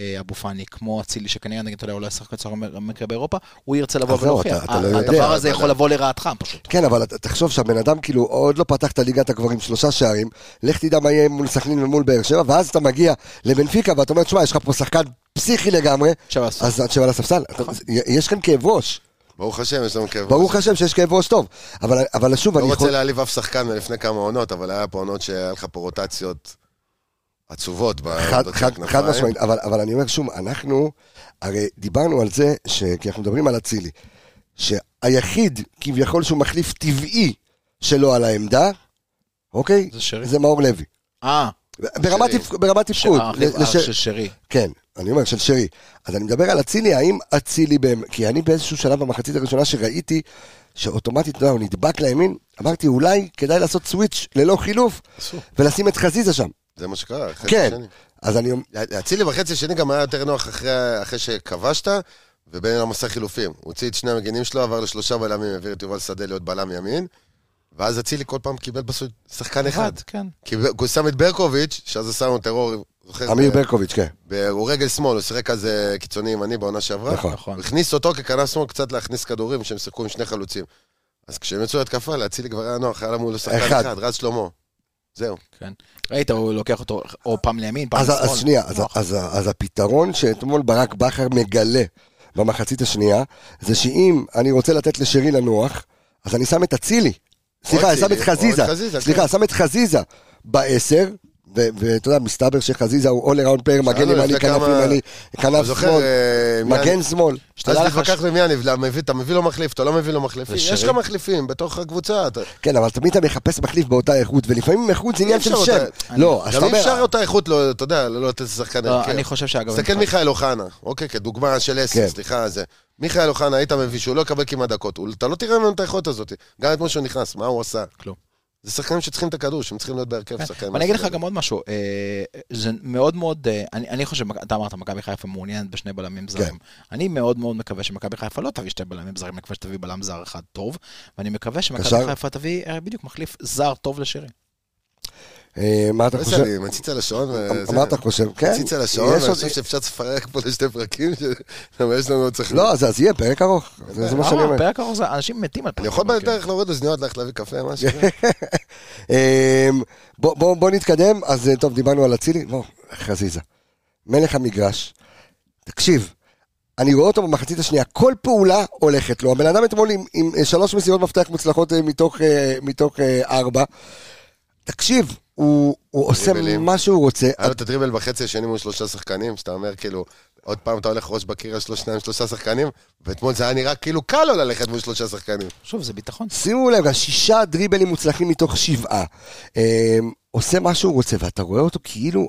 [SPEAKER 6] אה, אבו פאני, כמו אצילי, שכנראה נגיד, אתה יודע, אולי שחקן צורך המקרה באירופה, הוא ירצה לבוא
[SPEAKER 1] אז זהו, אתה-
[SPEAKER 6] ולהוכיח.
[SPEAKER 1] אתה לא
[SPEAKER 6] ה-
[SPEAKER 1] יודע,
[SPEAKER 6] הדבר הזה
[SPEAKER 5] אבל-
[SPEAKER 6] יכול לבוא לרעתך פשוט.
[SPEAKER 1] כן, אבל אתה- תחשוב שהבן אדם כאילו עוד לא פתח את הליגת הגברים שלושה שערים, לך תדע מה יהיה מול סכנין ומול באר שבע, ואז אתה מגיע לבנפיקה ואתה אומר, שמע, יש לך פה שחקן פסיכי לגמרי,
[SPEAKER 6] עכשיו, אז-
[SPEAKER 1] אז תשב על הספסל.
[SPEAKER 5] נכון.
[SPEAKER 1] יש כאן כאב ראש,
[SPEAKER 5] ברוך השם, יש לנו כאב.
[SPEAKER 1] ברוך השם שיש כאב ראש טוב, אבל- אבל שוב,
[SPEAKER 5] לא
[SPEAKER 1] אני
[SPEAKER 5] רוצה
[SPEAKER 1] יכול...
[SPEAKER 5] להעליב אף שחקן מלפני כמה עונות, אבל היה פה עונות שהיה לך פה רוטציות עצובות. ב-
[SPEAKER 1] חד-
[SPEAKER 5] בצד
[SPEAKER 1] חד- חד
[SPEAKER 5] כנפיים.
[SPEAKER 1] משמעית, אבל, אבל אני אומר שוב, אנחנו, הרי דיברנו על זה, ש... כי אנחנו מדברים על אצילי, שהיחיד כביכול שהוא מחליף טבעי שלו על העמדה, אוקיי?
[SPEAKER 6] זה שרי.
[SPEAKER 1] זה מאור לוי.
[SPEAKER 6] אה,
[SPEAKER 1] ברמת
[SPEAKER 5] שרי.
[SPEAKER 1] תפק- ברמת תפקוד. ל-
[SPEAKER 6] האח
[SPEAKER 1] לש-
[SPEAKER 6] של שרי.
[SPEAKER 1] כן, אני אומר, של שרי. אז אני מדבר על אצילי, האם אצילי, באמת- כי אני באיזשהו שלב במחצית הראשונה שראיתי, שאוטומטית, אתה יודע, הוא נדבק לימין, אמרתי, אולי כדאי לעשות סוויץ' ללא חילוף, ולשים את חזיזה שם.
[SPEAKER 5] זה מה שקרה. חצי
[SPEAKER 1] כן.
[SPEAKER 5] שני.
[SPEAKER 1] אז אני אומר...
[SPEAKER 5] אצילי בחצי השני גם היה יותר נוח אחרי, אחרי שכבשת, ובן אדם עשה חילופים. הוא הוציא את שני המגינים שלו, עבר לשלושה בלמים, העביר את יובל שדה להיות בלם ימין, ואז אצילי כל פעם קיבל בסוף שחקן אחד.
[SPEAKER 6] אחד, כן.
[SPEAKER 5] כי ב- הוא שם את ברקוביץ', שאז עשה לנו טרור, זוכר?
[SPEAKER 1] אמיר
[SPEAKER 5] ב-
[SPEAKER 1] ברקוביץ', כן.
[SPEAKER 5] ב- הוא רגל שמאל, הוא שיחק אז אה, קיצוני ימני בעונה שעברה.
[SPEAKER 1] נכון.
[SPEAKER 6] נכון.
[SPEAKER 5] הוא הכניס אותו ככנס שמאל קצת להכניס כדורים, שהם שיחקו עם שני חלוצים. אז כשהם יצאו להתקפה, לאצילי כבר היה נוח, היה לנו מולו שחקן
[SPEAKER 1] אחד.
[SPEAKER 5] אחד, רז שלמה. זהו.
[SPEAKER 6] כן. ראית, הוא לוקח אותו או פעם לימין, פעם
[SPEAKER 1] אז,
[SPEAKER 6] לשמאל.
[SPEAKER 1] אז שנייה, אז,
[SPEAKER 5] נכון.
[SPEAKER 6] נוח.
[SPEAKER 1] אז, אז הפתרון שאתמול ברק בכר מגלה במחצית השנייה, זה שאם אני רוצה לתת לשרי לנוח, אז אני שם את אצילי. סליחה, אני שם
[SPEAKER 5] אצילי,
[SPEAKER 1] את
[SPEAKER 5] או
[SPEAKER 1] חזיזה.
[SPEAKER 5] את חזיזה,
[SPEAKER 1] סליחה,
[SPEAKER 5] כן.
[SPEAKER 1] אני שם את חזיזה בעשר, ו- ואתה יודע, מסתבר שחזיזה הוא all around player, מגן
[SPEAKER 5] שאלנו
[SPEAKER 1] ימני,
[SPEAKER 5] לפני
[SPEAKER 1] כנף
[SPEAKER 5] כמה-
[SPEAKER 1] ימני,
[SPEAKER 5] אתה
[SPEAKER 1] כנף
[SPEAKER 5] זוכר,
[SPEAKER 1] שמאל,
[SPEAKER 5] אה, מיאן-
[SPEAKER 1] מגן שמאל.
[SPEAKER 5] אז
[SPEAKER 6] שתדע לך
[SPEAKER 5] תתווכח עם יניב, למה מביא- אתה מביא לו מחליף, אתה לא מביא לו מחליף.
[SPEAKER 6] זה
[SPEAKER 5] יש לך
[SPEAKER 6] שרי.
[SPEAKER 5] מחליפים בתוך הקבוצה. אתה-
[SPEAKER 1] כן, אבל תמיד אתה מחפש מחליף באותה איכות, ולפעמים איכות זה עניין של
[SPEAKER 5] אי אפשר
[SPEAKER 1] שם.
[SPEAKER 5] אותה-
[SPEAKER 1] לא, אז
[SPEAKER 5] גם
[SPEAKER 1] אתה
[SPEAKER 5] אי אפשר
[SPEAKER 1] אומר,
[SPEAKER 5] אותה איכות, לא- אתה יודע, לא לתת לשחקן
[SPEAKER 6] לא,
[SPEAKER 5] הרכב.
[SPEAKER 6] אני חושב שאגב...
[SPEAKER 5] תסתכל
[SPEAKER 6] מבחינת-
[SPEAKER 5] מיכאל אוחנה, אוקיי, כדוגמה של
[SPEAKER 1] כן.
[SPEAKER 5] עשר, סליחה, זה. מיכאל אוחנה, היית מביא שהוא לא יקבל כמעט דקות. הוא- אתה לא תראה ממנו את היכולת הזאת. גם אתמול שהוא נכנס, מה הוא עשה?
[SPEAKER 6] כלום. כן.
[SPEAKER 5] זה שחקנים שצריכים את הכדור, שהם צריכים להיות בהרכב שחקנים.
[SPEAKER 6] אבל אני אגיד לך גם עוד משהו, אה, זה מאוד מאוד, אה, אני אני חושב, אתה אמרת, מכבי חיפה מעוניינת בשני
[SPEAKER 1] כן.
[SPEAKER 6] בלמים זרים. אני מאוד מאוד מקווה שמכבי חיפה לא תביא שתי בלמים זרים, אני מקווה שתביא בלם זר אחד טוב, ואני מקווה
[SPEAKER 1] קשר?
[SPEAKER 6] שמכבי חיפה תביא אה, בדיוק מחליף זר טוב לשירי.
[SPEAKER 1] אה, מה אתה חושב?
[SPEAKER 5] אני מציץ על השעון.
[SPEAKER 6] אמ-
[SPEAKER 5] וזה-
[SPEAKER 1] מה אתה חושב? כן.
[SPEAKER 5] מציץ על השעון, ואני
[SPEAKER 1] יש עוד-
[SPEAKER 5] חושב שאפשר לפרק פה לשתי פרקים, ש- אבל יש לנו עוד צריך...
[SPEAKER 1] לא, אז אז יהיה פרק ארוך, זה זה מה שאני אומר.
[SPEAKER 6] אמר, פרק ארוך זה, אנשים מתים על פרק
[SPEAKER 5] אני יכול
[SPEAKER 6] ארוך, כן.
[SPEAKER 5] בדרך להוריד אוזניות, ללכת להביא קפה, משהו.
[SPEAKER 1] אמ, בוא, בוא, בוא נתקדם, אז אה, טוב, דיברנו על אצילי, בוא, חזיזה. מלך המגרש, תקשיב, אני רואה אותו במחצית השנייה, כל פעולה הולכת לו. הבן אדם אתמול עם, עם אה, שלוש מסירות מפתח מוצלחות אה, מתוך, אה, מתוך אה, ארבע. תקשיב, הוא הוא עושה
[SPEAKER 5] דריבלים.
[SPEAKER 1] מה שהוא רוצה.
[SPEAKER 5] היה לו את הטריבל בחצי השני מול שלושה שחקנים, שאתה אומר כאילו, עוד פעם אתה הולך ראש בקיר על שלוש- שניים שלושה שחקנים, ואתמול זה היה נראה כאילו קל לו ללכת מול שלושה שחקנים.
[SPEAKER 6] שוב, זה ביטחון.
[SPEAKER 1] שימו לב, שישה דריבלים מוצלחים מתוך שבעה. אמ, עושה מה שהוא רוצה, ואתה רואה אותו כאילו...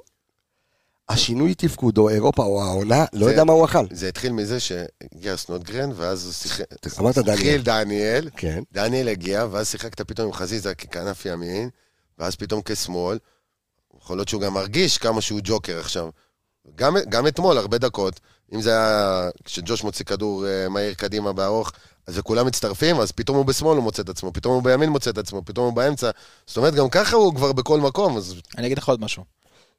[SPEAKER 1] השינוי תפקוד, או אירופה, או העונה, לא
[SPEAKER 5] זה-
[SPEAKER 1] יודע מה הוא אכל.
[SPEAKER 5] זה התחיל מזה שהגיע סנודגרן, ואז הוא שיחק...
[SPEAKER 1] אמרת דניאל.
[SPEAKER 5] התחיל דניאל,
[SPEAKER 1] כן.
[SPEAKER 5] דניאל הגיע, ואז שיחקת פתאום עם חזיזה ככנף ימין, ואז פתאום כשמאל. יכול להיות שהוא גם מרגיש כמה שהוא ג'וקר עכשיו. גם, גם אתמול, הרבה דקות, אם זה היה כשג'וש מוציא כדור אה, מהיר קדימה בארוך, אז וכולם מצטרפים, אז פתאום הוא בשמאל הוא מוצא את עצמו, פתאום הוא בימין מוצא את עצמו, פתאום הוא באמצע. זאת אומרת, גם ככה הוא כבר בכל מקום, אז
[SPEAKER 6] אני אגיד לך עוד משהו.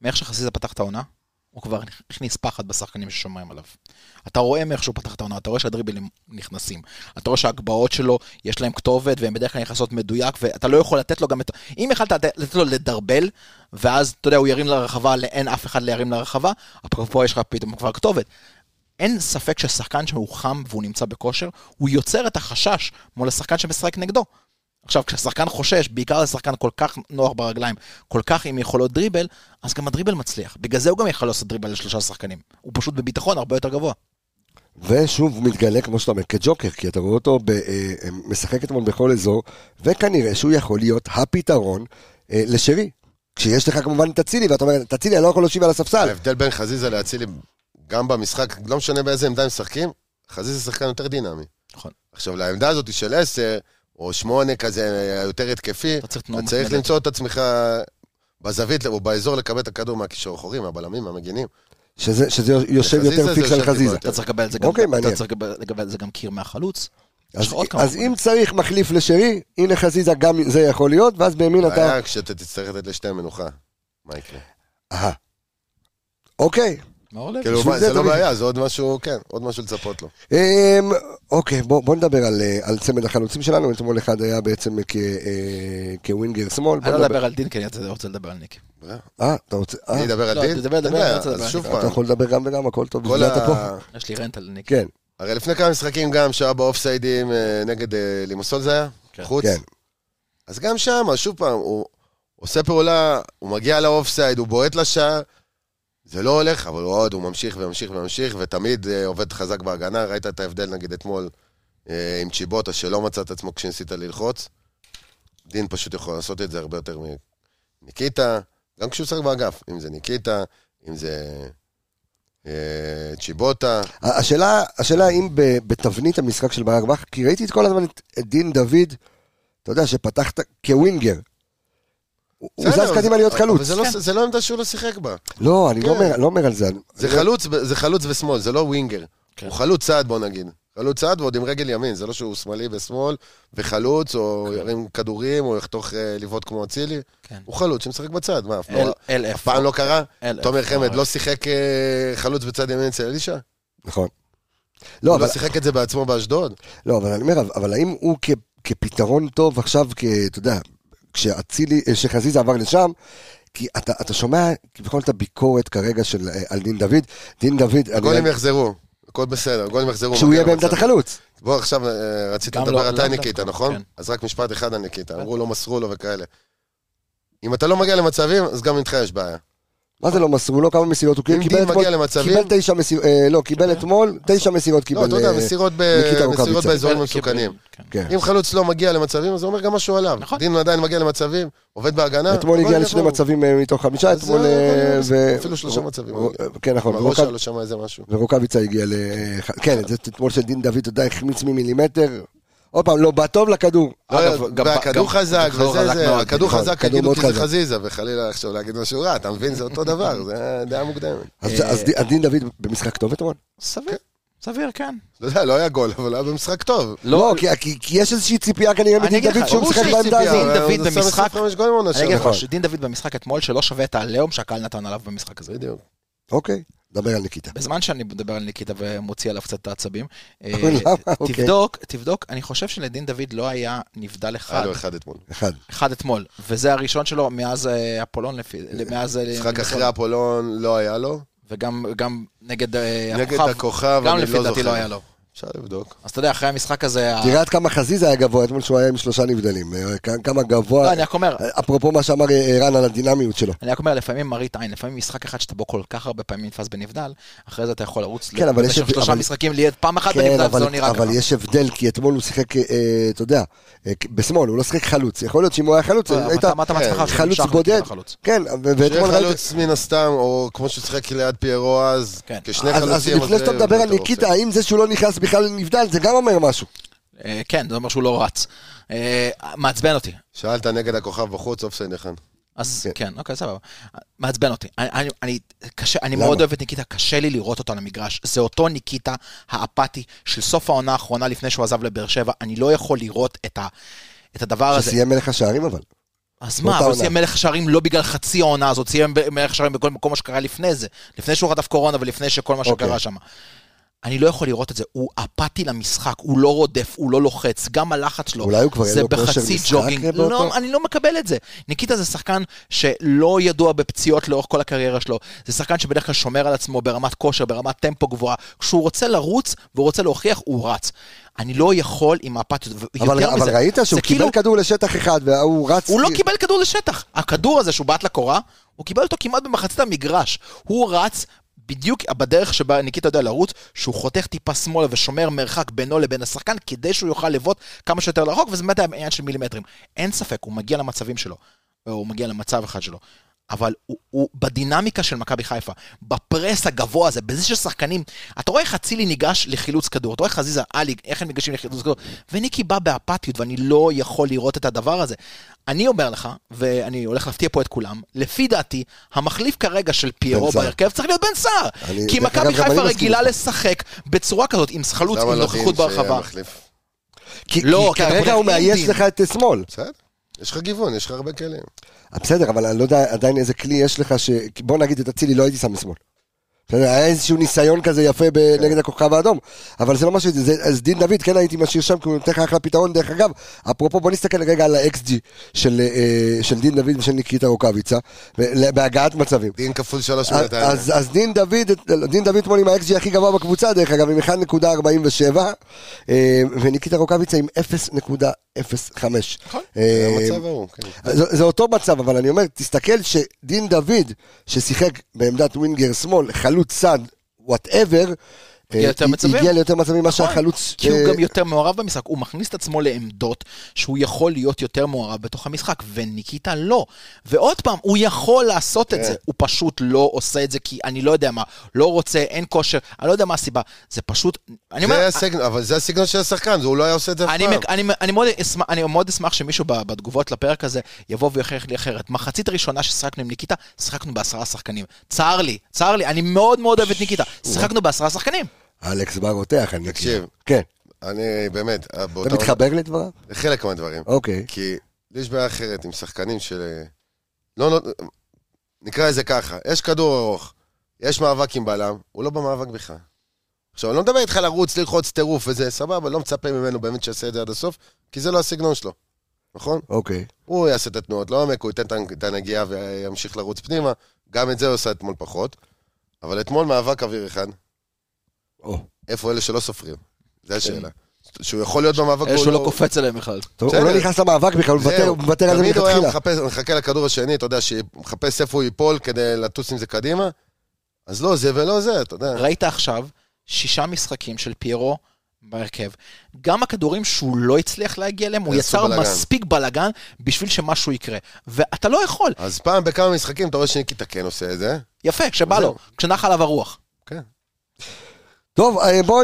[SPEAKER 6] מאיך שחזיזה פתח את העונה, הוא כבר הכניס פחד בשחקנים ששומרים עליו. אתה רואה מאיך שהוא פתח את העונה, אתה רואה שהדריבלים נכנסים. אתה רואה שההגבהות שלו, יש להם כתובת, והן בדרך כלל נכנסות מדויק, ואתה לא יכול לתת לו גם את... אם יכלת לתת- לתת לו לדרבל, ואז, אתה יודע, הוא ירים לרחבה, אין אף אחד להרים לרחבה, אפרופו יש לך פתאום כבר כתובת. אין ספק ששחקן שהוא חם והוא נמצא בכושר, הוא יוצר את החשש מול השחקן שמשחק נגדו. עכשיו, כששחקן חושש, בעיקר זה שחקן כל כך נוח ברגליים, כל כך עם יכולות דריבל, אז גם הדריבל מצליח. בגלל זה הוא גם יכול לעשות דריבל לשלושה שחקנים. הוא פשוט בביטחון הרבה יותר גבוה.
[SPEAKER 1] ושוב הוא מתגלה, כמו שאתה אומר, כג'וקר, כי אתה רואה אותו ב, אה, משחק אתמול בכל אזור, וכנראה שהוא יכול להיות הפתרון אה, לשרי. כשיש לך כמובן את אצילי, ואתה אומר, את אצילי אני לא יכול להושיב על הספסל.
[SPEAKER 5] ההבדל בין חזיזה לאצילי, גם במשחק, לא משנה באיזה עמדה הם משחקים, חזיזה שחקן יותר דינמי.
[SPEAKER 6] נכון.
[SPEAKER 5] עכשיו, לעמדה הזאת של 10 או 8 כזה, יותר התקפי,
[SPEAKER 6] אתה צריך
[SPEAKER 5] אתה
[SPEAKER 6] תנועה
[SPEAKER 5] צריך
[SPEAKER 6] מתמדת.
[SPEAKER 5] למצוא את עצמך בזווית או באזור לקבל את הכדור מהקישור האחורי, מהבלמים, מהמגינים.
[SPEAKER 1] שזה, שזה יושב
[SPEAKER 5] לחזיזה
[SPEAKER 1] יותר
[SPEAKER 5] זה
[SPEAKER 1] פיקס
[SPEAKER 5] יושב
[SPEAKER 1] על חזיזה.
[SPEAKER 5] טיפה
[SPEAKER 6] אתה צריך לקבל את זה גם,
[SPEAKER 1] אוקיי, מעניין.
[SPEAKER 6] אתה צריך לקבל לקבל את זה גם קיר מהחלוץ. יש
[SPEAKER 1] אז,
[SPEAKER 6] לך עוד כמה
[SPEAKER 1] אז
[SPEAKER 6] דברים.
[SPEAKER 1] אם צריך מחליף לשרי, הנה חזיזה גם זה יכול להיות, ואז בימין אתה...
[SPEAKER 5] הבעיה כשאתה תצטרך לתת לשתיהם מנוחה. מה יקרה?
[SPEAKER 1] אה, אהה. אוקיי,
[SPEAKER 6] מאור לב.
[SPEAKER 5] כאילו,
[SPEAKER 1] בשביל
[SPEAKER 5] מה,
[SPEAKER 1] זה
[SPEAKER 5] זה לא
[SPEAKER 1] תמיד-
[SPEAKER 5] בעיה, זה עוד משהו, כן, עוד משהו לצפות לו.
[SPEAKER 1] אמ, אוקיי, בוא, בוא נדבר על, אה, על צמד החלוצים שלנו, אתמול אחד היה בעצם כ, אה, כווינגר שמאל. בוא
[SPEAKER 6] אני לא
[SPEAKER 1] נדבר-
[SPEAKER 6] אדבר על דין, כי אני רוצה לדבר על ניק.
[SPEAKER 1] אה, אתה רוצה... אה,
[SPEAKER 5] אני אדבר על
[SPEAKER 6] לא,
[SPEAKER 5] דין?
[SPEAKER 6] תדבר,
[SPEAKER 5] אתה
[SPEAKER 6] תדבר,
[SPEAKER 5] יודע,
[SPEAKER 6] אני רוצה לדבר.
[SPEAKER 5] אז שוב
[SPEAKER 1] אתה
[SPEAKER 5] פעם,
[SPEAKER 1] יכול לדבר גם וגם, הכל טוב,
[SPEAKER 5] כל
[SPEAKER 1] בשביל זה אתה פה.
[SPEAKER 5] ה...
[SPEAKER 6] יש לי רנט על ניק.
[SPEAKER 1] כן,
[SPEAKER 5] הרי לפני כמה משחקים גם שהיה באופסיידים אה, נגד אה, לימסול זה היה?
[SPEAKER 6] כן.
[SPEAKER 5] חוץ?
[SPEAKER 1] כן.
[SPEAKER 5] אז גם שם, שוב פעם, הוא עושה פעולה, הוא מגיע לאופסייד, הוא בועט לשער, זה לא הולך, אבל הוא עוד, הוא ממשיך וממשיך וממשיך, ותמיד אה, עובד חזק בהגנה. ראית את ההבדל נגיד אתמול אה, עם צ'יבוטה, שלא מצא את עצמו כשניסית ללחוץ. דין פשוט יכול לעשות את זה הרבה יותר מניקיטה, גם כשהוא שחק באגף, אם זה ניקיטה, אם זה אה, צ'יבוטה.
[SPEAKER 1] ה- השאלה, השאלה אם ב- בתבנית המשחק של ברק בכר, כי ראיתי את כל הזמן את את דין דוד, אתה יודע, שפתחת כווינגר. הוא הוא
[SPEAKER 5] בסדר,
[SPEAKER 1] זז
[SPEAKER 5] אבל
[SPEAKER 1] קדימה
[SPEAKER 5] זה-
[SPEAKER 1] להיות
[SPEAKER 5] אבל
[SPEAKER 1] חלוץ.
[SPEAKER 5] זה לא- זה לא עמדה שהוא לא שיחק בה.
[SPEAKER 1] לא, אני לא
[SPEAKER 5] כן.
[SPEAKER 1] אומר- לא אומר על זה.
[SPEAKER 5] זה חלוץ, ב- זה חלוץ ושמאל, זה לא ווינגר.
[SPEAKER 6] כן.
[SPEAKER 5] הוא חלוץ צעד, בוא נגיד. חלוץ צעד ועוד עם רגל ימין, זה לא שהוא שמאלי ושמאל, וחלוץ, או
[SPEAKER 1] כן.
[SPEAKER 5] ירים כדורים, או יחתוך אה, לבעוט כמו אצילי.
[SPEAKER 6] כן.
[SPEAKER 5] הוא חלוץ שמשחק בצד, מה, אף
[SPEAKER 6] אל-
[SPEAKER 5] לא-
[SPEAKER 6] אל
[SPEAKER 5] אף
[SPEAKER 6] איפה.
[SPEAKER 5] פעם לא קרה?
[SPEAKER 6] אל-
[SPEAKER 5] תומר
[SPEAKER 6] איפה.
[SPEAKER 5] חמד לא שיחק אה, חלוץ בצד ימין אצל אלישע?
[SPEAKER 1] נכון. לא,
[SPEAKER 5] הוא
[SPEAKER 1] אבל
[SPEAKER 5] לא שיחק את זה בעצמו באשדוד?
[SPEAKER 1] לא, אבל אני אומר, אבל האם הוא כ, כפתרון טוב עכשיו, כ... אתה יודע, כשאצילי, אה, שחזיזה עבר לשם, כי אתה, אתה שומע כביכול את הביקורת כרגע של, אה, על דין דוד, דין דוד, אני-
[SPEAKER 5] הגולים יחזרו, הכל בסדר, הגולים יחזרו.
[SPEAKER 1] כשהוא יהיה
[SPEAKER 5] מגיע
[SPEAKER 1] בעמדת
[SPEAKER 5] למצב.
[SPEAKER 1] החלוץ.
[SPEAKER 5] בוא, עכשיו אה, רצית
[SPEAKER 6] גם
[SPEAKER 5] לדבר
[SPEAKER 6] לא-
[SPEAKER 5] אתה,
[SPEAKER 6] לא
[SPEAKER 5] ניקיטה,
[SPEAKER 6] דווקא,
[SPEAKER 5] נכון?
[SPEAKER 6] כן.
[SPEAKER 5] אז רק משפט אחד על ניקיטה, אמרו לא מסרו לו וכאלה. אם אתה לא מגיע למצבים, אז גם איתך יש בעיה.
[SPEAKER 1] מה זה לא מסרו לו? כמה מסירות הוא
[SPEAKER 5] אם
[SPEAKER 1] קיבל?
[SPEAKER 5] דין
[SPEAKER 1] אתמול-
[SPEAKER 5] מגיע למצבים- אה?
[SPEAKER 1] קיבל תשע מסירות, לא, קיבל אתמול תשע מסירות קיבל.
[SPEAKER 5] לא, אתה יודע,
[SPEAKER 1] אה,
[SPEAKER 5] מסירות ב-
[SPEAKER 1] ניקיטה
[SPEAKER 5] מסירות
[SPEAKER 1] רוקאביצה.
[SPEAKER 5] באזור. אזורים
[SPEAKER 6] כן,
[SPEAKER 5] מסוכנים.
[SPEAKER 6] כן.
[SPEAKER 1] כן.
[SPEAKER 5] אם חלוץ לא מגיע למצבים, אז זה אומר גם משהו עליו.
[SPEAKER 6] נכון.
[SPEAKER 5] דין עדיין מגיע למצבים, עובד בהגנה.
[SPEAKER 1] אתמול
[SPEAKER 5] אבל
[SPEAKER 1] הגיע
[SPEAKER 5] יבוא.
[SPEAKER 1] לשני מצבים אה, מתוך חמישה,
[SPEAKER 5] אז
[SPEAKER 1] אתמול...
[SPEAKER 5] זה-
[SPEAKER 1] אה, ו-
[SPEAKER 5] אפילו שלושה מצבים.
[SPEAKER 1] רו- כן, נכון.
[SPEAKER 5] עם הראש
[SPEAKER 1] ורוקאב-
[SPEAKER 5] שלו שם איזה משהו.
[SPEAKER 1] ורוקאביצה הגיע ל... כן, זה אתמול של דין דוד, אתה יודע, החמיץ ממילימטר. עוד פעם, לא בא טוב לכדור.
[SPEAKER 5] לא,
[SPEAKER 6] אגב, גם-
[SPEAKER 5] והכדור
[SPEAKER 6] גם-
[SPEAKER 5] חזק,
[SPEAKER 6] כדור
[SPEAKER 5] וזה
[SPEAKER 6] חזק
[SPEAKER 5] זה,
[SPEAKER 6] מאוד,
[SPEAKER 5] הכדור
[SPEAKER 1] נכון,
[SPEAKER 5] חזק,
[SPEAKER 1] כדור
[SPEAKER 5] יגידו
[SPEAKER 1] מאוד
[SPEAKER 5] כי זה
[SPEAKER 1] חזק.
[SPEAKER 5] חזיזה, וחלילה עכשיו להגיד משהו רע, אתה מבין? זה אותו דבר, זה דעה מוקדמת.
[SPEAKER 1] אז
[SPEAKER 6] אה,
[SPEAKER 1] אז ד- אז דין דוד במשחק טוב אתמול?
[SPEAKER 6] סביר, סביר, כן.
[SPEAKER 5] לא יודע, לא היה גול, אבל היה במשחק טוב.
[SPEAKER 1] לא, כי- כי- כי יש איזושהי ציפייה כנראה
[SPEAKER 6] אני
[SPEAKER 1] מדין
[SPEAKER 6] אגיד לך,
[SPEAKER 1] דוד שהוא
[SPEAKER 6] ברור
[SPEAKER 1] משחק
[SPEAKER 6] שיש
[SPEAKER 1] בעמדה
[SPEAKER 6] ציפייה,
[SPEAKER 1] הזאת.
[SPEAKER 6] דוד
[SPEAKER 5] הוא שם
[SPEAKER 6] במשחק-
[SPEAKER 5] 25 גולים עונה
[SPEAKER 6] אני אגיד
[SPEAKER 5] שעברה.
[SPEAKER 1] נכון.
[SPEAKER 6] לך, שדין דוד במשחק אתמול, שלא שווה את העליהום שהקהל נתן עליו במשחק הזה.
[SPEAKER 5] בדיוק.
[SPEAKER 1] אוקיי, דבר על ניקיטה.
[SPEAKER 6] בזמן שאני מדבר על ניקיטה ומוציא עליו קצת את העצבים, אה,
[SPEAKER 1] למה? אוקיי.
[SPEAKER 6] תבדוק, תבדוק, אני חושב שלדין דוד לא היה נבדל
[SPEAKER 5] היה
[SPEAKER 6] אחד,
[SPEAKER 5] לו אחד אתמול.
[SPEAKER 1] אחד.
[SPEAKER 6] אחד אתמול, וזה הראשון שלו מאז אה, אפולון, לפי- מאז... אה,
[SPEAKER 5] משחק
[SPEAKER 6] ניסון.
[SPEAKER 5] אחרי אפולון לא היה לו.
[SPEAKER 6] וגם גם נגד אה,
[SPEAKER 5] נגד
[SPEAKER 6] הכוכב,
[SPEAKER 5] הכוכב,
[SPEAKER 6] גם
[SPEAKER 5] אני
[SPEAKER 6] לפי
[SPEAKER 5] לא
[SPEAKER 6] דעתי
[SPEAKER 5] זוכר.
[SPEAKER 6] לא היה לו.
[SPEAKER 5] אפשר לבדוק.
[SPEAKER 6] אז אתה יודע, אחרי המשחק הזה... ה-
[SPEAKER 1] תראה עד כמה חזיזה היה גבוה אתמול שהוא היה עם שלושה נבדלים. אה, כ- כמה גבוה...
[SPEAKER 6] לא, אני רק אומר,
[SPEAKER 1] אפרופו מה שאמר אה, ערן על הדינמיות שלו.
[SPEAKER 6] אני רק אומר, לפעמים מראית עין, לפעמים משחק אחד שאתה בו כל כך הרבה פעמים נתפס בנבדל, אחרי זה אתה יכול לרוץ
[SPEAKER 1] כן, אבל יש
[SPEAKER 6] במשך
[SPEAKER 1] הבדל-
[SPEAKER 6] שלושה
[SPEAKER 1] אבל-
[SPEAKER 6] משחקים ליד פעם אחת
[SPEAKER 1] כן,
[SPEAKER 6] בנבדל, וזה לא
[SPEAKER 1] אבל,
[SPEAKER 6] נראה ככה.
[SPEAKER 1] אבל יש הבדל, כי אתמול הוא שיחק, אה, אה, אתה יודע, אה, בשמאל, הוא לא שיחק חלוץ. יכול להיות שאם הוא היה חלוץ,
[SPEAKER 6] אה, אבל
[SPEAKER 1] היית
[SPEAKER 6] אתה אמרת
[SPEAKER 5] כן,
[SPEAKER 6] בעצמך שהוא
[SPEAKER 1] חלוץ
[SPEAKER 6] נמשך
[SPEAKER 1] בודד.
[SPEAKER 6] לכיוון החלוץ.
[SPEAKER 1] כן, ו- ואתמול
[SPEAKER 5] שני
[SPEAKER 1] ראיתי-
[SPEAKER 5] חלוץ מן הסתם, או כמו ששיחק ליד פיירו אז,
[SPEAKER 6] כן.
[SPEAKER 5] כשני
[SPEAKER 1] אז- אז
[SPEAKER 5] חלוצים.
[SPEAKER 1] לפני
[SPEAKER 5] זה
[SPEAKER 1] שאתה מדבר על
[SPEAKER 5] יותר
[SPEAKER 1] ניקיטה,
[SPEAKER 5] אופציה.
[SPEAKER 1] האם זה שהוא לא נכנס בכלל לנבדל, זה גם אומר משהו.
[SPEAKER 6] אה, כן, זה אומר שהוא לא רץ. אה, מעצבן אותי.
[SPEAKER 5] שאלת נגד הכוכב בחוץ, אופסייד נכון. אחד.
[SPEAKER 6] אז
[SPEAKER 1] כן.
[SPEAKER 6] כן, אוקיי, סבבה. מעצבן אותי. אני- אני- אני קשה- אני
[SPEAKER 1] למה?
[SPEAKER 6] מאוד אוהב את ניקיטה, קשה לי לראות אותו על המגרש. זה אותו ניקיטה האפאתי של סוף העונה האחרונה לפני שהוא עזב לבאר שבע. אני לא יכול לראות את ה- את הדבר הזה.
[SPEAKER 1] שסיים מלך השערים אבל.
[SPEAKER 6] אז
[SPEAKER 1] באותה
[SPEAKER 6] מה, אבל הוא
[SPEAKER 1] עונה.
[SPEAKER 6] סיים מלך שערים לא בגלל חצי העונה הזאת, סיים ב- מלך שערים בכל מקום מה שקרה לפני זה. לפני שהוא חטף קורונה ולפני שכל מה
[SPEAKER 1] אוקיי.
[SPEAKER 6] שקרה שם. אני לא יכול לראות את זה, הוא אפאתי למשחק, הוא לא רודף, הוא לא לוחץ, גם הלחץ שלו,
[SPEAKER 1] אולי הוא כבר אין
[SPEAKER 6] זה
[SPEAKER 1] לו כושר
[SPEAKER 6] בחצי
[SPEAKER 1] משחק
[SPEAKER 6] ג'וגינג.
[SPEAKER 1] באותו-
[SPEAKER 6] לא, אני לא מקבל את זה. ניקיטה זה שחקן שלא ידוע בפציעות לאורך כל הקריירה שלו, זה שחקן שבדרך כלל שומר על עצמו ברמת כושר, ברמת טמפו גבוהה. כשהוא רוצה לרוץ והוא רוצה להוכיח, הוא רץ. אני לא יכול עם האפתיות, ויותר
[SPEAKER 1] אבל
[SPEAKER 6] מזה,
[SPEAKER 1] אבל ראית
[SPEAKER 6] זה
[SPEAKER 1] שהוא
[SPEAKER 6] כאילו-
[SPEAKER 1] קיבל כדור לשטח אחד, והוא רץ...
[SPEAKER 6] הוא לא קיבל כדור לשטח. הכדור הזה שהוא בעט לקורה, הוא קיבל אותו כמעט במחצית המגרש. הוא רץ בדיוק בדרך שבה ניקיטה יודע לרוץ, שהוא חותך טיפה שמאלה ושומר מרחק בינו לבין השחקן, כדי שהוא יוכל לבעוט כמה שיותר לרחוק, וזה באמת היה עניין של מילימטרים. אין ספק, הוא מגיע למצבים שלו. או הוא מגיע למצב אחד שלו. אבל הוא, הוא בדינמיקה של מכבי חיפה, בפרס הגבוה הזה, בזה ששחקנים, אתה רואה איך אצילי ניגש לחילוץ כדור, אתה רואה איך חזיזה, עלי, איך הם ניגשים לחילוץ כדור, וניקי בא באפתיות, ואני לא יכול לראות את הדבר הזה. אני אומר לך, ואני הולך להפתיע פה את כולם, לפי דעתי, המחליף כרגע של פיירו
[SPEAKER 1] בן סער.
[SPEAKER 6] בהרכב צריך להיות בן סער.
[SPEAKER 1] אני-
[SPEAKER 6] כי
[SPEAKER 1] דרך אגב,
[SPEAKER 6] מכבי
[SPEAKER 1] גם אני
[SPEAKER 6] חיפה
[SPEAKER 1] מסכים
[SPEAKER 6] רגילה
[SPEAKER 1] איתך. לא
[SPEAKER 6] לשחק בצורה כזאת, עם חלוץ,
[SPEAKER 5] למה
[SPEAKER 6] עם
[SPEAKER 5] לדין
[SPEAKER 6] נוכחות ברחבה.
[SPEAKER 5] שהמחליף?
[SPEAKER 1] כי
[SPEAKER 6] לא,
[SPEAKER 1] כי
[SPEAKER 6] כי אתה
[SPEAKER 1] כרגע
[SPEAKER 6] בודק
[SPEAKER 1] הוא מאייש
[SPEAKER 6] אינדים.
[SPEAKER 1] לך את שמאל.
[SPEAKER 5] בסדר. יש לך גיוון, יש לך הרבה כלים.
[SPEAKER 1] אה, בסדר, אבל אני לא יודע עדיין איזה כלי יש לך, ש... כי בוא נגיד את אצילי לא הייתי שם משמאל. בסדר, היה איזשהו ניסיון כזה יפה ב...
[SPEAKER 6] כן.
[SPEAKER 1] נגד הכוכב האדום, אבל זה לא משהו, זה... אז דין דוד כן הייתי משאיר שם, כי הוא נותן לך אחלה פתרון. דרך אגב, אפרופו בוא נסתכל רגע על ה-XG של, אה, של דין דוד ושל ניקיטה רוקאביצה, ו- בהגעת מצבים.
[SPEAKER 5] דין כפול שלוש
[SPEAKER 1] אז,
[SPEAKER 5] מנתניה.
[SPEAKER 1] אז, אז דין דוד, דין דוד אתמול עם האקסג'י הכי גבוה בקבוצה, דרך אגב, עם 1.47, אה, וניקיטה רוקאביצה עם 0.05.
[SPEAKER 6] נכון.
[SPEAKER 5] זה
[SPEAKER 1] אה,
[SPEAKER 5] המצב ההוא, כן.
[SPEAKER 1] זה, זה אותו מצב, אבל אני אומר, תסתכל שדין דוד, ששיחק בעמדת ווינגר שמאל, חלוץ צד, וואטאבר,
[SPEAKER 6] ליותר מצבים.
[SPEAKER 1] הגיע ליותר מצבים ממה
[SPEAKER 6] נכון,
[SPEAKER 1] שהחלוץ...
[SPEAKER 6] כי הוא
[SPEAKER 1] אה,
[SPEAKER 6] גם יותר מעורב במשחק, הוא מכניס את עצמו לעמדות שהוא יכול להיות יותר מעורב בתוך המשחק, וניקיטה לא. ועוד פעם, הוא יכול לעשות את זה, הוא פשוט לא עושה את זה כי אני לא יודע מה, לא רוצה, אין כושר, אני לא יודע מה הסיבה, זה פשוט, אני
[SPEAKER 5] זה
[SPEAKER 6] אומר,
[SPEAKER 5] הסגנון, אבל זה הסגנון של השחקן, זה הוא לא היה עושה את זה אף
[SPEAKER 6] אני,
[SPEAKER 5] פעם.
[SPEAKER 6] מק- אני, אני, מאוד אשמח, אני מאוד אשמח שמישהו ב- בתגובות לפרק הזה יבוא ויוכיח לי אחרת. מחצית ראשונה ששיחקנו עם ניקיטה, שיחקנו בעשרה שחקנים. צר לי, צר לי, אני מאוד מאוד אוהב את ניקיטה. שיחקנו בעשרה שחקנים.
[SPEAKER 1] אלכס בר רותח, אני
[SPEAKER 5] תקשיב.
[SPEAKER 1] מכיר. כן.
[SPEAKER 5] אני באמת, אה,
[SPEAKER 1] אתה
[SPEAKER 5] באותה...
[SPEAKER 1] מתחבר לדבריו?
[SPEAKER 5] חלק מהדברים.
[SPEAKER 1] אוקיי.
[SPEAKER 5] כי לי יש בעיה אחרת עם שחקנים של... לא, לא, נקרא לזה ככה, יש כדור ארוך, יש מאבק עם בלם, הוא לא במאבק בכלל. עכשיו, אני לא מדבר איתך לרוץ, ללחוץ טירוף וזה, סבבה, לא מצפה ממנו באמת שיעשה את זה עד הסוף, כי זה לא הסגנון שלו, נכון?
[SPEAKER 1] אוקיי.
[SPEAKER 5] הוא יעשה את התנועות לעומק, הוא ייתן את הנגיעה וימשיך לרוץ פנימה, גם את זה הוא עשה אתמול פחות. אבל אתמול מאבק אוויר אחד,
[SPEAKER 1] או.
[SPEAKER 5] איפה אלה שלא סופרים? זו השאלה. שהוא יכול להיות במאבק...
[SPEAKER 6] כן. אלה
[SPEAKER 5] והוא
[SPEAKER 6] שהוא לא קופץ עליהם בכלל.
[SPEAKER 1] טוב, הוא
[SPEAKER 5] בסדר.
[SPEAKER 1] לא נכנס למאבק בכלל, הוא מוותר-
[SPEAKER 5] זהו,
[SPEAKER 1] הוא מוותר על זה
[SPEAKER 5] תמיד הוא היה
[SPEAKER 1] מלכתחילה.
[SPEAKER 5] מחפש, מחכה לכדור השני, אתה יודע, שמחפש איפה הוא ייפול כדי לטוס עם זה קדימה. אז לא זה ולא זה, אתה יודע.
[SPEAKER 6] ראית עכשיו שישה משחקים של פיירו בהרכב. גם הכדורים שהוא לא הצליח להגיע אליהם, הוא
[SPEAKER 5] עשו
[SPEAKER 6] יצר
[SPEAKER 5] בלגן.
[SPEAKER 6] מספיק בלאגן בשביל שמשהו יקרה. ואתה לא יכול.
[SPEAKER 5] אז פעם בכמה משחקים אתה רואה שניקיטה כן עושה את זה.
[SPEAKER 6] יפה, כשבא לו, כשנח עליו הרוח.
[SPEAKER 5] כן.
[SPEAKER 1] טוב, אה, בואו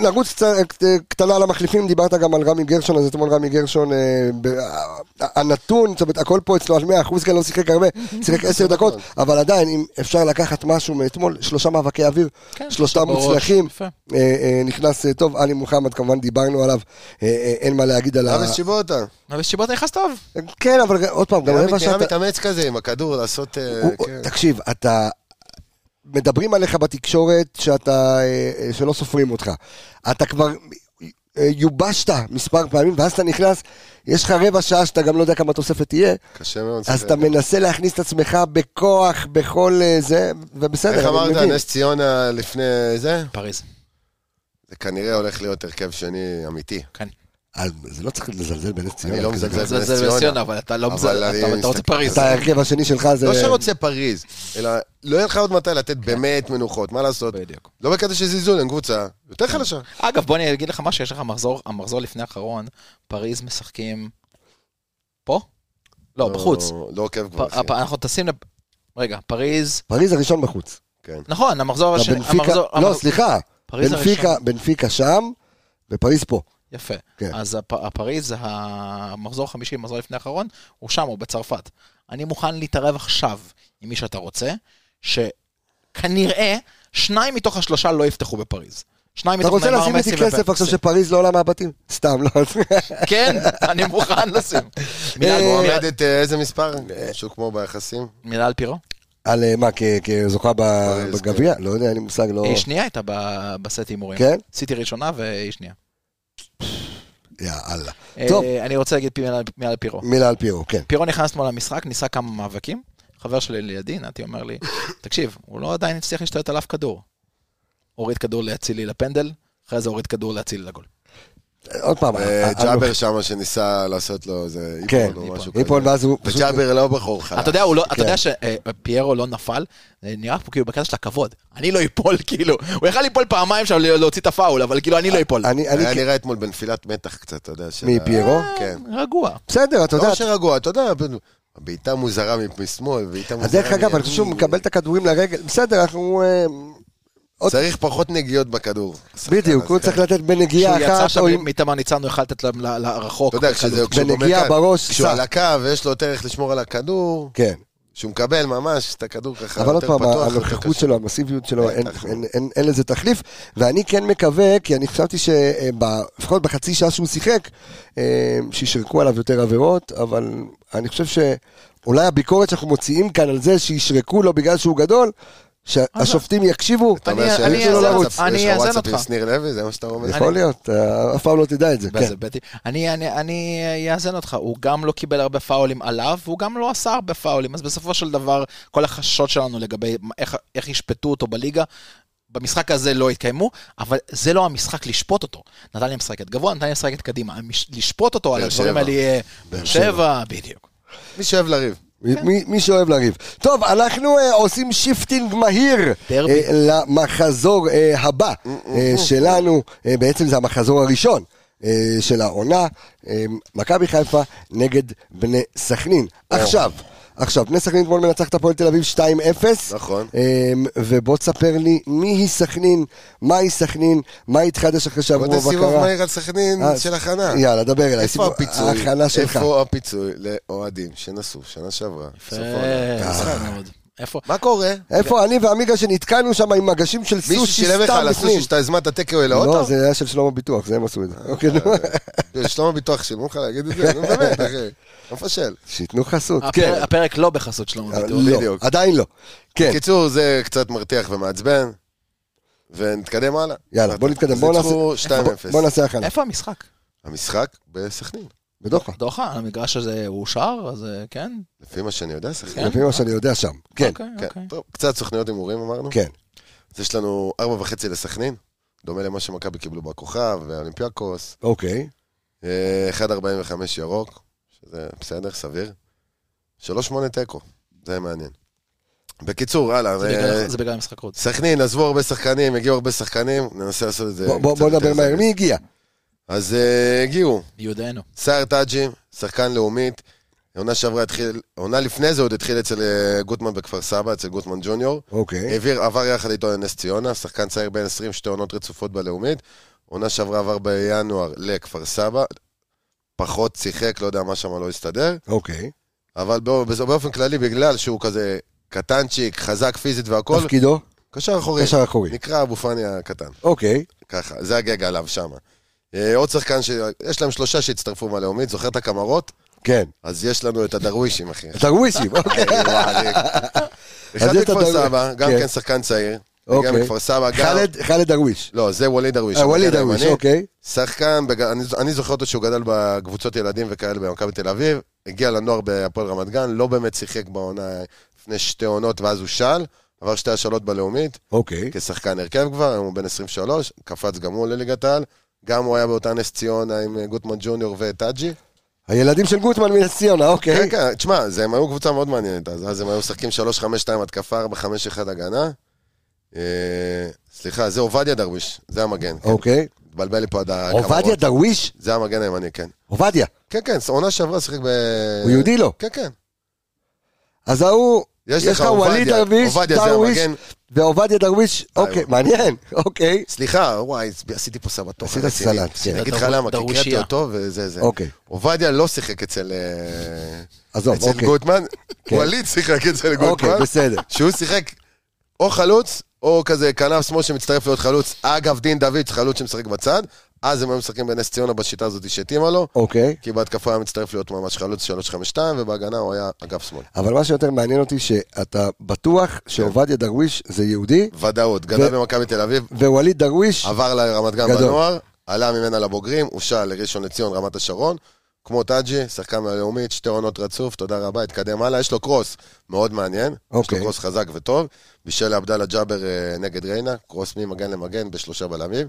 [SPEAKER 1] נרוץ קצת, אה, קטנה על המחליפים, דיברת גם על רמי גרשון, אז אתמול רמי גרשון, אה, ב- ה- הנתון, זאת אומרת, הכל פה אצלו על 100%, כאן לא שיחק הרבה, שיחק 10 דקות, אבל עדיין, אם אפשר לקחת משהו מאתמול, שלושה מאבקי אוויר,
[SPEAKER 6] כן,
[SPEAKER 1] שלושתם
[SPEAKER 6] בראש,
[SPEAKER 1] מוצלחים,
[SPEAKER 6] יפה.
[SPEAKER 1] אה, אה, נכנס אה, טוב, עלי מוחמד, כמובן דיברנו עליו, אה, אה, אין מה להגיד על ה...
[SPEAKER 5] אבס שיבוטה.
[SPEAKER 6] אבל שיבות נכנס טוב.
[SPEAKER 1] כן, לא, אבל עוד פעם, גם רבע
[SPEAKER 5] נראה
[SPEAKER 1] שעה...
[SPEAKER 5] מתאמץ כזה עם הכדור לעשות... אה,
[SPEAKER 1] הוא-
[SPEAKER 5] כן.
[SPEAKER 1] תקשיב, אתה... מדברים עליך בתקשורת שאתה... אה, אה, שלא סופרים אותך. אתה כבר אה, יובשת מספר פעמים, ואז אתה נכנס, יש לך רבע שעה שאתה גם לא יודע כמה תוספת תהיה,
[SPEAKER 5] קשה מאוד.
[SPEAKER 1] אז
[SPEAKER 5] זה.
[SPEAKER 1] אתה מנסה להכניס את עצמך בכוח, בכל אה, זה, ובסדר,
[SPEAKER 5] איך
[SPEAKER 1] אני
[SPEAKER 5] אמרת,
[SPEAKER 1] מבין.
[SPEAKER 5] נס ציונה לפני זה?
[SPEAKER 6] פריז.
[SPEAKER 5] זה כנראה הולך להיות הרכב שני אמיתי.
[SPEAKER 6] כן.
[SPEAKER 1] אה, זה לא צריך לזלזל בנס ציונה.
[SPEAKER 5] אני לא
[SPEAKER 1] כזה
[SPEAKER 5] מזלזל
[SPEAKER 1] גדול.
[SPEAKER 5] בנס
[SPEAKER 6] זה זה
[SPEAKER 5] ציונה.
[SPEAKER 6] ציונה, אבל אתה לא
[SPEAKER 5] אבל
[SPEAKER 6] מזל...
[SPEAKER 5] אני
[SPEAKER 6] אתה- אתה
[SPEAKER 5] מסתכל-
[SPEAKER 6] רוצה פריז.
[SPEAKER 1] אתה ההרכב השני שלך זה... כן.
[SPEAKER 5] לא שרוצה פריז, אלא לא יהיה לך עוד מתי לתת באמת מנוחות, מה לעשות?
[SPEAKER 6] בדיוק.
[SPEAKER 5] לא בקטע של זלזול, הם קבוצה
[SPEAKER 1] כן.
[SPEAKER 5] יותר חלשה.
[SPEAKER 6] אגב, בוא אני אגיד לך משהו, יש לך מחזור, המחזור לפני האחרון, פריז משחקים... פה? לא, בחוץ.
[SPEAKER 5] לא עוקב כבר,
[SPEAKER 6] פ-
[SPEAKER 5] אחי.
[SPEAKER 6] הפ- אנחנו טסים ל... רגע, פריז...
[SPEAKER 1] פריז הראשון בחוץ.
[SPEAKER 5] כן.
[SPEAKER 6] נכון, המחזור השני...
[SPEAKER 1] בנפיקה,
[SPEAKER 6] המחזור-
[SPEAKER 1] לא,
[SPEAKER 6] המח-
[SPEAKER 1] סליחה.
[SPEAKER 6] פריז
[SPEAKER 1] בנפיקה-
[SPEAKER 6] הראשון.
[SPEAKER 1] בנפיקה שם, ופריז פה.
[SPEAKER 6] יפה.
[SPEAKER 1] כן.
[SPEAKER 6] אז הפ- הפריז, המחזור החמישי, המחזור לפני האחרון, הוא שם, הוא בצרפת. אני מוכן להתערב עכשיו עם מי שאתה רוצה, שכנראה שניים מתוך השלושה לא יפתחו בפריז. שניים
[SPEAKER 1] אתה
[SPEAKER 6] מתוך
[SPEAKER 1] רוצה
[SPEAKER 6] נאמר,
[SPEAKER 1] לשים
[SPEAKER 6] מסי
[SPEAKER 1] איתי כסף
[SPEAKER 6] ופפ.
[SPEAKER 1] עכשיו שפריז לא עולה מהבתים? סתם, לא.
[SPEAKER 6] כן, אני מוכן לשים. מילה-
[SPEAKER 5] מילה
[SPEAKER 6] מילה-
[SPEAKER 5] מועמדת אה, איזה מספר? משהו כמו ביחסים?
[SPEAKER 1] אה,
[SPEAKER 6] מילה על פירו?
[SPEAKER 1] על אה, מה, כ- כזוכה ב-
[SPEAKER 5] פריז, כן.
[SPEAKER 1] בגביע? לא יודע, אין לי מושג, לא...
[SPEAKER 6] היא שנייה הייתה ב- בסט הימורים.
[SPEAKER 1] כן?
[SPEAKER 6] עשיתי ראשונה והיא שנייה.
[SPEAKER 1] יאללה.
[SPEAKER 6] אה,
[SPEAKER 1] טוב.
[SPEAKER 6] אני רוצה להגיד פי- מילה- מילה על פירו.
[SPEAKER 1] מילה על פירו, כן.
[SPEAKER 6] פירו נכנס אתמול למשחק, ניסה כמה מאבקים. חבר שלי לידי, נתי אומר לי, תקשיב, הוא לא עדיין הצליח להשתלט על אף כדור. הוריד כדור לאצילי לפנדל, אחרי זה הוריד כדור לאצילי לגול.
[SPEAKER 1] עוד פעם. ה- ה-
[SPEAKER 5] אה, ג'אבר שם שניסה לעשות לו איזה
[SPEAKER 1] אה, כן,
[SPEAKER 5] איפון או משהו כזה.
[SPEAKER 1] היפון, ואז הוא פשוט...
[SPEAKER 5] וג'אבר לא בחור חלש.
[SPEAKER 6] אתה יודע, הוא לא- אתה
[SPEAKER 1] כן.
[SPEAKER 6] יודע שפיירו לא נפל, זה נראה פה כאילו בקטע של הכבוד. אני לא אפול, כאילו. הוא יכל ליפול פעמיים שם להוציא את הפאול, אבל כאילו
[SPEAKER 5] אה,
[SPEAKER 6] אני לא אפול.
[SPEAKER 1] אני, אני,
[SPEAKER 5] היה נראה אתמול בנפילת מתח קצת, אתה יודע. של
[SPEAKER 1] מי,
[SPEAKER 5] ה-
[SPEAKER 1] פיירו?
[SPEAKER 5] כן.
[SPEAKER 6] רגוע.
[SPEAKER 1] בסדר, אתה יודע.
[SPEAKER 5] לא שרגוע, אתה יודע, בעיטה מוזרה משמאל, בעיטה מוזרה.
[SPEAKER 1] אז דרך אגב,
[SPEAKER 5] מימין.
[SPEAKER 1] אני חושב שהוא מקבל את הכדורים לרגל, בסדר, אנחנו... אה, עוד-
[SPEAKER 5] צריך פחות נגיעות בכדור.
[SPEAKER 1] בדיוק,
[SPEAKER 5] כן.
[SPEAKER 1] הוא צריך לתת בנגיעה
[SPEAKER 6] כשהוא
[SPEAKER 1] אחת.
[SPEAKER 6] יצא שם
[SPEAKER 1] או עם-
[SPEAKER 6] מתמר ניצן, הוא יכל לתת להם ל- ל- לרחוק.
[SPEAKER 5] אתה יודע, כשזה... כשהוא
[SPEAKER 1] בנגיעה
[SPEAKER 5] עומד כאן,
[SPEAKER 1] בראש,
[SPEAKER 5] כשהוא
[SPEAKER 1] סע.
[SPEAKER 5] על הקו, יש לו יותר איך לשמור על הכדור.
[SPEAKER 1] כן,
[SPEAKER 5] שהוא מקבל ממש את הכדור ככה
[SPEAKER 1] אבל עוד פעם,
[SPEAKER 5] יותר פתוח. יותר
[SPEAKER 1] הנוכחות
[SPEAKER 5] קשה.
[SPEAKER 1] שלו, המסיביות שלו, אין-
[SPEAKER 5] בטח.
[SPEAKER 1] אין- אין- אין לזה תחליף, ואני כן מקווה, כי אני חשבתי שלפחות בחצי שעה שהוא שיחק, אה, שישרקו עליו יותר עבירות, אבל אני חושב שאולי הביקורת שאנחנו מוציאים כאן על זה שישרקו לו בגלל שהוא גדול, שהשופטים יקשיבו,
[SPEAKER 5] אתה אומר
[SPEAKER 6] אני-
[SPEAKER 5] שיש
[SPEAKER 6] אני
[SPEAKER 5] לו
[SPEAKER 1] אאזן אותך.
[SPEAKER 5] וואטסאפ-
[SPEAKER 6] אני
[SPEAKER 5] יש לו
[SPEAKER 6] אאזן
[SPEAKER 5] וואטסאפ עם
[SPEAKER 6] אותך.
[SPEAKER 5] שניר לוי, זה מה שאתה אומר?
[SPEAKER 1] יכול להיות, אה, אף פעם לא תדע את זה, כן.
[SPEAKER 6] ואז הבאתי- אני- אני- אני אאזן אותך, הוא גם לא קיבל הרבה פאולים עליו, והוא גם לא עשה הרבה פאולים, אז בסופו של דבר, כל החששות שלנו לגבי מה- איך- איך ישפטו אותו בליגה, במשחק הזה לא התקיימו, אבל זה לא המשחק לשפוט אותו. נתניה משחקת גבוה, נתניה משחקת קדימה. המש- לשפוט אותו על
[SPEAKER 5] באר
[SPEAKER 6] הדברים
[SPEAKER 5] שבע.
[SPEAKER 6] האלה יהיה... באר שבע, בדיוק.
[SPEAKER 5] מי שאוהב לריב.
[SPEAKER 1] מי, מי שאוהב לריב. טוב, אנחנו uh, עושים שיפטינג מהיר
[SPEAKER 6] דרבי.
[SPEAKER 1] אה, למחזור uh, הבא
[SPEAKER 5] Mm,
[SPEAKER 1] uh, שלנו, uh, בעצם זה המחזור הראשון. אה, של העונה, אה, מכבי חיפה נגד בני סכנין. עכשיו, עכשיו, בני סכנין אתמול מנצח את הפועל תל אביב 2-0.
[SPEAKER 5] נכון.
[SPEAKER 1] אה, ובוא תספר לי מי היא סכנין, מה היא סכנין, מה התחדש אחרי שעברו
[SPEAKER 5] עוד
[SPEAKER 1] בבקרה.
[SPEAKER 5] סיבוב מהיר על סכנין
[SPEAKER 1] אה,
[SPEAKER 5] של הכנה.
[SPEAKER 1] יאללה, דבר אליי.
[SPEAKER 5] איפה
[SPEAKER 1] סיבוב-
[SPEAKER 5] הפיצוי?
[SPEAKER 1] ההכנה שלך.
[SPEAKER 5] איפה הפיצוי לאוהדים שנסעו שנה שעברה? בסוף העונה?
[SPEAKER 6] אה, משחק מאוד. איפה?
[SPEAKER 5] מה קורה?
[SPEAKER 1] איפה אני ועמיגה שנתקענו שם עם מגשים של
[SPEAKER 5] מישהו
[SPEAKER 1] סושי
[SPEAKER 5] שילם לך
[SPEAKER 1] סתם
[SPEAKER 5] על
[SPEAKER 1] בפנים?
[SPEAKER 5] הסושי שאתה הזמנת טקאווי
[SPEAKER 1] לא,
[SPEAKER 5] לאוטו?
[SPEAKER 1] זה היה של שלמה ביטוח, זה הם עשו את
[SPEAKER 5] אה,
[SPEAKER 1] זה. אוקיי, נו.
[SPEAKER 5] שלמה ביטוח שילמו לך להגיד את זה? נו באמת, אחי. לא מפשל.
[SPEAKER 1] שייתנו חסות,
[SPEAKER 6] הפרק-
[SPEAKER 1] כן.
[SPEAKER 6] הפרק לא בחסות שלמה
[SPEAKER 1] אבל
[SPEAKER 6] ביטוח.
[SPEAKER 1] לא,
[SPEAKER 5] אה, בדיוק.
[SPEAKER 1] עדיין לא. כן,
[SPEAKER 5] בקיצור, זה קצת מרתיח ומעצבן, ונתקדם הלאה.
[SPEAKER 1] יאללה, בוא נתקדם.
[SPEAKER 5] אז
[SPEAKER 1] בוא
[SPEAKER 5] ניצחו
[SPEAKER 1] נעשה- בוא-
[SPEAKER 5] 2-0.
[SPEAKER 1] בוא נעשה הכנה.
[SPEAKER 6] איפה המשחק?
[SPEAKER 5] המשחק בסכנין.
[SPEAKER 1] בדוחה.
[SPEAKER 6] דוחה, המגרש הזה אושר, אז אה, כן?
[SPEAKER 5] לפי מה שאני יודע, סכנין.
[SPEAKER 1] לפי מה שאני יודע שם. כן,
[SPEAKER 6] אוקיי, אוקיי.
[SPEAKER 5] כן. טוב, קצת סוכניות הימורים אמרנו.
[SPEAKER 1] כן.
[SPEAKER 5] אז יש לנו ארבע וחצי לסכנין, דומה למה שמכבי קיבלו בכוכב, ואולימפיאקוס.
[SPEAKER 1] אוקיי.
[SPEAKER 5] אה, 1.45 ירוק, שזה בסדר, סביר. 3.8 תיקו, זה מעניין. בקיצור, הלאה.
[SPEAKER 6] זה
[SPEAKER 5] אה,
[SPEAKER 6] בגלל- זה בגלל המשחק חוץ.
[SPEAKER 5] סכנין, עזבו הרבה שחקנים, הגיעו הרבה שחקנים, ננסה לעשות את זה.
[SPEAKER 1] בוא- בוא
[SPEAKER 5] קצת
[SPEAKER 1] בוא
[SPEAKER 5] יותר
[SPEAKER 1] נדבר
[SPEAKER 5] זריז.
[SPEAKER 1] מהר. מי הגיע?
[SPEAKER 5] אז אה, הגיעו,
[SPEAKER 6] יודענו.
[SPEAKER 5] סער טאג'י, שחקן לאומית. עונה שעברה התחיל, עונה לפני זה עוד התחיל אצל אה, גוטמן בכפר סבא, אצל גוטמן ג'וניור.
[SPEAKER 1] אוקיי.
[SPEAKER 5] העביר, עבר יחד איתו לנס ציונה, שחקן צעיר בן 20, שתי עונות רצופות בלאומית. עונה שעברה עבר בינואר לכפר סבא, פחות שיחק, לא יודע מה שם לא הסתדר.
[SPEAKER 1] אוקיי.
[SPEAKER 5] אבל באופ- באופן כללי, בגלל שהוא כזה קטנצ'יק, חזק פיזית והכל,
[SPEAKER 1] תפקידו?
[SPEAKER 5] קשר אחורי.
[SPEAKER 1] קשר אחורי.
[SPEAKER 5] נקרא אבו פאני הקטן.
[SPEAKER 1] אוקיי.
[SPEAKER 5] ככה, זה הגג עליו שם. עוד שחקן ש... יש להם שלושה שהצטרפו מהלאומית, זוכר את הקמרות?
[SPEAKER 1] כן.
[SPEAKER 5] אז יש לנו את הדרווישים, אחי.
[SPEAKER 1] דרווישים, אוקיי.
[SPEAKER 5] וואי,
[SPEAKER 1] אז
[SPEAKER 5] אחד
[SPEAKER 1] יש את
[SPEAKER 5] מכפר
[SPEAKER 1] הדרוויש.
[SPEAKER 5] סבא, גם
[SPEAKER 1] כן.
[SPEAKER 5] כן שחקן צעיר.
[SPEAKER 1] אוקיי.
[SPEAKER 5] אוקיי. גם מכפר סבא, גם...
[SPEAKER 1] חאלד- חאלד דרוויש.
[SPEAKER 5] לא, זה ווליד דרוויש.
[SPEAKER 1] אה, ווליד
[SPEAKER 5] המגן
[SPEAKER 1] דרוויש,
[SPEAKER 5] הימני.
[SPEAKER 1] אוקיי.
[SPEAKER 5] שחקן, בג- אני ז- אני זוכר אותו שהוא גדל בקבוצות ילדים וכאלה במכבי תל אביב, הגיע לנוער בהפועל רמת גן, לא באמת שיחק בעונה לפני שתי עונות ואז הוא של, עבר שתי השאלות בלאומית,
[SPEAKER 1] אוקיי.
[SPEAKER 5] כשחקן הרכב כבר, היום הוא בן 23, קפץ גם הוא לליגת העל. גם הוא היה באותה נס ציונה עם אה, גוטמן ג'וניור וטאג'י.
[SPEAKER 1] הילדים של גוטמן מנס ציונה,
[SPEAKER 5] כן,
[SPEAKER 1] אוקיי.
[SPEAKER 5] כן, תשמע, זה- הם היו קבוצה מאוד מעניינת, אז אז הם היו משחקים 3-5-2 התקפה, 4-5-1 הגנה. אה, סליחה, זה עובדיה דרוויש, זה המגן. כן.
[SPEAKER 1] אוקיי.
[SPEAKER 5] התבלבל לי פה עד הכמרות.
[SPEAKER 1] עובדיה דרוויש?
[SPEAKER 5] זה המגן הימני, כן.
[SPEAKER 1] עובדיה.
[SPEAKER 5] כן, כן, עונה שעברה שיחק ב...
[SPEAKER 1] הוא יהודי לא. לו.
[SPEAKER 5] כן, כן.
[SPEAKER 1] אז ההוא,
[SPEAKER 5] יש
[SPEAKER 1] יש
[SPEAKER 5] לך
[SPEAKER 1] לך ווליד
[SPEAKER 5] עובדיה.
[SPEAKER 1] דרוויש,
[SPEAKER 5] עובדיה זה
[SPEAKER 1] דרוויש,
[SPEAKER 5] המגן.
[SPEAKER 1] ועובדיה דרוויש, אוקיי,
[SPEAKER 5] הוא-
[SPEAKER 1] מעניין, אוקיי.
[SPEAKER 5] סליחה, וואי, עשיתי פה סבתוך.
[SPEAKER 1] עשית
[SPEAKER 5] רציני.
[SPEAKER 1] סלט, כן.
[SPEAKER 5] אני אגיד לך
[SPEAKER 6] דרו-
[SPEAKER 5] למה, כי הקראתי
[SPEAKER 6] דרושייה.
[SPEAKER 5] אותו וזה זה.
[SPEAKER 1] אוקיי.
[SPEAKER 5] עובדיה לא שיחק אצל... אה,
[SPEAKER 1] עזוב,
[SPEAKER 5] אצל
[SPEAKER 1] אוקיי.
[SPEAKER 5] גוטמן.
[SPEAKER 1] כן.
[SPEAKER 5] ווליד שיחק אצל
[SPEAKER 1] אוקיי,
[SPEAKER 5] גוטמן.
[SPEAKER 1] בסדר.
[SPEAKER 5] שהוא שיחק או חלוץ, או כזה כנף שמאל שמצטרף להיות חלוץ. אגב, דין דוד, חלוץ שמשחק בצד. אז הם היו משחקים בנס ציונה בשיטה הזאת שהתאימה לו.
[SPEAKER 1] אוקיי.
[SPEAKER 5] כי בהתקפה היה מצטרף להיות ממש חלוץ 3-5-2, ובהגנה הוא היה אגף שמאל.
[SPEAKER 1] אבל מה שיותר מעניין אותי, שאתה בטוח שעובדיה דרוויש זה יהודי,
[SPEAKER 5] ודאות, גדל
[SPEAKER 1] ו-
[SPEAKER 5] במכבי תל אביב,
[SPEAKER 1] וווליד דרוויש,
[SPEAKER 5] עבר לרמת גן
[SPEAKER 1] גדול.
[SPEAKER 5] בנוער, עלה ממנה לבוגרים, הושל לראשון לציון, רמת השרון. כמו טאג'י, שחקן מהלאומית, שתי עונות רצוף, תודה רבה, התקדם הלאה. יש לו קרוס מאוד מעניין, יש
[SPEAKER 1] אוקיי.
[SPEAKER 5] לו קרוס חזק וטוב. בשל עבדאללה ג'אבר אה, נגד ריינה, קרוס ממגן למגן בשלושה בלמים.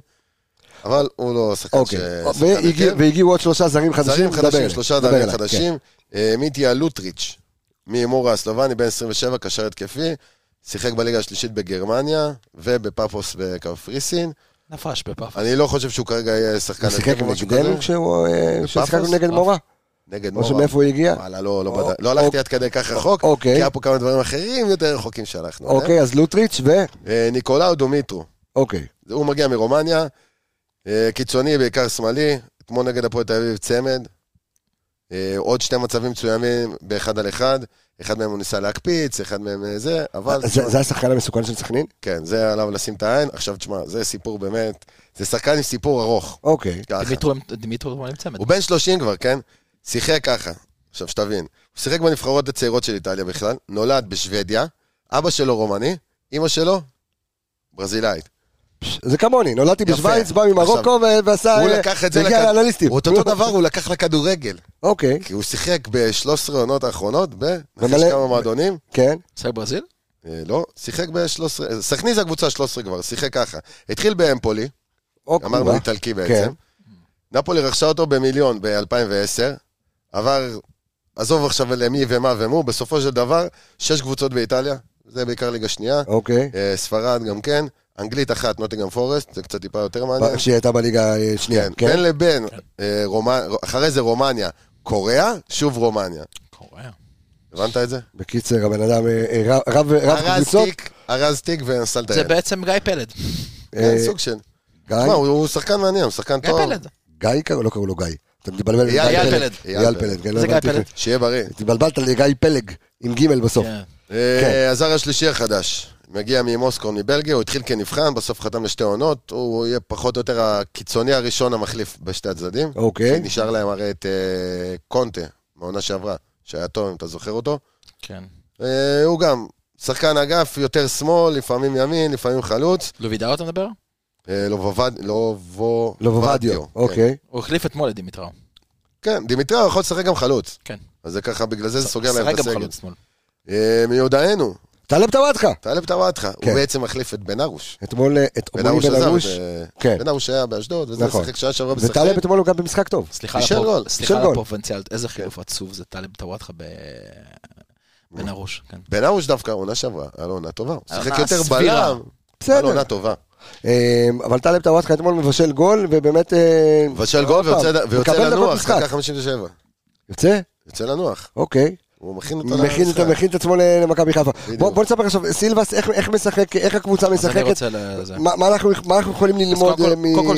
[SPEAKER 5] אבל הוא לא שחקן
[SPEAKER 1] אוקיי.
[SPEAKER 5] ש- שחקן
[SPEAKER 1] והגיע-
[SPEAKER 5] הרכב.
[SPEAKER 1] והגיעו עוד שלושה זרים חדשים,
[SPEAKER 5] זרים חדשים,
[SPEAKER 1] דבר.
[SPEAKER 5] שלושה
[SPEAKER 1] דבר
[SPEAKER 5] זרים
[SPEAKER 1] אליי, כן.
[SPEAKER 5] חדשים. אה, מיטיה לוטריץ', מהימור הסלובני, בן 27, קשר התקפי, שיחק בליגה השלישית בגרמניה ובפאפוס בקפריסין.
[SPEAKER 6] נפש בפאפ.
[SPEAKER 5] אני לא חושב שהוא כרגע יהיה שחקן
[SPEAKER 1] כן. הוא שיחק
[SPEAKER 5] או משהו
[SPEAKER 1] נגדנו
[SPEAKER 5] כזה.
[SPEAKER 1] כשהוא, אה, כששיחקנו
[SPEAKER 5] בפאפוס?
[SPEAKER 1] נגד מורה?
[SPEAKER 5] נגד
[SPEAKER 1] או
[SPEAKER 5] מורה.
[SPEAKER 1] שמאיפה הוא הגיע?
[SPEAKER 5] וואלה, לא,
[SPEAKER 1] או-
[SPEAKER 5] לא, בד... לא
[SPEAKER 1] אוקיי.
[SPEAKER 5] הלכתי עד כדי כך רחוק,
[SPEAKER 1] אוקיי.
[SPEAKER 5] כי היה פה כמה דברים אחרים יותר רחוקים שהלכנו.
[SPEAKER 1] אוקיי, אז לוטריץ' ו...
[SPEAKER 5] עליהם. אה, ניקולאו דומיטרו,
[SPEAKER 1] אוקיי.
[SPEAKER 5] הוא מגיע מרומניה, אה, קיצוני, בעיקר שמאלי, אתמול נגד הפועל תל אביב צמד. אה, עוד שני מצבים מצוינים באחד על אחד, אחד מהם הוא ניסה להקפיץ, אחד מהם אה, זה, אבל...
[SPEAKER 1] זה זה השחקן המסוכן של סכנין?
[SPEAKER 5] כן, זה עליו לשים את העין. עכשיו, תשמע, זה סיפור באמת, זה שחקן עם סיפור ארוך.
[SPEAKER 1] אוקיי.
[SPEAKER 5] ככה.
[SPEAKER 6] דמיטרו עם צמד.
[SPEAKER 5] הוא בן 30 כבר, כן? שיחק ככה. עכשיו, שתבין. הוא שיחק בנבחרות הצעירות של איטליה בכלל, נולד בשוודיה, אבא שלו רומני, אימא שלו ברזילאית.
[SPEAKER 1] זה כמוני, נולדתי
[SPEAKER 5] יפה.
[SPEAKER 1] בשוויץ, בא ממרוקו
[SPEAKER 5] עכשיו,
[SPEAKER 1] ו- ועשה...
[SPEAKER 5] הוא
[SPEAKER 1] אה,
[SPEAKER 5] לקח את זה
[SPEAKER 1] והגיע
[SPEAKER 5] לכד-
[SPEAKER 1] לאנליסטים.
[SPEAKER 5] הוא את אותו דבר, הוא לקח לכדורגל.
[SPEAKER 1] אוקיי,
[SPEAKER 5] כי הוא שיחק ב-13 עונות האחרונות, ב...
[SPEAKER 1] ומלא-
[SPEAKER 5] נחש כמה מועדונים.
[SPEAKER 1] כן.
[SPEAKER 6] משחק ברזיל?
[SPEAKER 5] אה, לא, שיחק ב-13, סכנין זה הקבוצה ה-13 כבר, שיחק ככה. התחיל באמפולי,
[SPEAKER 1] אוקיי.
[SPEAKER 5] אמרנו
[SPEAKER 1] מה?
[SPEAKER 5] איטלקי
[SPEAKER 1] כן.
[SPEAKER 5] בעצם. נפולי רכשה אותו במיליון ב-2010, עבר, עזוב עכשיו למי ומה ומו, בסופו של דבר, שש קבוצות באיטליה, זה בעיקר ליגה שנייה,
[SPEAKER 1] אוקיי.
[SPEAKER 5] אה, ספרד גם כן, אנגלית אחת, נוטינגרם פורסט, זה קצת טיפה יותר מעניין.
[SPEAKER 1] ב- כשהיא הייתה בליגה אה, שנייה,
[SPEAKER 5] כן,
[SPEAKER 1] כן?
[SPEAKER 5] בין לבין, אה, רומא- אחרי זה רומניה, קוריאה, שוב רומניה.
[SPEAKER 6] קורה.
[SPEAKER 5] הבנת את זה?
[SPEAKER 1] בקיצר, הבן אדם אה, אה, רב- רב רב
[SPEAKER 5] ארז
[SPEAKER 1] קבוצות.
[SPEAKER 5] תיק, ארז תיק ונסע
[SPEAKER 6] זה
[SPEAKER 5] לטייל.
[SPEAKER 6] בעצם גיא פלד.
[SPEAKER 5] כן,
[SPEAKER 1] אה,
[SPEAKER 5] סוג של.
[SPEAKER 1] גיא?
[SPEAKER 5] תשמע, הוא הוא שחקן מעניין, הוא שחקן
[SPEAKER 6] גיא
[SPEAKER 5] טוב.
[SPEAKER 6] פלד.
[SPEAKER 1] גיא קראו, לא קראו לו גיא. אתה מתבלבל.
[SPEAKER 5] אייל
[SPEAKER 1] עם גיא
[SPEAKER 6] פלד.
[SPEAKER 1] אייל פלד, כן. לא
[SPEAKER 6] זה גיא
[SPEAKER 1] הבנתי
[SPEAKER 6] פלד.
[SPEAKER 1] כלום.
[SPEAKER 5] שיהיה בריא.
[SPEAKER 1] התבלבלת לגיא פלג, עם גימל בסוף.
[SPEAKER 6] כן.
[SPEAKER 5] אה,
[SPEAKER 1] כן.
[SPEAKER 5] הזר השלישי החדש, מגיע ממוסקו, מבלגיה, הוא התחיל כנבחן, בסוף חתם לשתי עונות, הוא יהיה פחות או יותר הקיצוני הראשון המחליף בשתי הצדדים.
[SPEAKER 1] אוקיי.
[SPEAKER 5] נשאר להם הרי את אה, קונטה, מהעונה שעברה, שהיה טוב, אם אתה זוכר אותו.
[SPEAKER 6] כן.
[SPEAKER 5] אה, הוא גם שחקן אגף, יותר שמאל, לפעמים ימין, לפעמים חלוץ.
[SPEAKER 6] לובידאו אתה מדבר?
[SPEAKER 5] אה, לובובד- לובו-
[SPEAKER 1] לובבדיו,
[SPEAKER 5] כן.
[SPEAKER 1] אוקיי.
[SPEAKER 6] הוא החליף אתמול את דימיטראו.
[SPEAKER 5] כן, דימיטריו יכול לשחק גם חלוץ.
[SPEAKER 6] כן.
[SPEAKER 5] אז זה ככה, בגלל זה זה סוגר
[SPEAKER 6] שיחק
[SPEAKER 5] להם את
[SPEAKER 6] גם
[SPEAKER 5] הסגל.
[SPEAKER 6] חלוץ אתמול.
[SPEAKER 5] אה, מיודענו,
[SPEAKER 1] טלב טוואטחה.
[SPEAKER 5] טלב טבעתך,
[SPEAKER 1] כן.
[SPEAKER 5] הוא בעצם מחליף את בן ארוש.
[SPEAKER 1] אתמול אה, את
[SPEAKER 5] בן
[SPEAKER 1] מולי
[SPEAKER 5] ארוש
[SPEAKER 1] בן
[SPEAKER 5] עזב,
[SPEAKER 1] ארוש.
[SPEAKER 5] ו-
[SPEAKER 1] כן.
[SPEAKER 5] בן ארוש היה באשדוד, וזה
[SPEAKER 1] נכון.
[SPEAKER 5] שיחק שעה שעברה בסכנין.
[SPEAKER 1] וטלב אתמול הוא גם במשחק
[SPEAKER 5] אה,
[SPEAKER 1] טוב.
[SPEAKER 6] סליחה
[SPEAKER 5] בישל
[SPEAKER 6] לפרוב-
[SPEAKER 5] גול, כן.
[SPEAKER 6] סליחה
[SPEAKER 1] בישל
[SPEAKER 6] על
[SPEAKER 1] גול.
[SPEAKER 6] הפרובנציאליות, איזה חילוף עצוב זה טלב טוואטחה ב... בן ארוש, כן.
[SPEAKER 5] בן ארוש דווקא, עונה שעברה, היה לו עונה טובה. הוא שיחק
[SPEAKER 6] עונה
[SPEAKER 5] יותר
[SPEAKER 6] סבירה.
[SPEAKER 5] בלם, היה לו
[SPEAKER 1] בסדר.
[SPEAKER 5] עונה טובה.
[SPEAKER 1] אה, אבל טלב טוואטחה אתמול מבשל גול, ובאמת... אה,
[SPEAKER 5] מבשל גול
[SPEAKER 1] עוד פעם,
[SPEAKER 5] ויוצא ויוצא
[SPEAKER 1] מקבל דקות
[SPEAKER 5] לנוח,
[SPEAKER 1] משחק.
[SPEAKER 5] דקה 57.
[SPEAKER 1] יוצא?
[SPEAKER 5] יוצא לנוח,
[SPEAKER 1] אוקיי.
[SPEAKER 5] הוא מכין אותו
[SPEAKER 1] מכין את- מכין את עצמו למכבי חיפה.
[SPEAKER 5] בדיוק.
[SPEAKER 1] בוא בוא נספר עכשיו, סילבס, איך- איך משחק, איך הקבוצה
[SPEAKER 6] אז אני
[SPEAKER 1] משחקת?
[SPEAKER 6] רוצה לזה.
[SPEAKER 1] מה מה אנחנו מה אנחנו יכולים
[SPEAKER 6] אז
[SPEAKER 1] ללמוד
[SPEAKER 6] קודם כל,
[SPEAKER 1] אה, מ...
[SPEAKER 6] קודם כל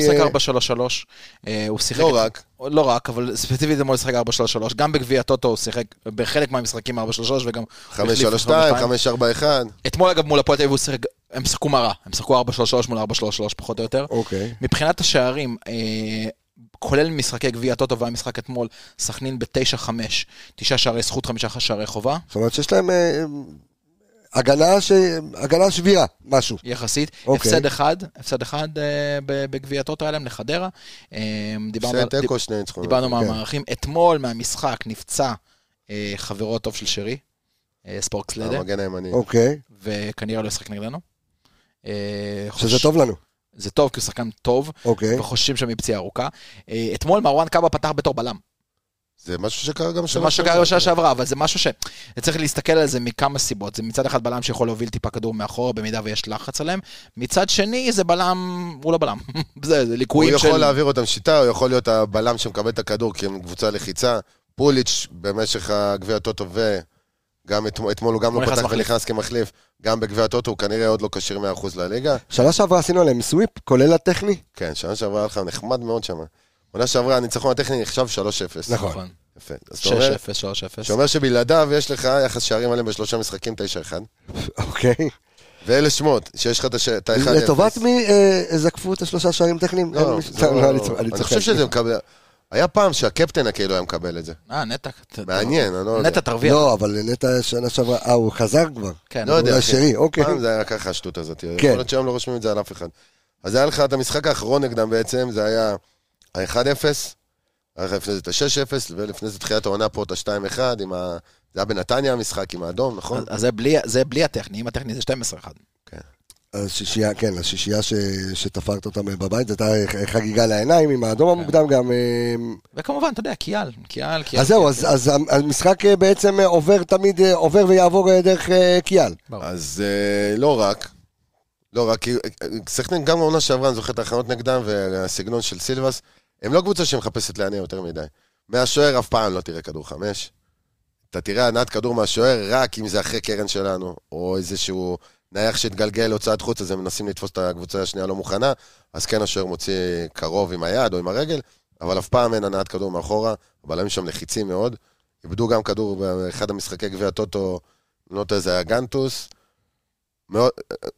[SPEAKER 1] אה,
[SPEAKER 6] הוא שיחק 4-3-3, אה, הוא שיחק...
[SPEAKER 5] לא רק.
[SPEAKER 6] לא רק, אבל ספציפית אתמול הוא שיחק 4-3-3, גם בגביע הטוטו הוא שיחק בחלק מהמשחקים 4-3-3 וגם... הוא החליף
[SPEAKER 5] 5-3-2,
[SPEAKER 6] לפעמים.
[SPEAKER 5] 5-4-1.
[SPEAKER 6] אתמול אגב מול הפועל תל אביב הוא שיחק, הם שיחקו מרה, הם שיחקו 4-3-3 מול 4-3-3 פחות או יותר.
[SPEAKER 1] אוקיי.
[SPEAKER 6] מבחינת השערים, אה, כולל משחקי גביע הטוטו והמשחק אתמול, סכנין ב-9-5, תשעה שערי זכות, חמישה שערי חובה,
[SPEAKER 1] זאת אומרת שיש להם אה, הגנה ש... הגנה שבירה, משהו.
[SPEAKER 6] יחסית.
[SPEAKER 1] אוקיי.
[SPEAKER 6] הפסד אחד, הפסד אחד אה, ב- בגביע הטוטו היה להם לחדרה. אה, דיברנו
[SPEAKER 5] שני
[SPEAKER 6] על-
[SPEAKER 5] תיקו, שני ניצחונות.
[SPEAKER 6] דיברנו
[SPEAKER 1] כן.
[SPEAKER 6] מהמערכים. אתמול מהמשחק נפצע אה, חברו הטוב של שרי, אה, ספורקסלדה,
[SPEAKER 5] המגן הימני.
[SPEAKER 1] אוקיי,
[SPEAKER 6] וכנראה לא ישחק נגדנו. אה,
[SPEAKER 1] שזה
[SPEAKER 6] חוש-
[SPEAKER 1] טוב לנו.
[SPEAKER 6] זה טוב, כי הוא שחקן טוב,
[SPEAKER 5] אה?
[SPEAKER 1] אוקיי.
[SPEAKER 6] וחוששים שם מפציעה ארוכה. אה, אתמול מרואן קאבה פתח בתור בלם.
[SPEAKER 5] זה משהו שקרה גם
[SPEAKER 6] זה
[SPEAKER 5] שנה
[SPEAKER 6] משהו שקרה
[SPEAKER 5] שעברה.
[SPEAKER 6] בשנה שעברה, אבל זה משהו ש... צריך להסתכל על זה מכמה סיבות. זה מצד אחד בלם שיכול להוביל טיפה כדור מאחורה, במידה ויש לחץ עליהם. מצד שני, זה בלם... הוא לא בלם. זה זה
[SPEAKER 5] הוא
[SPEAKER 6] ליקויים של...
[SPEAKER 5] יכול להעביר אותם שיטה, הוא יכול להיות הבלם שמקבל את הכדור כי הם קבוצה לחיצה. פוליץ' במשך הגביע הטוטו וגם אתמול, אתמול הוא גם
[SPEAKER 6] הוא
[SPEAKER 5] לא
[SPEAKER 6] נכנס
[SPEAKER 5] פתח
[SPEAKER 6] מחליף.
[SPEAKER 5] ונכנס כמחליף, גם בגביע הטוטו הוא כנראה עוד לא כשיר 100% לליגה.
[SPEAKER 1] שנה שעברה עשינו עליהם סוויפ, כולל הטכני.
[SPEAKER 5] כן, שנה שעברה היה לך נחמד מאוד שם. עונה שעברה הניצחון הטכני נחשב 3-0.
[SPEAKER 1] נכון.
[SPEAKER 6] נכון.
[SPEAKER 5] יפה. אז
[SPEAKER 6] 6-0,
[SPEAKER 5] אתה אומר,
[SPEAKER 6] 3-0.
[SPEAKER 5] שאומר שבלעדיו יש לך יחס שערים עליהם בשלושה משחקים 9-1.
[SPEAKER 1] אוקיי.
[SPEAKER 5] ואלה שמות, שיש לך את ה- את ה-1-0.
[SPEAKER 1] לטובת מי אה, זקפו את השלושה שערים טכניים?
[SPEAKER 5] לא,
[SPEAKER 1] אין מי-
[SPEAKER 5] זה
[SPEAKER 1] סתם,
[SPEAKER 5] לא-
[SPEAKER 1] לא, אני צוחק, אני
[SPEAKER 5] אני
[SPEAKER 1] צוחק.
[SPEAKER 5] חושב שזה מקבל... היה פעם שהקפטן כאילו היה מקבל את זה.
[SPEAKER 6] אה, נטע. ת- ת-
[SPEAKER 5] מעניין, אני לא יודע.
[SPEAKER 6] נטע תרוויח.
[SPEAKER 1] לא, אבל נטע שנה שעברה, אה, הוא חזר כבר.
[SPEAKER 6] כן.
[SPEAKER 5] לא יודע,
[SPEAKER 1] אולי
[SPEAKER 5] אחי.
[SPEAKER 1] שני, אוקיי.
[SPEAKER 5] פעם זה היה ככה השטות הזאת. יכול
[SPEAKER 1] כן.
[SPEAKER 5] להיות שהיום לא רושמים את זה על אף אחד. אז היה לך את המשחק האחרון נגדם בעצם, זה היה ה-1-0, היה לך לפני זה את ה-6-0, ולפני זה תחילת העונה פה את ה-2-1, עם ה... זה היה בנתניה המשחק עם האדום, נכון?
[SPEAKER 6] אז- אז זה בלי- זה בלי הטכני, אם הטכני זה 12-1.
[SPEAKER 1] השישייה, כן, השישייה ש, שתפרת אותם בבית, זו הייתה ח- חגיגה לעיניים עם האדום המוקדם גם. אה,
[SPEAKER 6] וכמובן, אתה יודע, קיאל, קיאל, קיאל.
[SPEAKER 1] אז זהו, אז, אז המ- המשחק אה, בעצם אה, עובר תמיד, אה, עובר ויעבור אה, דרך אה, קיאל.
[SPEAKER 5] אז אה, לא רק, לא רק, כי אה, סכנין גם העונה שעברה, אני זוכר את ההכנות נגדם והסגנון של סילבס, הם לא קבוצה שמחפשת להניע יותר מדי. מהשוער אף פעם לא תראה כדור חמש. אתה תראה הנעת כדור מהשוער רק אם זה אחרי קרן שלנו, או איזשהו נייח שהתגלגל להוצאת חוץ, אז הם מנסים לתפוס את הקבוצה השנייה לא מוכנה, אז כן השוער מוציא קרוב עם היד או עם הרגל, אבל אף פעם אין הנעת כדור מאחורה, הבלמים שם לחיצים מאוד. איבדו גם כדור באחד המשחקי גביע הטוטו, לא יודע, זה היה גנטוס. מאוד,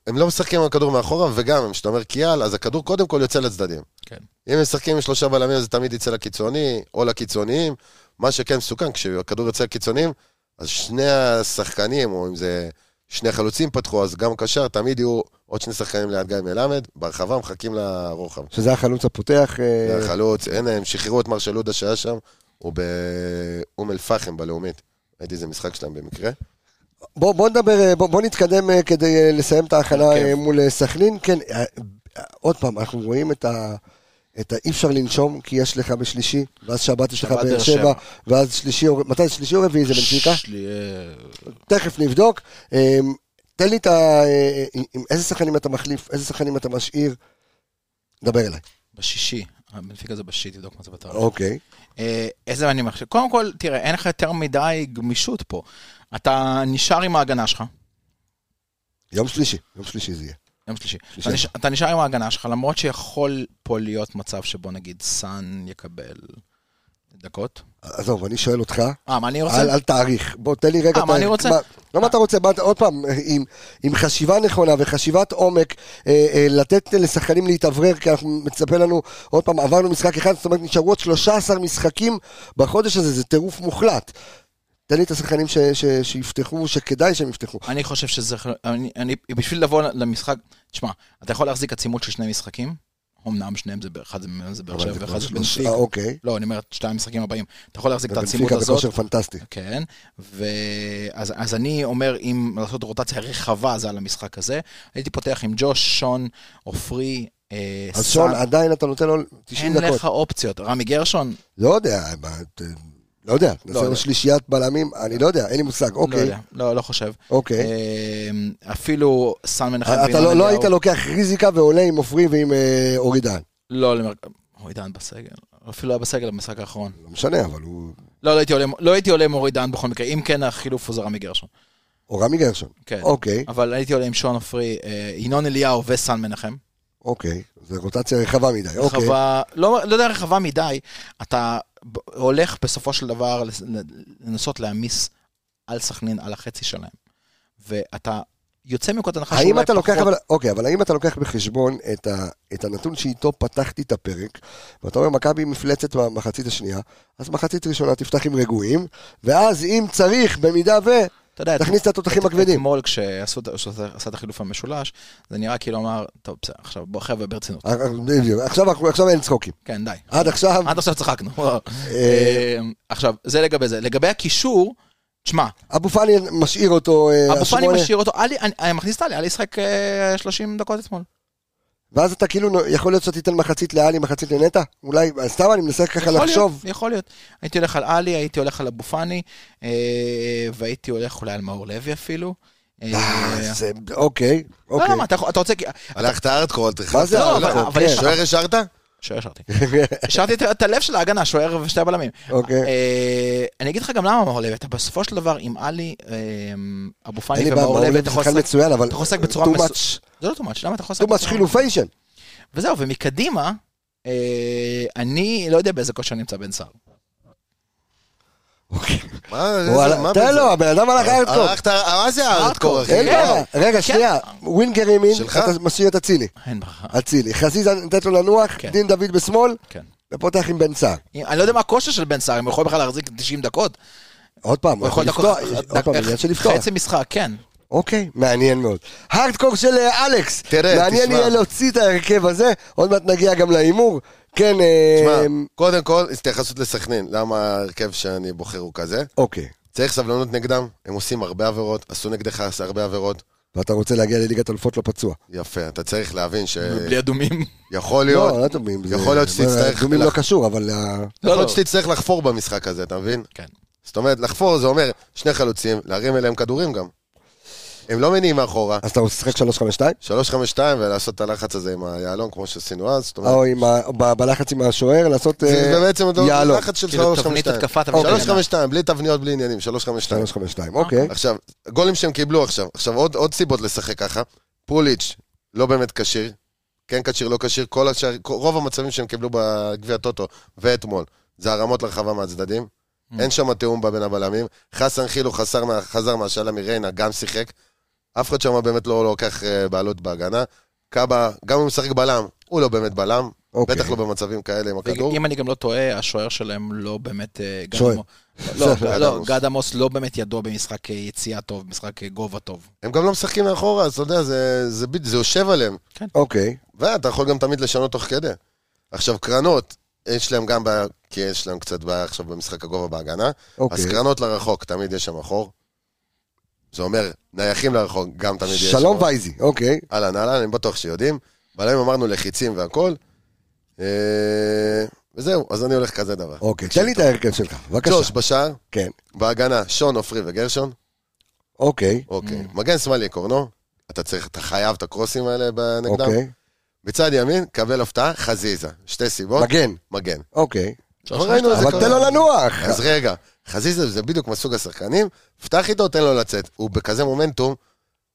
[SPEAKER 5] הם לא משחקים עם הכדור מאחורה, וגם, כשאתה אומר קיאל, אז הכדור קודם כל יוצא לצדדים.
[SPEAKER 6] כן.
[SPEAKER 5] אם הם משחקים עם שלושה בלמים, אז זה תמיד יצא לקיצוני, או לקיצוניים. מה שכן מסוכן, כשהכדור יוצא לקיצוניים, אז שני השחקנים, או אם זה שני חלוצים פתחו, אז גם קשר, תמיד יהיו עוד שני שחקנים ליד גיא מלמד, ברחבה מחכים לרוחב.
[SPEAKER 1] שזה החלוץ הפותח. אה,
[SPEAKER 5] החלוץ, הנה, הם שחררו את מרשל לודה שהיה שם, הוא באום אל-פחם בלאומית. ראיתי איזה משחק שלהם במקרה.
[SPEAKER 1] בוא, בוא נדבר, אה, בוא, בוא נתקדם אה, כדי אה, לסיים את ההכנה
[SPEAKER 6] כן.
[SPEAKER 1] אה, מול אה, סכנין. כן, אה, אה, עוד פעם, אנחנו רואים את ה... את האי אפשר לנשום, כי יש לך בשלישי, ואז שבת יש לך
[SPEAKER 6] שבת
[SPEAKER 1] באר
[SPEAKER 6] באר
[SPEAKER 1] שבע,
[SPEAKER 6] שבע.
[SPEAKER 1] ואז שלישי, או- מתי זה שלישי או רביעי זה בנשיקה?
[SPEAKER 6] שלי, אה,
[SPEAKER 1] תכף נבדוק. אמ, תן לי את ה... אה, עם- עם איזה שחקנים אתה מחליף, איזה שחקנים אתה משאיר. דבר אליי.
[SPEAKER 6] בשישי. הבנפיקה זה בשישי, תבדוק מה זה בתאריך.
[SPEAKER 1] אוקיי.
[SPEAKER 6] אה, איזה מעניין מחשב. קודם כל, תראה, אין לך יותר מדי גמישות פה. אתה נשאר עם ההגנה שלך,
[SPEAKER 1] יום שלישי, יום שלישי זה יהיה.
[SPEAKER 6] יום שלישי.
[SPEAKER 1] שלישי.
[SPEAKER 6] אתה נשאר, אתה נשאר עם ההגנה שלך, למרות שיכול פה להיות מצב שבו נגיד סאן יקבל דקות.
[SPEAKER 1] עזוב, אני שואל אותך,
[SPEAKER 6] אה, מה אני רוצה?
[SPEAKER 1] על, על תאריך. בוא, תן לי רגע
[SPEAKER 6] אה, מה אני רוצה?
[SPEAKER 1] לא מה אתה רוצה, מה, אתה- עוד פעם, עם, עם חשיבה נכונה וחשיבת עומק, אה, אה, לתת לשחקנים להתאוורר, כי אנחנו מצפה לנו, עוד פעם, עברנו משחק אחד, זאת אומרת, נשארו עוד 13 משחקים בחודש הזה, זה טירוף מוחלט. תן לי את השחקנים ש, ש, שיפתחו, שכדאי שהם יפתחו.
[SPEAKER 6] אני חושב שזה... אני, אני, בשביל לבוא למשחק... תשמע, אתה יכול להחזיק עצימות של שני משחקים, אמנם שניהם זה... באר- אחד זה מהם זה באר שבע ואחד זה
[SPEAKER 1] אה,
[SPEAKER 6] בנפיקה.
[SPEAKER 1] אוקיי.
[SPEAKER 6] לא, אני אומר, שתי המשחקים הבאים. אתה יכול להחזיק את העצימות
[SPEAKER 1] בנפיקה
[SPEAKER 6] הזאת.
[SPEAKER 1] בכושר פנטסטי.
[SPEAKER 6] כן, ואז אז אני אומר, אם לעשות רוטציה רחבה זה על המשחק הזה, הייתי פותח עם ג'וש, שון, עופרי, אה,
[SPEAKER 1] אז
[SPEAKER 6] סאן.
[SPEAKER 1] שון, עדיין אתה נותן לו 90
[SPEAKER 6] אין
[SPEAKER 1] דקות.
[SPEAKER 6] לך אופציות. רמי גרשון?
[SPEAKER 1] לא יודע, מה, ת- לא יודע. נעשה לו
[SPEAKER 6] יודע.
[SPEAKER 1] שלישיית בלמים, אני לא יודע, אין לי מושג.
[SPEAKER 6] לא
[SPEAKER 1] אוקיי,
[SPEAKER 6] יודע, לא, לא חושב.
[SPEAKER 1] אוקיי.
[SPEAKER 6] אה, אפילו סאן מנחם
[SPEAKER 1] אתה
[SPEAKER 6] ואילן
[SPEAKER 1] לא, לא
[SPEAKER 6] אליהו.
[SPEAKER 1] היית לוקח ריזיקה ועולה עם עופרי ועם אה, אורי דהן.
[SPEAKER 6] לא, למר... אוי, דן בסגל. אפילו היה בסגל במשחק האחרון.
[SPEAKER 1] לא משנה, אבל הוא...
[SPEAKER 6] לא, לא הייתי עולה, לא הייתי עולה עם אורי דן בכל מקרה. אם כן, החילוף הוא זה רמי גרשון.
[SPEAKER 1] או רמי גרשון.
[SPEAKER 6] כן.
[SPEAKER 1] אוקיי,
[SPEAKER 6] אבל הייתי עולה עם שון עופרי, אה, ינון אליהו וסאן מנחם.
[SPEAKER 1] אוקיי. זו רוטציה רחבה מדי. אוקיי.
[SPEAKER 6] רחבה, לא, לא יודע רחבה מדי, אתה ב- הולך בסופו של דבר לס- לנסות להעמיס על סכנין, על החצי שלהם. ואתה יוצא מנקודת הנחה
[SPEAKER 1] האם אתה לוקח,
[SPEAKER 6] פחות-
[SPEAKER 1] אבל, אוקיי, אבל האם אתה לוקח בחשבון את, ה, את הנתון שאיתו פתחתי את הפרק, ואתה אומר, מכבי מפלצת במחצית השנייה, אז מחצית ראשונה תפתח עם רגועים, ואז אם צריך, במידה ו...
[SPEAKER 6] אתה יודע,
[SPEAKER 1] תכניס את התותחים
[SPEAKER 6] את-
[SPEAKER 1] הכבדים.
[SPEAKER 6] אתמול כשעשו את- כשעשה עשה את החילוף המשולש, זה נראה כאילו אמר, טוב, בסדר, עכשיו בוא חבר'ה ברצינות.
[SPEAKER 1] אה, אה, בדיוק. עכשיו אנחנו- עכשיו אין צחוקים.
[SPEAKER 6] כן, די.
[SPEAKER 1] עד עכשיו,
[SPEAKER 6] עד עכשיו צחקנו.
[SPEAKER 1] אה,
[SPEAKER 6] אה, עכשיו, זה לגבי זה. לגבי הקישור, תשמע,
[SPEAKER 1] אבו פאני משאיר אותו, אה,
[SPEAKER 6] אבו פאני
[SPEAKER 1] השמונה,
[SPEAKER 6] משאיר אותו, עלי- אני- אני מכניס את עלי, עלי ישחק אה, 30 דקות אתמול.
[SPEAKER 1] ואז אתה כאילו, נו, יכול להיות שאתה תיתן מחצית לאלי, מחצית לנטע? אולי, אז סתם אני מנסה ככה
[SPEAKER 6] יכול
[SPEAKER 1] לחשוב.
[SPEAKER 6] להיות, יכול להיות. הייתי הולך על עלי, הייתי הולך על אבו פאני, אה, והייתי הולך אולי על מאור לוי אפילו. אה,
[SPEAKER 1] אה, זה- אוקיי,
[SPEAKER 6] לא,
[SPEAKER 1] אוקיי.
[SPEAKER 6] למה, אתה יכול- אתה רוצה... כי-
[SPEAKER 5] הלכת ארדקור, אתה
[SPEAKER 1] מה זה
[SPEAKER 6] לא, אבל-
[SPEAKER 1] הארדקור?
[SPEAKER 6] אבל
[SPEAKER 1] כן.
[SPEAKER 6] יש-
[SPEAKER 5] שוער השארת?
[SPEAKER 6] שוער שרתי. השארתי את- את הלב של ההגנה, שוער ושתי הבלמים.
[SPEAKER 1] אוקיי.
[SPEAKER 6] אה, אני אגיד לך גם למה מאור לוי, אתה בסופו של דבר עם עלי, אה, אבו
[SPEAKER 1] אין לי
[SPEAKER 6] פאני
[SPEAKER 1] בעיה,
[SPEAKER 6] ומאור
[SPEAKER 1] מאור
[SPEAKER 6] לוי,
[SPEAKER 1] לוי
[SPEAKER 6] אתה יכול
[SPEAKER 1] שחקן
[SPEAKER 6] לשחק-
[SPEAKER 1] מצוין, אבל...
[SPEAKER 6] אתה יכול לשחק בצורה...
[SPEAKER 1] too
[SPEAKER 6] מסו-
[SPEAKER 1] much-
[SPEAKER 6] זה לא too much, למה אתה יכול לשחק
[SPEAKER 1] too much
[SPEAKER 6] בצורה...
[SPEAKER 1] חילופיישן.
[SPEAKER 6] וזהו, ומקדימה, אה, אני לא יודע באיזה כושר נמצא בן סער.
[SPEAKER 1] אוקיי.
[SPEAKER 5] מה
[SPEAKER 1] וואלה,
[SPEAKER 5] מה
[SPEAKER 1] תן
[SPEAKER 5] בזה?
[SPEAKER 1] לו, הבן אדם הלך ארדקור.
[SPEAKER 5] הלכת, מה זה הארדקור, אחי? לא,
[SPEAKER 1] אין בעיה. רגע,
[SPEAKER 6] כן.
[SPEAKER 1] שנייה. ווינגר ימין,
[SPEAKER 5] שלך?
[SPEAKER 1] אתה משאיר את אצילי.
[SPEAKER 6] אין ברכה.
[SPEAKER 1] אצילי. חזיזה נותנת לו לנוח,
[SPEAKER 6] כן.
[SPEAKER 1] דין דוד בשמאל,
[SPEAKER 6] כן.
[SPEAKER 1] ופותח עם בן סער.
[SPEAKER 6] אם- אני לא יודע מה הכושר של בן סער, אם הוא יכול בכלל להחזיק 90 דקות.
[SPEAKER 1] עוד פעם, הוא יכול
[SPEAKER 6] דקות-
[SPEAKER 1] אוקיי, לפתוח,
[SPEAKER 6] דק-
[SPEAKER 1] עוד פעם,
[SPEAKER 6] דק-
[SPEAKER 1] עניין של לפתוח.
[SPEAKER 6] חצי משחק, כן.
[SPEAKER 1] אוקיי, מעניין מאוד. הארדקור של אה, אלכס.
[SPEAKER 5] תראה,
[SPEAKER 1] מעניין
[SPEAKER 5] תשמע.
[SPEAKER 1] יהיה להוציא את ההרכב הזה, עוד מעט נגיע גם להימור. כן, אה,
[SPEAKER 5] תשמע, קודם כל, התייחסות לסכנין, למה ההרכב שאני בוחר הוא כזה.
[SPEAKER 1] אוקיי.
[SPEAKER 5] צריך סבלנות נגדם, הם עושים הרבה עבירות, עשו נגדך הרבה עבירות.
[SPEAKER 1] ואתה רוצה להגיע לליגת אלופות לא פצוע.
[SPEAKER 5] יפה, אתה צריך להבין
[SPEAKER 6] בלי אדומים.
[SPEAKER 5] שיכול להיות,
[SPEAKER 1] לא, לא טובים. זה-
[SPEAKER 5] יכול להיות
[SPEAKER 1] אבל
[SPEAKER 5] שתצטרך
[SPEAKER 1] הדומים לא
[SPEAKER 5] לח-
[SPEAKER 1] קשור, אבל... אה,
[SPEAKER 5] יכול להיות שתצטרך לחפור במשחק הזה, אתה מבין?
[SPEAKER 6] כן.
[SPEAKER 5] זאת אומרת, לחפור זה אומר שני חלוצים, להרים אליהם כדורים גם. הם לא מניעים מאחורה,
[SPEAKER 1] אז אתה משחק 3-5-2?
[SPEAKER 5] 3-5-2 ולעשות את הלחץ הזה עם היהלום כמו שעשינו אז, זאת אומרת,
[SPEAKER 1] או עם ה- ב- בלחץ עם השוער, לעשות...
[SPEAKER 5] זה
[SPEAKER 1] אה,
[SPEAKER 5] זה בעצם אותו
[SPEAKER 1] יהלום.
[SPEAKER 5] לחץ של 3-5-2.
[SPEAKER 6] כאילו תבנית התקפה, תבנית
[SPEAKER 5] אוקיי.
[SPEAKER 1] לא
[SPEAKER 5] 3-5-2,
[SPEAKER 6] הגנה.
[SPEAKER 5] בלי תבניות, בלי עניינים, 3-5-2.
[SPEAKER 1] 3-5-2, אוקיי.
[SPEAKER 5] עכשיו, גולים שהם קיבלו עכשיו. עכשיו, עוד, עוד סיבות לשחק ככה. פוליץ' לא באמת כשיר. כן כשיר, לא כשיר. כל השאר, כל- רוב המצבים שהם קיבלו בגביע טוטו ואתמול, זה הרמות לרחבה מהצדדים.
[SPEAKER 6] Mm.
[SPEAKER 5] אין שם תיאום בין הבלמים. חסן חילו חסר מה, חזר מהשאלה מריינה, גם שיחק. אף אחד שם באמת לא לוקח אה, בעלות בהגנה. קאבה, גם אם הוא משחק בלם, הוא לא באמת בלם.
[SPEAKER 1] אוקיי.
[SPEAKER 5] בטח לא במצבים כאלה עם הכדור.
[SPEAKER 6] אם אני גם לא טועה, השוער שלהם לא באמת... אה, גד
[SPEAKER 1] שוער.
[SPEAKER 6] עמוס- לא,
[SPEAKER 5] גד
[SPEAKER 6] לא,
[SPEAKER 5] עמוס.
[SPEAKER 6] גד עמוס לא באמת ידוע במשחק אה, יציאה טוב, במשחק אה, גובה טוב.
[SPEAKER 5] הם גם לא משחקים מאחורה, אז אתה יודע, זה, זה, זה, זה יושב עליהם.
[SPEAKER 1] אוקיי.
[SPEAKER 5] ואתה יכול גם תמיד לשנות תוך כדי. עכשיו, קרנות, יש להם גם בעיה, כי יש להם קצת בעיה עכשיו במשחק הגובה בהגנה.
[SPEAKER 1] אוקיי.
[SPEAKER 5] אז קרנות לרחוק, תמיד יש שם אחור. זה אומר, נייחים לרחוק, גם תמיד יש שם.
[SPEAKER 1] שלום וייזי, אוקיי.
[SPEAKER 5] אהלן, אהלן, אני בטוח שיודעים. בלמים אמרנו לחיצים והכל. אה, וזהו, אז אני הולך כזה דבר.
[SPEAKER 1] אוקיי, תן לי את ההרכב שלך,
[SPEAKER 5] ג'וש
[SPEAKER 1] בבקשה.
[SPEAKER 5] בשער,
[SPEAKER 1] כן,
[SPEAKER 5] בהגנה, שון, עופרי וגרשון.
[SPEAKER 1] אוקיי,
[SPEAKER 5] אוקיי. מגן שמאלי, קורנו. אתה צריך, אתה חייב את הקרוסים האלה נגדם.
[SPEAKER 1] אוקיי.
[SPEAKER 5] בצד ימין, קבל הפתעה, חזיזה. שתי סיבות.
[SPEAKER 1] מגן,
[SPEAKER 5] מגן.
[SPEAKER 1] אוקיי.
[SPEAKER 5] אבל ראינו את זה
[SPEAKER 1] אבל
[SPEAKER 5] קורה.
[SPEAKER 1] תן לו לנוח.
[SPEAKER 5] אז רגע, חזיזה זה בדיוק מסוג השחקנים, פתח איתו, תן לו לצאת. הוא בכזה מומנטום,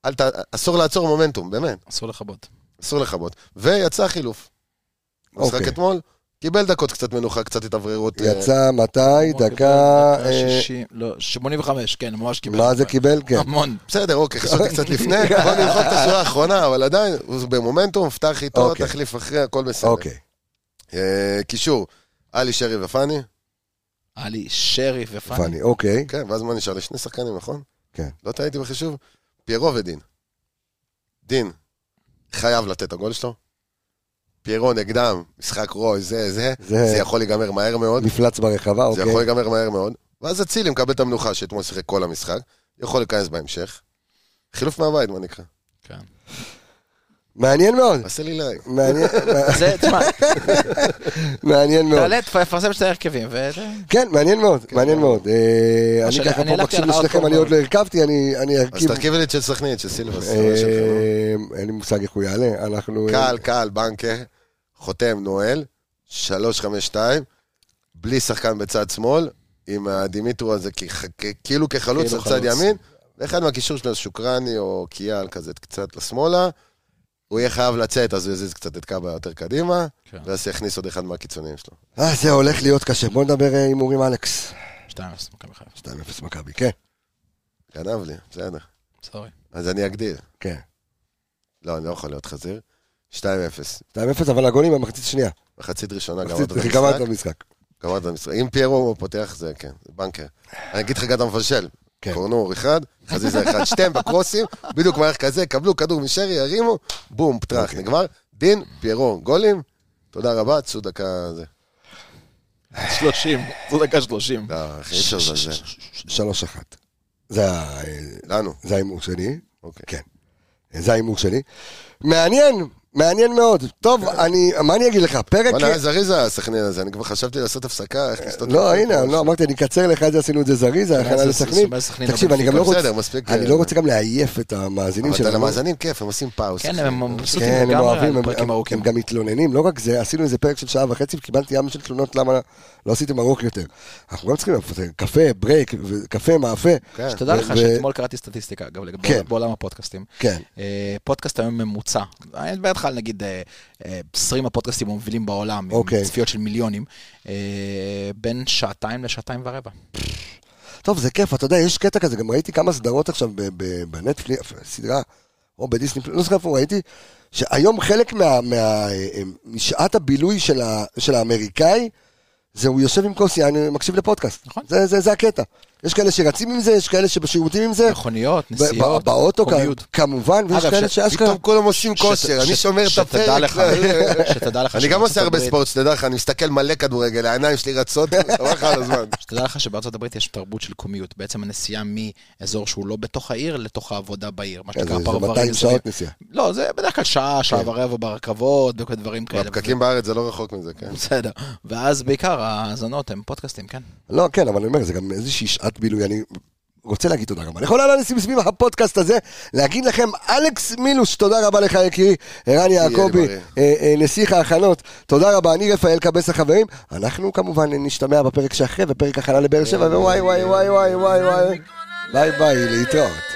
[SPEAKER 5] אל ת... אסור לעצור מומנטום, באמת,
[SPEAKER 6] אסור לכבות.
[SPEAKER 5] אסור לכבות. ויצא חילוף. משחק
[SPEAKER 1] אוקיי.
[SPEAKER 5] אתמול, קיבל דקות קצת מנוחה, קצת התאווררות. אה,
[SPEAKER 1] יצא מתי? דקה... אה,
[SPEAKER 6] 60, לא, 85, כן, ממש קיבל.
[SPEAKER 1] מה זה קיבל? כן.
[SPEAKER 6] המון.
[SPEAKER 5] בסדר, אוקיי, חשבתי קצת לפני, בוא נמחק את השורה האחרונה, אבל עדיין, הוא במומנטום, פתח איתו,
[SPEAKER 1] אוקיי.
[SPEAKER 5] תחליף אחרי, הכל בסדר.
[SPEAKER 1] אוקיי.
[SPEAKER 5] אה, קישור, עלי שרי ופאני,
[SPEAKER 6] עלי, שרי ופאני.
[SPEAKER 1] פאני, אוקיי.
[SPEAKER 5] כן, ואז מה נשאר לי? שני שחקנים, נכון?
[SPEAKER 1] כן.
[SPEAKER 5] לא טעיתי בחישוב? פיירו ודין. דין חייב לתת את הגול שלו. פיירו נגדם, משחק רוי, זה, זה.
[SPEAKER 1] זה-
[SPEAKER 5] זה יכול להיגמר מהר מאוד.
[SPEAKER 1] מפלץ ברחבה,
[SPEAKER 5] זה
[SPEAKER 1] אה. אוקיי.
[SPEAKER 5] יכול להיגמר מהר מאוד. ואז אצילי מקבל את המנוחה שאתמול שיחק כל המשחק. יכול להיכנס בהמשך. חילוף מהבית, מה נקרא.
[SPEAKER 6] כן.
[SPEAKER 1] מעניין מאוד.
[SPEAKER 5] עשה לי לעין.
[SPEAKER 1] מעניין-
[SPEAKER 6] זה, תשמע,
[SPEAKER 1] מעניין מאוד.
[SPEAKER 6] תעלה, תפרסם שתי הרכבים, ו...
[SPEAKER 1] כן, מעניין מאוד, מעניין מאוד. אה, אני
[SPEAKER 6] שאני-
[SPEAKER 5] אוקיי,
[SPEAKER 1] ככה
[SPEAKER 6] אני
[SPEAKER 1] פה
[SPEAKER 6] הלכתי
[SPEAKER 1] מקשיב
[SPEAKER 6] על הארדקור
[SPEAKER 1] לשניכם, אני
[SPEAKER 6] מאוד.
[SPEAKER 1] עוד לא הרכבתי, אני אני
[SPEAKER 5] אז
[SPEAKER 1] ארכיב.
[SPEAKER 5] תרכיב לי את של סכנית, של סילבס.
[SPEAKER 1] אה,
[SPEAKER 5] זה מה שלך, נו.
[SPEAKER 1] אין לי מושג איך הוא יעלה, אנחנו... אה,
[SPEAKER 5] קהל, קהל, בנקר, חותם נואל, 3-5-2, בלי שחקן בצד שמאל, עם הדימיטרו הזה כ- כ- כאילו כחלוץ
[SPEAKER 6] כאילו
[SPEAKER 5] לצד
[SPEAKER 6] חלוץ.
[SPEAKER 5] ימין, ואחד מהקישור שלו זה שוקרני או קיאל כזה קצת לשמאלה, הוא יהיה חייב לצאת, אז הוא יזיז קצת את קאבה יותר קדימה,
[SPEAKER 6] כן.
[SPEAKER 5] ואז יכניס עוד אחד מהקיצוניים שלו.
[SPEAKER 1] אה, זה הולך להיות קשה. בוא נדבר אה, הימורים אלכס.
[SPEAKER 6] 2-0, מכבי חיפה.
[SPEAKER 1] 2-0 מכבי, כן,
[SPEAKER 5] גנב לי, בסדר.
[SPEAKER 6] סורי.
[SPEAKER 5] אז אני אגדיל.
[SPEAKER 1] כן.
[SPEAKER 5] לא, אני לא יכול להיות חזיר. 2-0.
[SPEAKER 1] 2-0, אבל הגולים במחצית השנייה.
[SPEAKER 5] מחצית ראשונה גמרת
[SPEAKER 1] מחצית-
[SPEAKER 5] את המשחק.
[SPEAKER 1] גמרת את המשחק.
[SPEAKER 5] גמרת את המשחק. אם פיירו פותח, זה כן, זה בנקר. אני אגיד לך, אתה מפשל.
[SPEAKER 1] כן.
[SPEAKER 5] קורנור אחד, חזיזה אחד, שתיהם בקרוסים, בדיוק מהלך כזה, קבלו כדור משרי, ירימו, בום, פטרח, נגמר. דין, פיירו, גולים, תודה רבה, צאו דקה זה.
[SPEAKER 6] 30, זו דקה 30.
[SPEAKER 5] לא, אחי, אי אפשר לזלזל.
[SPEAKER 1] 3-1. זה ה- אה,
[SPEAKER 5] לנו.
[SPEAKER 1] זה ההימור שלי.
[SPEAKER 5] אוקיי.
[SPEAKER 1] כן. זה ההימור שלי. מעניין, מעניין מאוד. טוב, אני, מה אני אגיד לך? פרק...
[SPEAKER 5] וואלה, היה זריז הסכנין הזה, אני כבר חשבתי לעשות הפסקה, איך לשתות
[SPEAKER 1] לא,
[SPEAKER 5] קפה.
[SPEAKER 1] הנה, לא, אמרתי, אני אקצר לך את זה, עשינו את זה זריז, ההכנה
[SPEAKER 6] זה-
[SPEAKER 1] לסכנין.
[SPEAKER 6] זה סכנין
[SPEAKER 1] תקשיב,
[SPEAKER 6] לא
[SPEAKER 1] אני גם לא
[SPEAKER 5] בסדר,
[SPEAKER 1] רוצה,
[SPEAKER 5] מספיק,
[SPEAKER 1] אני
[SPEAKER 5] אה,
[SPEAKER 1] לא רוצה גם לעייף את המאזינים
[SPEAKER 5] אבל אתה
[SPEAKER 1] שלנו.
[SPEAKER 5] למאזינים כיף, הם עושים פאוס.
[SPEAKER 6] כן, הם מבסוטים
[SPEAKER 1] כן, הם
[SPEAKER 6] לגמרי
[SPEAKER 1] אוהבים,
[SPEAKER 6] על
[SPEAKER 1] הם-
[SPEAKER 6] פרקים
[SPEAKER 1] הם-
[SPEAKER 6] ארוכים.
[SPEAKER 1] הם גם מתלוננים, לא רק זה, עשינו איזה פרק של שעה וחצי וקיבלתי ים של תלונות למה לא עשיתם ארוך יותר. אנחנו גם צריכים לעשות קפה, ברייק, ו- קפה, מאפה.
[SPEAKER 5] כן.
[SPEAKER 6] שתדע
[SPEAKER 1] ו-
[SPEAKER 6] לך
[SPEAKER 1] ו-
[SPEAKER 6] שאתמול קראתי סטטיסטיקה, אגב, לגבי
[SPEAKER 1] כן.
[SPEAKER 6] בעולם הפודקאסטים.
[SPEAKER 1] כן.
[SPEAKER 6] אה, פודקאסט היום ממוצע, אני מדבר איתך על נגיד אה, אה, 20 הפודקאסטים המובילים בעולם,
[SPEAKER 1] אוקיי.
[SPEAKER 6] עם צפיות של מיליונים, אה, בין שעתיים לשעתיים ורבע.
[SPEAKER 1] טוב, זה כיף, אתה יודע, יש קטע כזה, גם ראיתי כמה סדרות עכשיו ב- ב- בנטפליקס, סדרה, או בדיסני, פלוס, לא זוכר איפה ראיתי, שהיום חלק מה- מה- אה, משעת הבילוי של ה- של האמריקאי, זה הוא יושב עם כוס יין, מקשיב לפודקאסט.
[SPEAKER 6] נכון.
[SPEAKER 1] זה- זה זה הקטע. יש כאלה שרצים עם זה, יש כאלה שבשירותים עם זה.
[SPEAKER 6] מכוניות,
[SPEAKER 1] ב-
[SPEAKER 6] נסיעות,
[SPEAKER 1] ב- באוטו,
[SPEAKER 6] קומיות.
[SPEAKER 1] כ- כמובן, ויש
[SPEAKER 6] אגב,
[SPEAKER 1] כאלה
[SPEAKER 6] ש-
[SPEAKER 1] שאשכרה...
[SPEAKER 5] פתאום כולם עושים כושר,
[SPEAKER 6] שת-
[SPEAKER 5] אני
[SPEAKER 6] ש-
[SPEAKER 5] שומר את הפרק.
[SPEAKER 6] שתדע לך, שתדע לך
[SPEAKER 5] אני גם
[SPEAKER 6] שבארצות
[SPEAKER 5] עושה הרבה
[SPEAKER 6] הברית-
[SPEAKER 5] ספורט, שתדע לך, אני מסתכל מלא כדורגל, העיניים שלי רצות, חבל לך על הזמן.
[SPEAKER 6] שתדע לך שבארצות הברית יש תרבות של קומיות, בעצם הנסיעה מאזור שהוא לא בתוך העיר לתוך העבודה בעיר, מה
[SPEAKER 1] כן,
[SPEAKER 6] שנקרא
[SPEAKER 1] זה- זה
[SPEAKER 6] פרברים.
[SPEAKER 1] 200
[SPEAKER 6] מסביב.
[SPEAKER 1] שעות נסיעה. כן.
[SPEAKER 6] לא, זה בדרך כלל שעה, שעה ורבע ברכבות וכל דברים כאלה.
[SPEAKER 5] הפקקים בארץ זה לא רחוק מזה, כן.
[SPEAKER 6] בסדר. ואז בעיקר ההאזנות הן פודקאסטים, כן?
[SPEAKER 1] לא, כן, אבל אני אומר, זה גם איזושהי שעת בילוי, אני רוצה להגיד תודה רבה. לכל הננסים סביב הפודקאסט הזה, להגיד לכם, אלכס מילוש, תודה רבה לך יקירי, ערן יעקבי,
[SPEAKER 5] בריא.
[SPEAKER 1] אה, אה, נסיך ההכנות, תודה רבה, אני רפאל קבס החברים, אנחנו כמובן נשתמע
[SPEAKER 6] אה,
[SPEAKER 1] בפרק שאחרי, בפרק הכנה לבאר שבע, ווואי וואי וואי וואי וואי וואי, ביי ביי, להתראות.